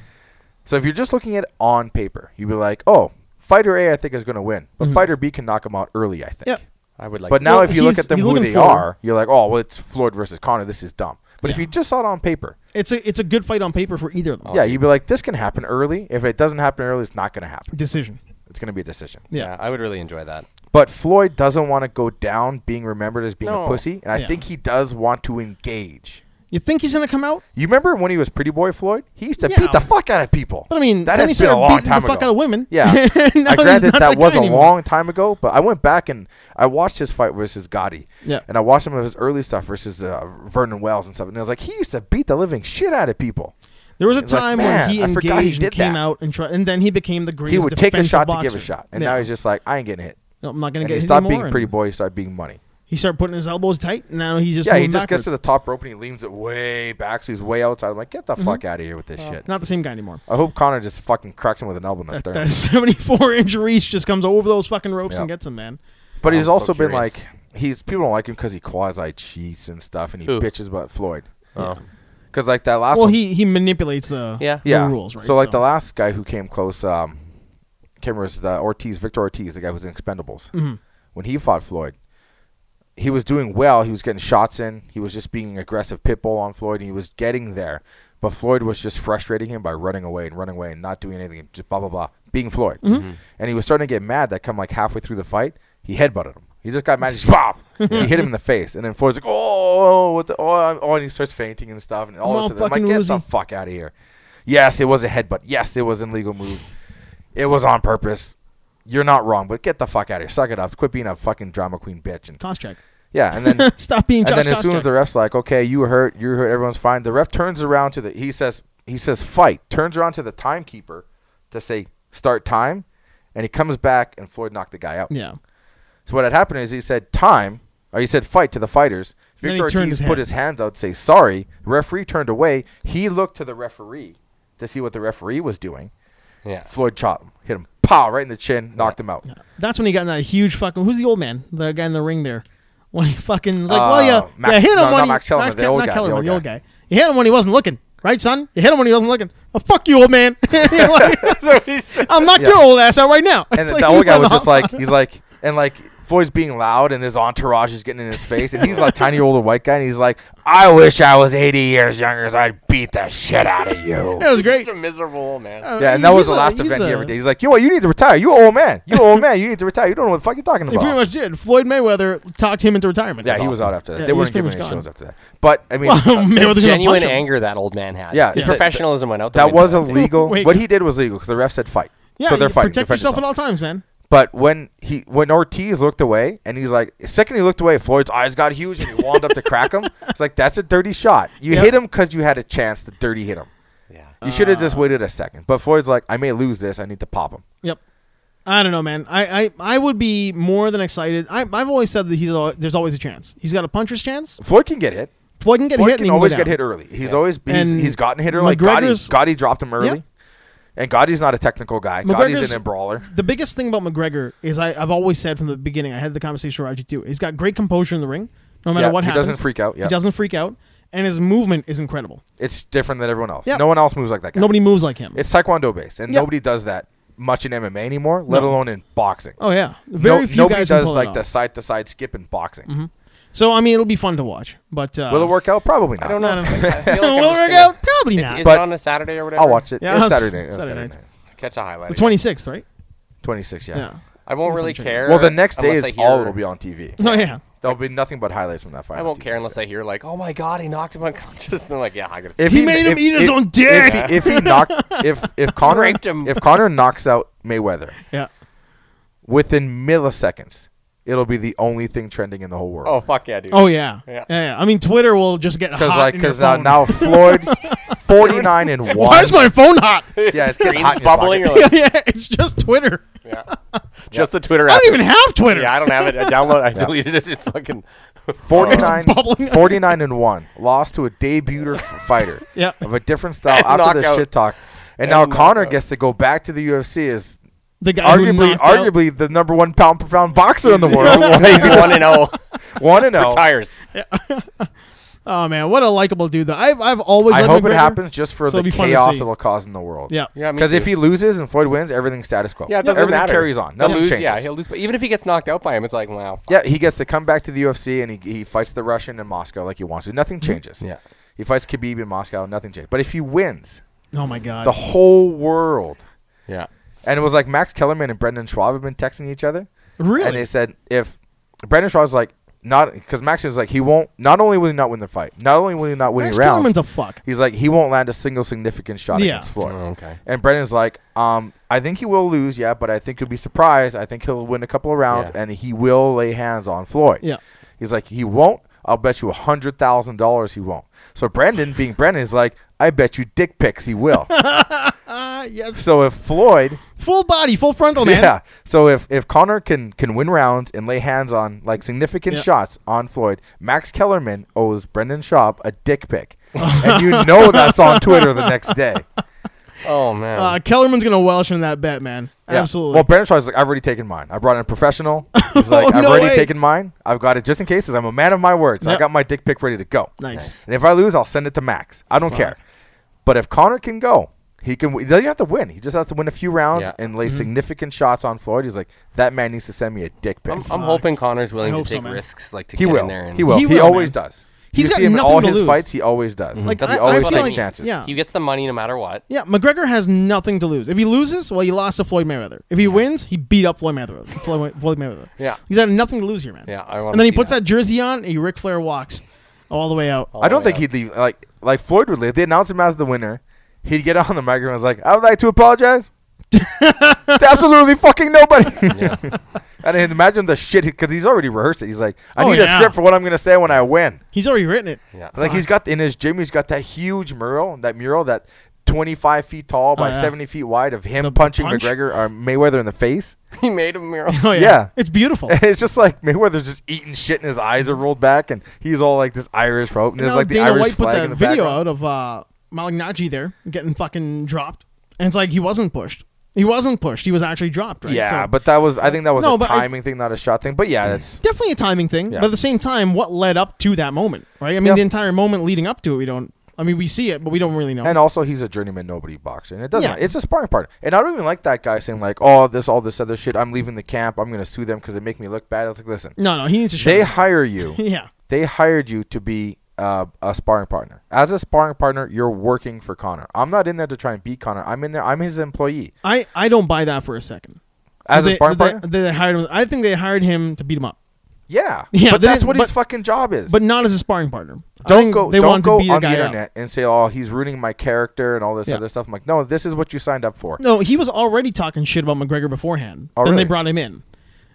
so if you're just looking at it on paper, you'd be like, oh, fighter A, I think is going to win, but fighter B can knock him out early. I think. Mm-hmm. Yep. I would like. But now, Well, if you look he's- at them he's who looking they forward. are, you're like, oh, well, it's Floyd versus Connor. This is dumb. But if Yeah. you just saw it on paper, It's a it's a good fight on paper for either of them. yeah, you'd be like, this can happen early. If it doesn't happen early, it's not going to happen. Decision. It's going to be a decision. Yeah. yeah, I would really enjoy that. But Floyd doesn't want to go down being remembered as being No. a pussy, and I Yeah. think he does want to engage. You think he's gonna come out? You remember when he was Pretty Boy Floyd? He used to Yeah. beat the fuck out of people. But I mean, that then he has been a started long beating time the fuck ago. out of women. Yeah, Now I he's granted not that, guy was a anymore. long time ago, but I went back and I watched his fight versus Gotti. Yeah. and I watched some of his early stuff versus uh, Vernon Wells and stuff, and I was like, he used to beat the living shit out of people. There was a It's like, time man, when he I forgot he engaged and did came that. out and try, and then he became the greatest. he would take a defensive shot to boxer. give a shot, and Yeah. now he's just like, I ain't getting hit. No, I'm not gonna And get he hit stopped anymore, being pretty and boy, he started being money. He started putting his elbows tight. and Now he just Yeah, he moving just backwards. gets to the top rope and he leans it way back, so he's way outside. I'm like, get Mm-hmm. the fuck out of here with this shit. not the same guy anymore. I hope Connor just fucking cracks him with an elbow. in the That, sternum. that 74 inch reach just comes over those fucking ropes and Yeah. gets him, man. But I'm he's so also been curious. like he's people don't like him because he quasi cheats and stuff, and he Who? bitches about Floyd. Oh. Because like that last Well, one, he he manipulates the Yeah. the yeah. rules, right? So like the last guy who came close, um, can't remember his- the Ortiz, Victor Ortiz, the guy who's in Expendables. Mm-hmm. When he fought Floyd, he was doing well. He was getting shots in. He was just being aggressive pitbull on Floyd, and he was getting there. But Floyd was just frustrating him by running away and running away and not doing anything, just blah blah blah, being Floyd. And he was starting to get mad that come like halfway through the fight, he headbutted him. He just got mad, just pop. he hit him in the face, and then Floyd's like, "Oh, what the? Oh, I'm- oh!" And he starts fainting and stuff, and all all this. stuff. I'm like, fucking "Get woozy." the fuck out of here!" Yes, it was a headbutt. Yes, it was an illegal move. It was on purpose. You're not wrong, but get the fuck out of here. Suck it up. Quit being a fucking drama queen bitch. And Koscheck. yeah, and then Stop being Josh and then as soon as Koscheck. the ref's like, "Okay, you were hurt, you were hurt, everyone's fine," the ref turns around to the he says he says fight, turns around to the timekeeper to say start time, and he comes back and Floyd knocked the guy out. yeah. So what had happened is he said time, or he said fight to the fighters. Then he Victor turned Ortiz his put head. his hands out, to say sorry. Referee turned away. He looked to the referee to see what the referee was doing. Yeah. Floyd shot him, hit him, pow, right in the chin, knocked him out. That's when he got in that huge fucking. Who's the old man? The guy in the ring there. When he fucking was like, well, Uh, yeah, Max- yeah, hit him no, when not he, Max Kellerman, Max the Ke- old guy, not the Kellerman, old the old guy. guy. You hit him when he wasn't looking, right, son? You hit him when he wasn't looking. Oh, fuck you, old man. I'm not your Yeah. old ass out right now. And It's the, like the you old guy run was the just hot- like, he's like, and like Floyd's being loud, and his entourage is getting in his face, and he's like tiny older white guy, and he's like, I wish I was 80 years younger, so I'd beat the shit out of you. that was great. Just a miserable old man. Uh, Yeah, and that was he's the a- last he's event he a- ever did. He's like, "You, what, you need to retire. You old man. You old man. You need to retire. You don't know what the fuck you're talking He about." pretty much did. Floyd Mayweather talked him into retirement. yeah, That's he was awesome. out after that. Yeah, they he was weren't pretty giving much any gone. shows after that. But I mean, Well, uh, Mayweather's gonna Genuine punch him. anger that old man had. Yeah, His yeah. professionalism went out. The that window. was illegal. Wait. what he did was legal because the ref said fight. Yeah, so they're you fighting. Protect defend yourself at yourself. all times, man. But when he when Ortiz looked away and he's like, the second he looked away, Floyd's eyes got huge and he wound up to crack him. It's like that's a dirty shot. You Yep. hit him because you had a chance to dirty hit him. Yeah. You should have Uh. just waited a second. But Floyd's like, I may lose this. I need to pop him. Yep. I don't know, man. I, I, I would be more than excited. I, I've always said that he's al- there's always a chance. He's got a puncher's chance. Floyd can get hit. Floyd can get Floyd hit. can and he go always down. get hit early. He's always he's, And he's gotten hit early. Like Gotti, McGregor's- Gotti dropped him early, Yeah. and Gotti's not a technical guy. McGregor's- Gotti's an brawler. The biggest thing about McGregor is I, I've always said from the beginning. I had the conversation with Raji too. He's got great composure in the ring, no matter Yeah, what he happens. doesn't freak out, yeah. He doesn't freak out, and his movement is incredible. It's different than everyone else. Yeah. No one else moves like that guy. Nobody moves like him. It's Taekwondo based, and Yeah. nobody does that much in MMA anymore, let No. alone in boxing. oh yeah, very no, few nobody guys can does pull it like off. Mm-hmm. the side to side skip in boxing. So I mean, it'll be fun to watch. But uh, Will it work out? Probably not. I don't know. I don't know. I feel like I'm will just it work gonna- out? Probably It's- not. Is But- it on a Saturday or whatever? I'll watch it. Yeah, it's it's Saturday. It's Saturday Saturday night. night. Catch a highlight. the twenty sixth, right? 26, yeah. Yeah. I won't really check. care. Well, the next day, unless it's I hear- all it'll be on TV. Oh yeah. There'll be nothing but highlights from that fight. I won't care unless I hear like, "Oh my God, he knocked him unconscious," and I'm like, "Yeah, I gotta." see If He made him eat his own dick. If he, if he knocked, if if Connor, Raped him. if Connor knocks out Mayweather Yeah. within milliseconds, it'll be the only thing trending in the whole Oh world. fuck yeah, dude! Oh yeah. yeah. Yeah. yeah. I mean, Twitter will just get because hot like in your because now, phone. now Floyd, forty nine and one. why is my phone hot? yeah, yeah, it's getting Screens hot in your bubbling pocket. or like, yeah, it's just Twitter. just the Twitter. I app. don't even have Twitter. Yeah, I don't have it. I download. I deleted it. It's fucking. 49, It's bubbling. 49 and 1. Lost to a debuter f- fighter Yeah. of a different style And after the knockout. shit talk. And, now Connor knockout. gets to go back to the UFC as the guy who arguably knocked out- arguably the number one pound per pound boxer in the world. He's one and zero. One and oh. Tires. Oh man, what a likable dude though. I've I've always. I loved hope McGregor. it happens just for So the it'll be fun to chaos see. it'll cause in the world. Yeah. Yeah, me Because if too. he loses and Floyd wins, everything's status quo. yeah, it doesn't everything matter. carries on. He'll Nothing lose- changes. Yeah, he'll lose. But even if he gets knocked out by him, it's like, wow. fuck. Yeah, he gets to come back to the UFC and he, he fights the Russian in Moscow like he wants to. Nothing Mm-hmm. changes. Yeah. He fights Khabib in Moscow. Nothing changes. But if he wins, Oh my god. the whole world. Yeah. And it was like Max Kellerman and Brendan Schwab have been texting each other. really? And they said if Brendan Schwab's like not because Max was like he won't. Not only will he not win the fight, not only will he not win Max any rounds. Kellerman's a fuck. he's like he won't land a single significant shot Yeah. against Floyd. Oh, okay. And Brendan's like, um, I think he will lose, yeah, but I think he'll be surprised. I think he'll win a couple of rounds, Yeah. and he will lay hands on Floyd. Yeah. He's like, he won't. I'll bet you hundred thousand dollars he won't. So Brendan, being Brendan, is like, I bet you dick pics he will. Uh, yes. so if Floyd Full body, full frontal, Oh, man. yeah. So if if Connor can can win rounds and lay hands on like significant Yeah. shots on Floyd, Max Kellerman owes Brendan Schaub a dick pic, and you know that's on Twitter the next day. Oh man. Uh, Kellerman's gonna welsh in that bet, man. Yeah. Absolutely. Well, Brendan Schaub's like, I've already taken mine. I brought in a professional. He's like, Oh, I've no already way. taken mine. I've got it just in case. 'cause I'm a man of my words. Yeah. I got my dick pic ready to go. nice. And if I lose, I'll send it to Max. I don't care. But if Connor can go, he can. He doesn't have to win. He just has to win a few rounds Yeah. and Mm-hmm. lay significant shots on Floyd. He's like, that man needs to send me a dick pic. I'm, I'm hoping Connor's I willing to hope so, take man. risks, like to He get will. in there. And He will. He He, will, always man. does. He's you got see him in nothing all to his lose. fights. He always does. Like, he I- always I takes feel like- chances. yeah. He gets the money no matter what. Yeah, McGregor has nothing to lose. If he loses, well, he lost to Floyd Mayweather. If he wins, he beat up Floyd Mayweather. Floyd, Floyd Mayweather. Yeah. he's got nothing to lose here, man. Yeah, I wanna and then he see puts that. that. jersey on, and Ric Flair walks all the way out. I don't Oh, think yeah. he'd leave. Like like Floyd would leave. If They announce him as the winner. He'd get on the microphone. and was like, I would like to apologize. to absolutely fucking nobody. and then imagine the shit because he's already rehearsed it. He's like, I Oh, need yeah. a script for what I'm gonna say when I win. He's already written it. Yeah. Like he's got in his gym, he's got that huge mural, that mural that 25 feet tall by Oh, yeah. 70 feet wide of him The punching punch? McGregor or Mayweather in the face. He made a mural. Oh yeah, Yeah. it's beautiful. And it's just like Mayweather's just eating shit, and his eyes are rolled back, and he's all like this Irish rope, and You there's know, like the Dana Irish White put flag that in the video background. out of uh, Malik Naji there getting fucking dropped, and it's like he wasn't pushed. He wasn't pushed. He was actually dropped, right? yeah, So- but that was I think that was No, a but I- Mm. timing thing, not a shot thing. But yeah, that's definitely a timing thing. Yeah. But at the same time, what led up to that moment, right? I mean, Yeah. the entire moment leading up to it, we don't. I mean, we see it, but we don't really know. and also he's a journeyman nobody boxer, and it doesn't. Yeah. It's a sparring partner, and I don't even like that guy saying like, "Oh, this, all this other shit. I'm leaving the camp. I'm gonna sue them because they make me look bad." It's like, listen, no, no, he needs to shut. they up. hire you. yeah, they hired you to be uh, a sparring partner. As a sparring partner, you're working for Connor. I'm not in there to try and beat Connor. I'm in there. I'm his employee. I I don't buy that for a second. As a they, sparring they, partner, they hired him. I think they hired him to beat him up, yeah, Yeah, But they that's didn't- what his but- fucking job is. but not as a sparring partner. I don't think go. They don't wanted go to beat a on the guy up. internet and say, "Oh, he's ruining my character" and all this Yeah. other stuff. I'm like, no, this is what you signed up for. No, he was already talking shit about McGregor beforehand. Oh, then really? they brought him in.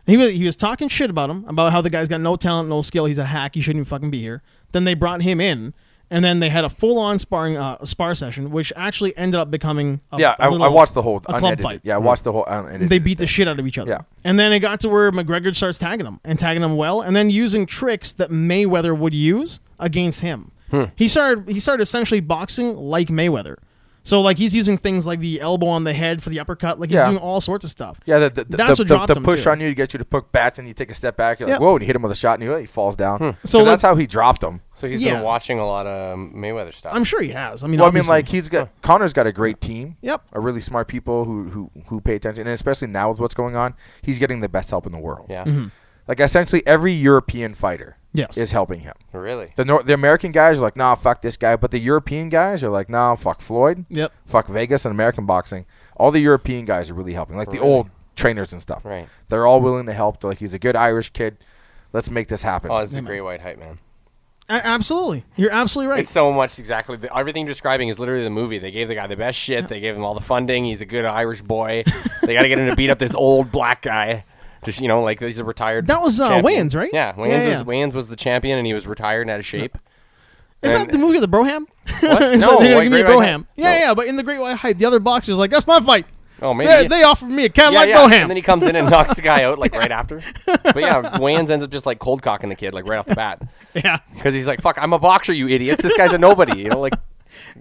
He was he was talking shit about him about how the guy's got no talent, no skill. He's a hack. He shouldn't even fucking be here. Then they brought him in, and then they had a full on sparring uh, spar session, which actually ended up becoming a, yeah, a I little- I watched the whole a club unedited. fight. Yeah, I watched the whole unedited. They beat the shit out of each other. Yeah. And then it got to where McGregor starts tagging him and tagging him well, and then using tricks that Mayweather would use against him. Hmm. He started he started essentially boxing like Mayweather. So like he's using things like the elbow on the head for the uppercut. Like he's Yeah. doing all sorts of stuff. Yeah, the, the, the, That's the, what the- dropped the him, push too. on you to get you to poke bats, and you take a step back. You're like, Yeah. whoa, and you hit him with a shot, and you, he falls down. So, 'Cause like- that's how he dropped him. So he's Yeah. been watching a lot of Mayweather stuff. I'm sure he has. I mean, Well, I mean, obviously. like he's got Connor's got a great team. Yep. a really smart people who who who pay attention, and especially now with what's going on, he's getting the best help in the world. yeah, Mm-hmm. like essentially every European fighter. Yes. is helping him. really. The Nor- the American guys are like, nah, fuck this guy, but the European guys are like, nah, fuck Floyd. Yep. fuck Vegas and American boxing. All the European guys are really helping, like the Really? old trainers and stuff. Right. they're all willing to help. They're like, he's a good Irish kid. Let's make this happen. Oh, this is a great white hype man. A- absolutely, you're absolutely right. It's so much exactly the, everything you're describing is literally the movie. They gave the guy the best shit. They gave him all the funding. He's a good Irish boy. they got to get him to beat up this old black guy. Just you know, like he's a retired. That was, uh, champion. Wayans, right? Yeah, Yeah, Wayans, yeah. Was, Wayans was the champion, and he was retired and out of shape. Is that the movie of the Broham? Is that No, they're gonna White give me a Great White Hype. Broham. Yeah, yeah, but in the Great White Hype, the other boxer's like, "That's my fight." Oh, maybe. They, they offered me a yeah, Cadillac yeah. Broham. And then he comes in and knocks the guy out like right after. But yeah, Wayans ends up just like cold cocking the kid like right off the bat yeah, because he's like, "Fuck, I'm a boxer, you idiots. This guy's a nobody." You know, like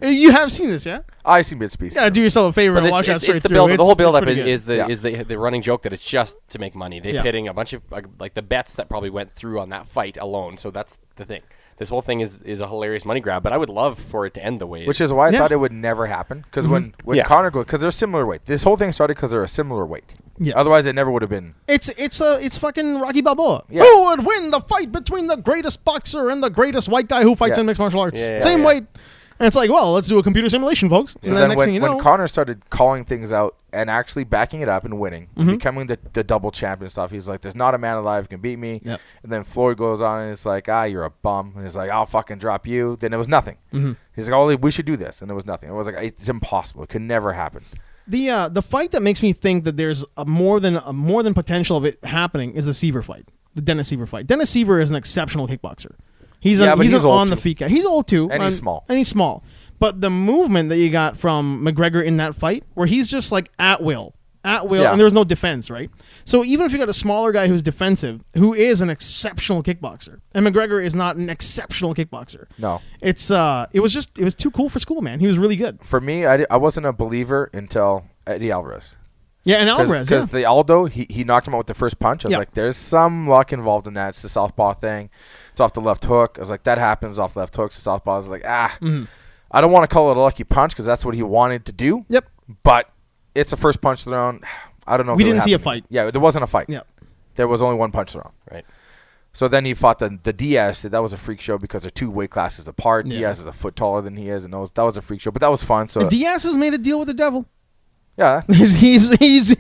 you have seen this, yeah? I see bits pieces. Yeah, do yourself a favor But and it's, watch that it's- straight it's the through. build. It's- the whole it's build up is, pretty good. is the Yeah. is the, the running joke that it's just to make money. They're Yeah. pitting a bunch of like, like the bets that probably went through on that fight alone. So that's the thing. This whole thing is is a hilarious money grab. But I would love for it to end the way. Which is why I Yeah. Mm-hmm. thought it would never happen. Because when when Yeah. Connor goes, because they're similar weight. This whole thing started because they're a similar weight. Yes. Otherwise, it never would have been. it's it's a it's fucking Rocky Balboa. Yeah. Who would win the fight between the greatest boxer and the greatest white guy who fights Yeah. in mixed martial arts? Yeah, yeah, Same yeah. weight. And it's like, well, let's do a computer simulation, folks. So and then, then, next when, thing you when know, Connor started calling things out and actually backing it up and winning, Mm-hmm. and becoming the, the double champion and stuff, he's like, "There's not a man alive who can beat me." Yep. And then Floyd goes on and it's like, "Ah, you're a bum," and he's like, "I'll fucking drop you." Then it was nothing. Mm-hmm. He's like, "Oh, we should do this," and it was nothing. It was like it's impossible. It could never happen. the uh, the fight that makes me think that there's a more than a more than potential of it happening is the Seaver fight, the Dennis Seaver fight. Dennis Seaver is an exceptional kickboxer. He's Yeah, a, but he's, he's an old, on the too. feet guy. He's old too, And he's small. and he's small. But the movement that you got from McGregor in that fight, where he's just like at will, at will, Yeah. and there's no defense, right? So even if you got a smaller guy who's defensive, who is an exceptional kickboxer, and McGregor is not an exceptional kickboxer. No. it's uh, it was just it was too cool for school, man. He was really good. For me, I, di- I wasn't a believer until Eddie Alvarez. Yeah, and Cause, Alvarez, 'cause yeah. the Aldo, he, he knocked him out with the first punch. I was Yeah. like, there's some luck involved in that. It's the southpaw thing. It's off the left hook. I was like, that happens off left hooks. The southpaw. I was like, ah, Mm-hmm. I don't want to call it a lucky punch because that's what he wanted to do. Yep. But it's a first punch thrown. I don't know. if We it would didn't see happen a again. fight. Yeah, there wasn't a fight. Yep. There was only one punch thrown. right. So then he fought the the Diaz. That was a freak show because they're two weight classes apart. Yeah. Diaz is a foot taller than he is, and that was, that was a freak show. But that was fun. So Diaz has made a deal with the devil. yeah, He's, he's, he's,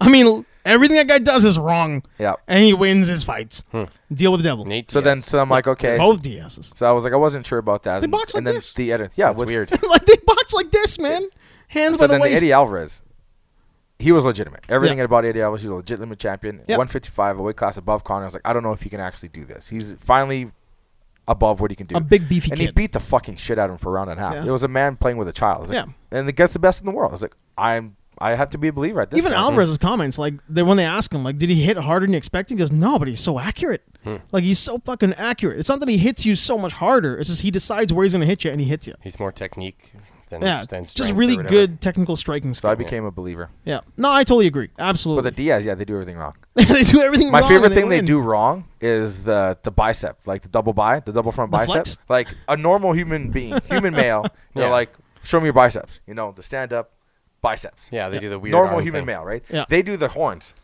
I mean, everything that guy does is wrong. yeah. And he wins his fights. Deal with the devil. Nate. So then, so I'm like, okay. Both Diaz's. So I was like, I wasn't sure about that. They and, box and like then this. The edit, yeah, that's with- weird. like, they box like this, man. Hands So by the then, the waist. Eddie Alvarez, he was legitimate. Everything Yeah. about Eddie Alvarez, he's a legitimate champion. Yep. 155, a weight class above Connor. I was like, I don't know if he can actually do this. He's finally above what he can do. A big beefy and he kid. beat the fucking shit out of him for a round and a half. Yeah. It was a man playing with a child. I was like- and the guy's the best in the world. I was like, I'm, I have to be a believer at this. Even point. Alvarez's comments, like they, when they ask him, like, did he hit harder than you expected? He goes, no, but he's so accurate. Hmm. Like he's so fucking accurate. It's not that he hits you so much harder. It's just he decides where he's going to hit you and he hits you. He's more technique than, Yeah, than just strength or really whatever. good technical striking So I skill. became a believer. yeah, no, I totally agree. But the Absolutely, Diaz, yeah, they do everything wrong. they do everything. My wrong favorite and thing they win. do wrong is the the bicep, like the double bi, the double front The bicep. flex? Like a normal human being, human male, you're Yeah. like, show me your biceps. You know, the stand up biceps. Yeah, they do the weird normal arm human thing. male, right? Yeah. They do the horns.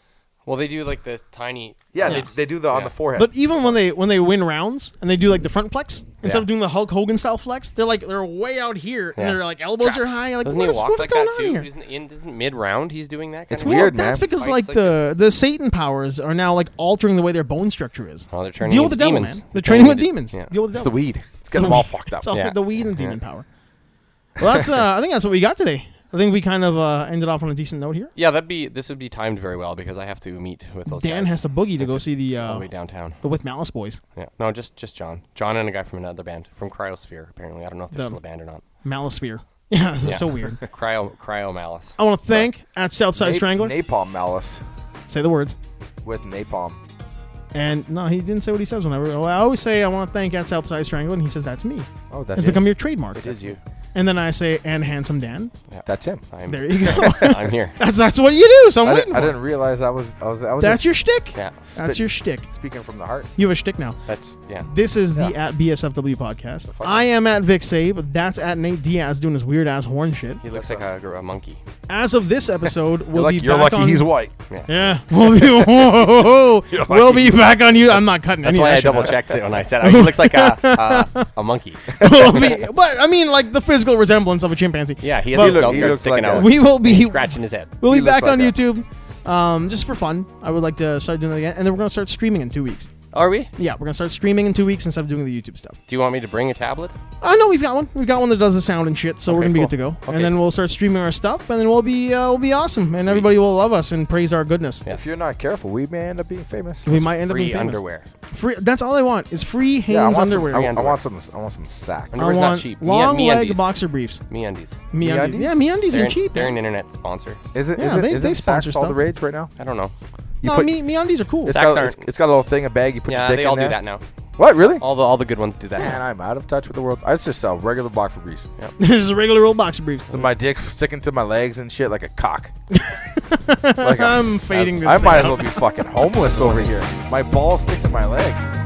Well, they do like the tiny. Yeah, arms. they, they do the on Yeah. the forehead. But even when they when they win rounds and they do like the front flex instead Yeah. of doing the Hulk Hogan style flex, they're like they're way out here and Yeah. their like elbows are high. Like Doesn't what he is- walk what is like going that on too? here? Isn't, in, isn't mid round he's doing that? Kind It's of weird. well, man. that's because like, Fights like the the Satan powers are now like altering the way their bone structure is. Oh, they're turning Deal with into the devil, demons. man. They're training with into- demons. yeah. Deal with the it's the devil. weed. It's It's getting the them all weed. fucked up. It's all Yeah. the weed and demon power. Well, that's uh, I think that's what we got today. I think we kind of uh, ended off on a decent note here. Yeah, that'd be this would be timed very well because I have to meet with those. Dan guys has to boogie to go see the all the uh, way downtown. the with malice boys. Yeah, no, just just John, John and a guy from another band from Cryosphere. Apparently, I don't know if they're The- still a band or not. Malisphere. Yeah, it's Yeah. so weird. Cryo Cryo Malice. I want to thank at Southside Nap- Strangler. Napalm malice Say the words. with napalm. And no, he didn't say what he says whenever. Well, I always say I want to thank at Southside Strangler, and he says that's me. Oh, It's that's become your trademark. It is you. And then I say and handsome Dan. That's him. I'm Oh, There you go. I'm here. that's that's what you do. So I'm I, waiting didn't, I for. it. didn't realize I was I was I was just That's your shtick. Yeah, That's spit- your shtick. speaking from the heart. You have a shtick now. that's yeah. This is the Yeah. at BSFW podcast. fuck I am at Vic Save. That's at Nate Diaz doing his weird ass horn shit. He looks like a, a monkey. As of this episode, we'll you're lucky, be you're back lucky on. he's white. yeah, we'll be. we'll be back on you. I'm not cutting That's any why of I that shit out. double checked it when I said oh, he looks like a a, a monkey. We'll be- but I mean, like the physical resemblance of a chimpanzee. Yeah, he has But- his look- belt he guard looks sticking like out. a- We will be. scratching his head. We'll be He looks back like on that. YouTube, um, just for fun. I would like to start doing that again, and then we're gonna start streaming in two weeks. Are we? Yeah, we're gonna start streaming in two weeks instead of doing the YouTube stuff. Do you want me to bring a tablet? I know we've got one. We've got one that does the sound and shit, so we're Okay, gonna be good to cool. go. Okay. And then we'll start streaming our stuff, and then we'll be uh, we'll be awesome, and everybody will love us and praise our goodness. Yeah. If you're not careful, we may end up being famous. We might end up Free being famous. underwear. Free. That's all I want is free Hanes yeah, I want underwear. Some, I, Me I want underwear. some. I want some sacks. I Underwear's not want cheap. Me- long me leg undies. boxer briefs. Me undies. Me undies. undies? Yeah, me undies They're are an, cheap. they're man. an internet sponsor. Is it? Yeah, is it- they- is they it sacks sponsor all the stuff. rage right now? I don't know. You no, put- me, me undies are cool. It's Sacks got, aren't- it's- it's got a little thing, a bag. You put Yeah, your dick they all in do there. that now. Oh. What really? All the all the good ones do that. Man, I'm out of touch with the world. I just sell regular box for Reese. this is a regular old boxer briefs. So my dick sticking to my legs and shit like a cock. like a- I'm fading this. I thing might as out. well be fucking homeless over here. My balls stick to my legs.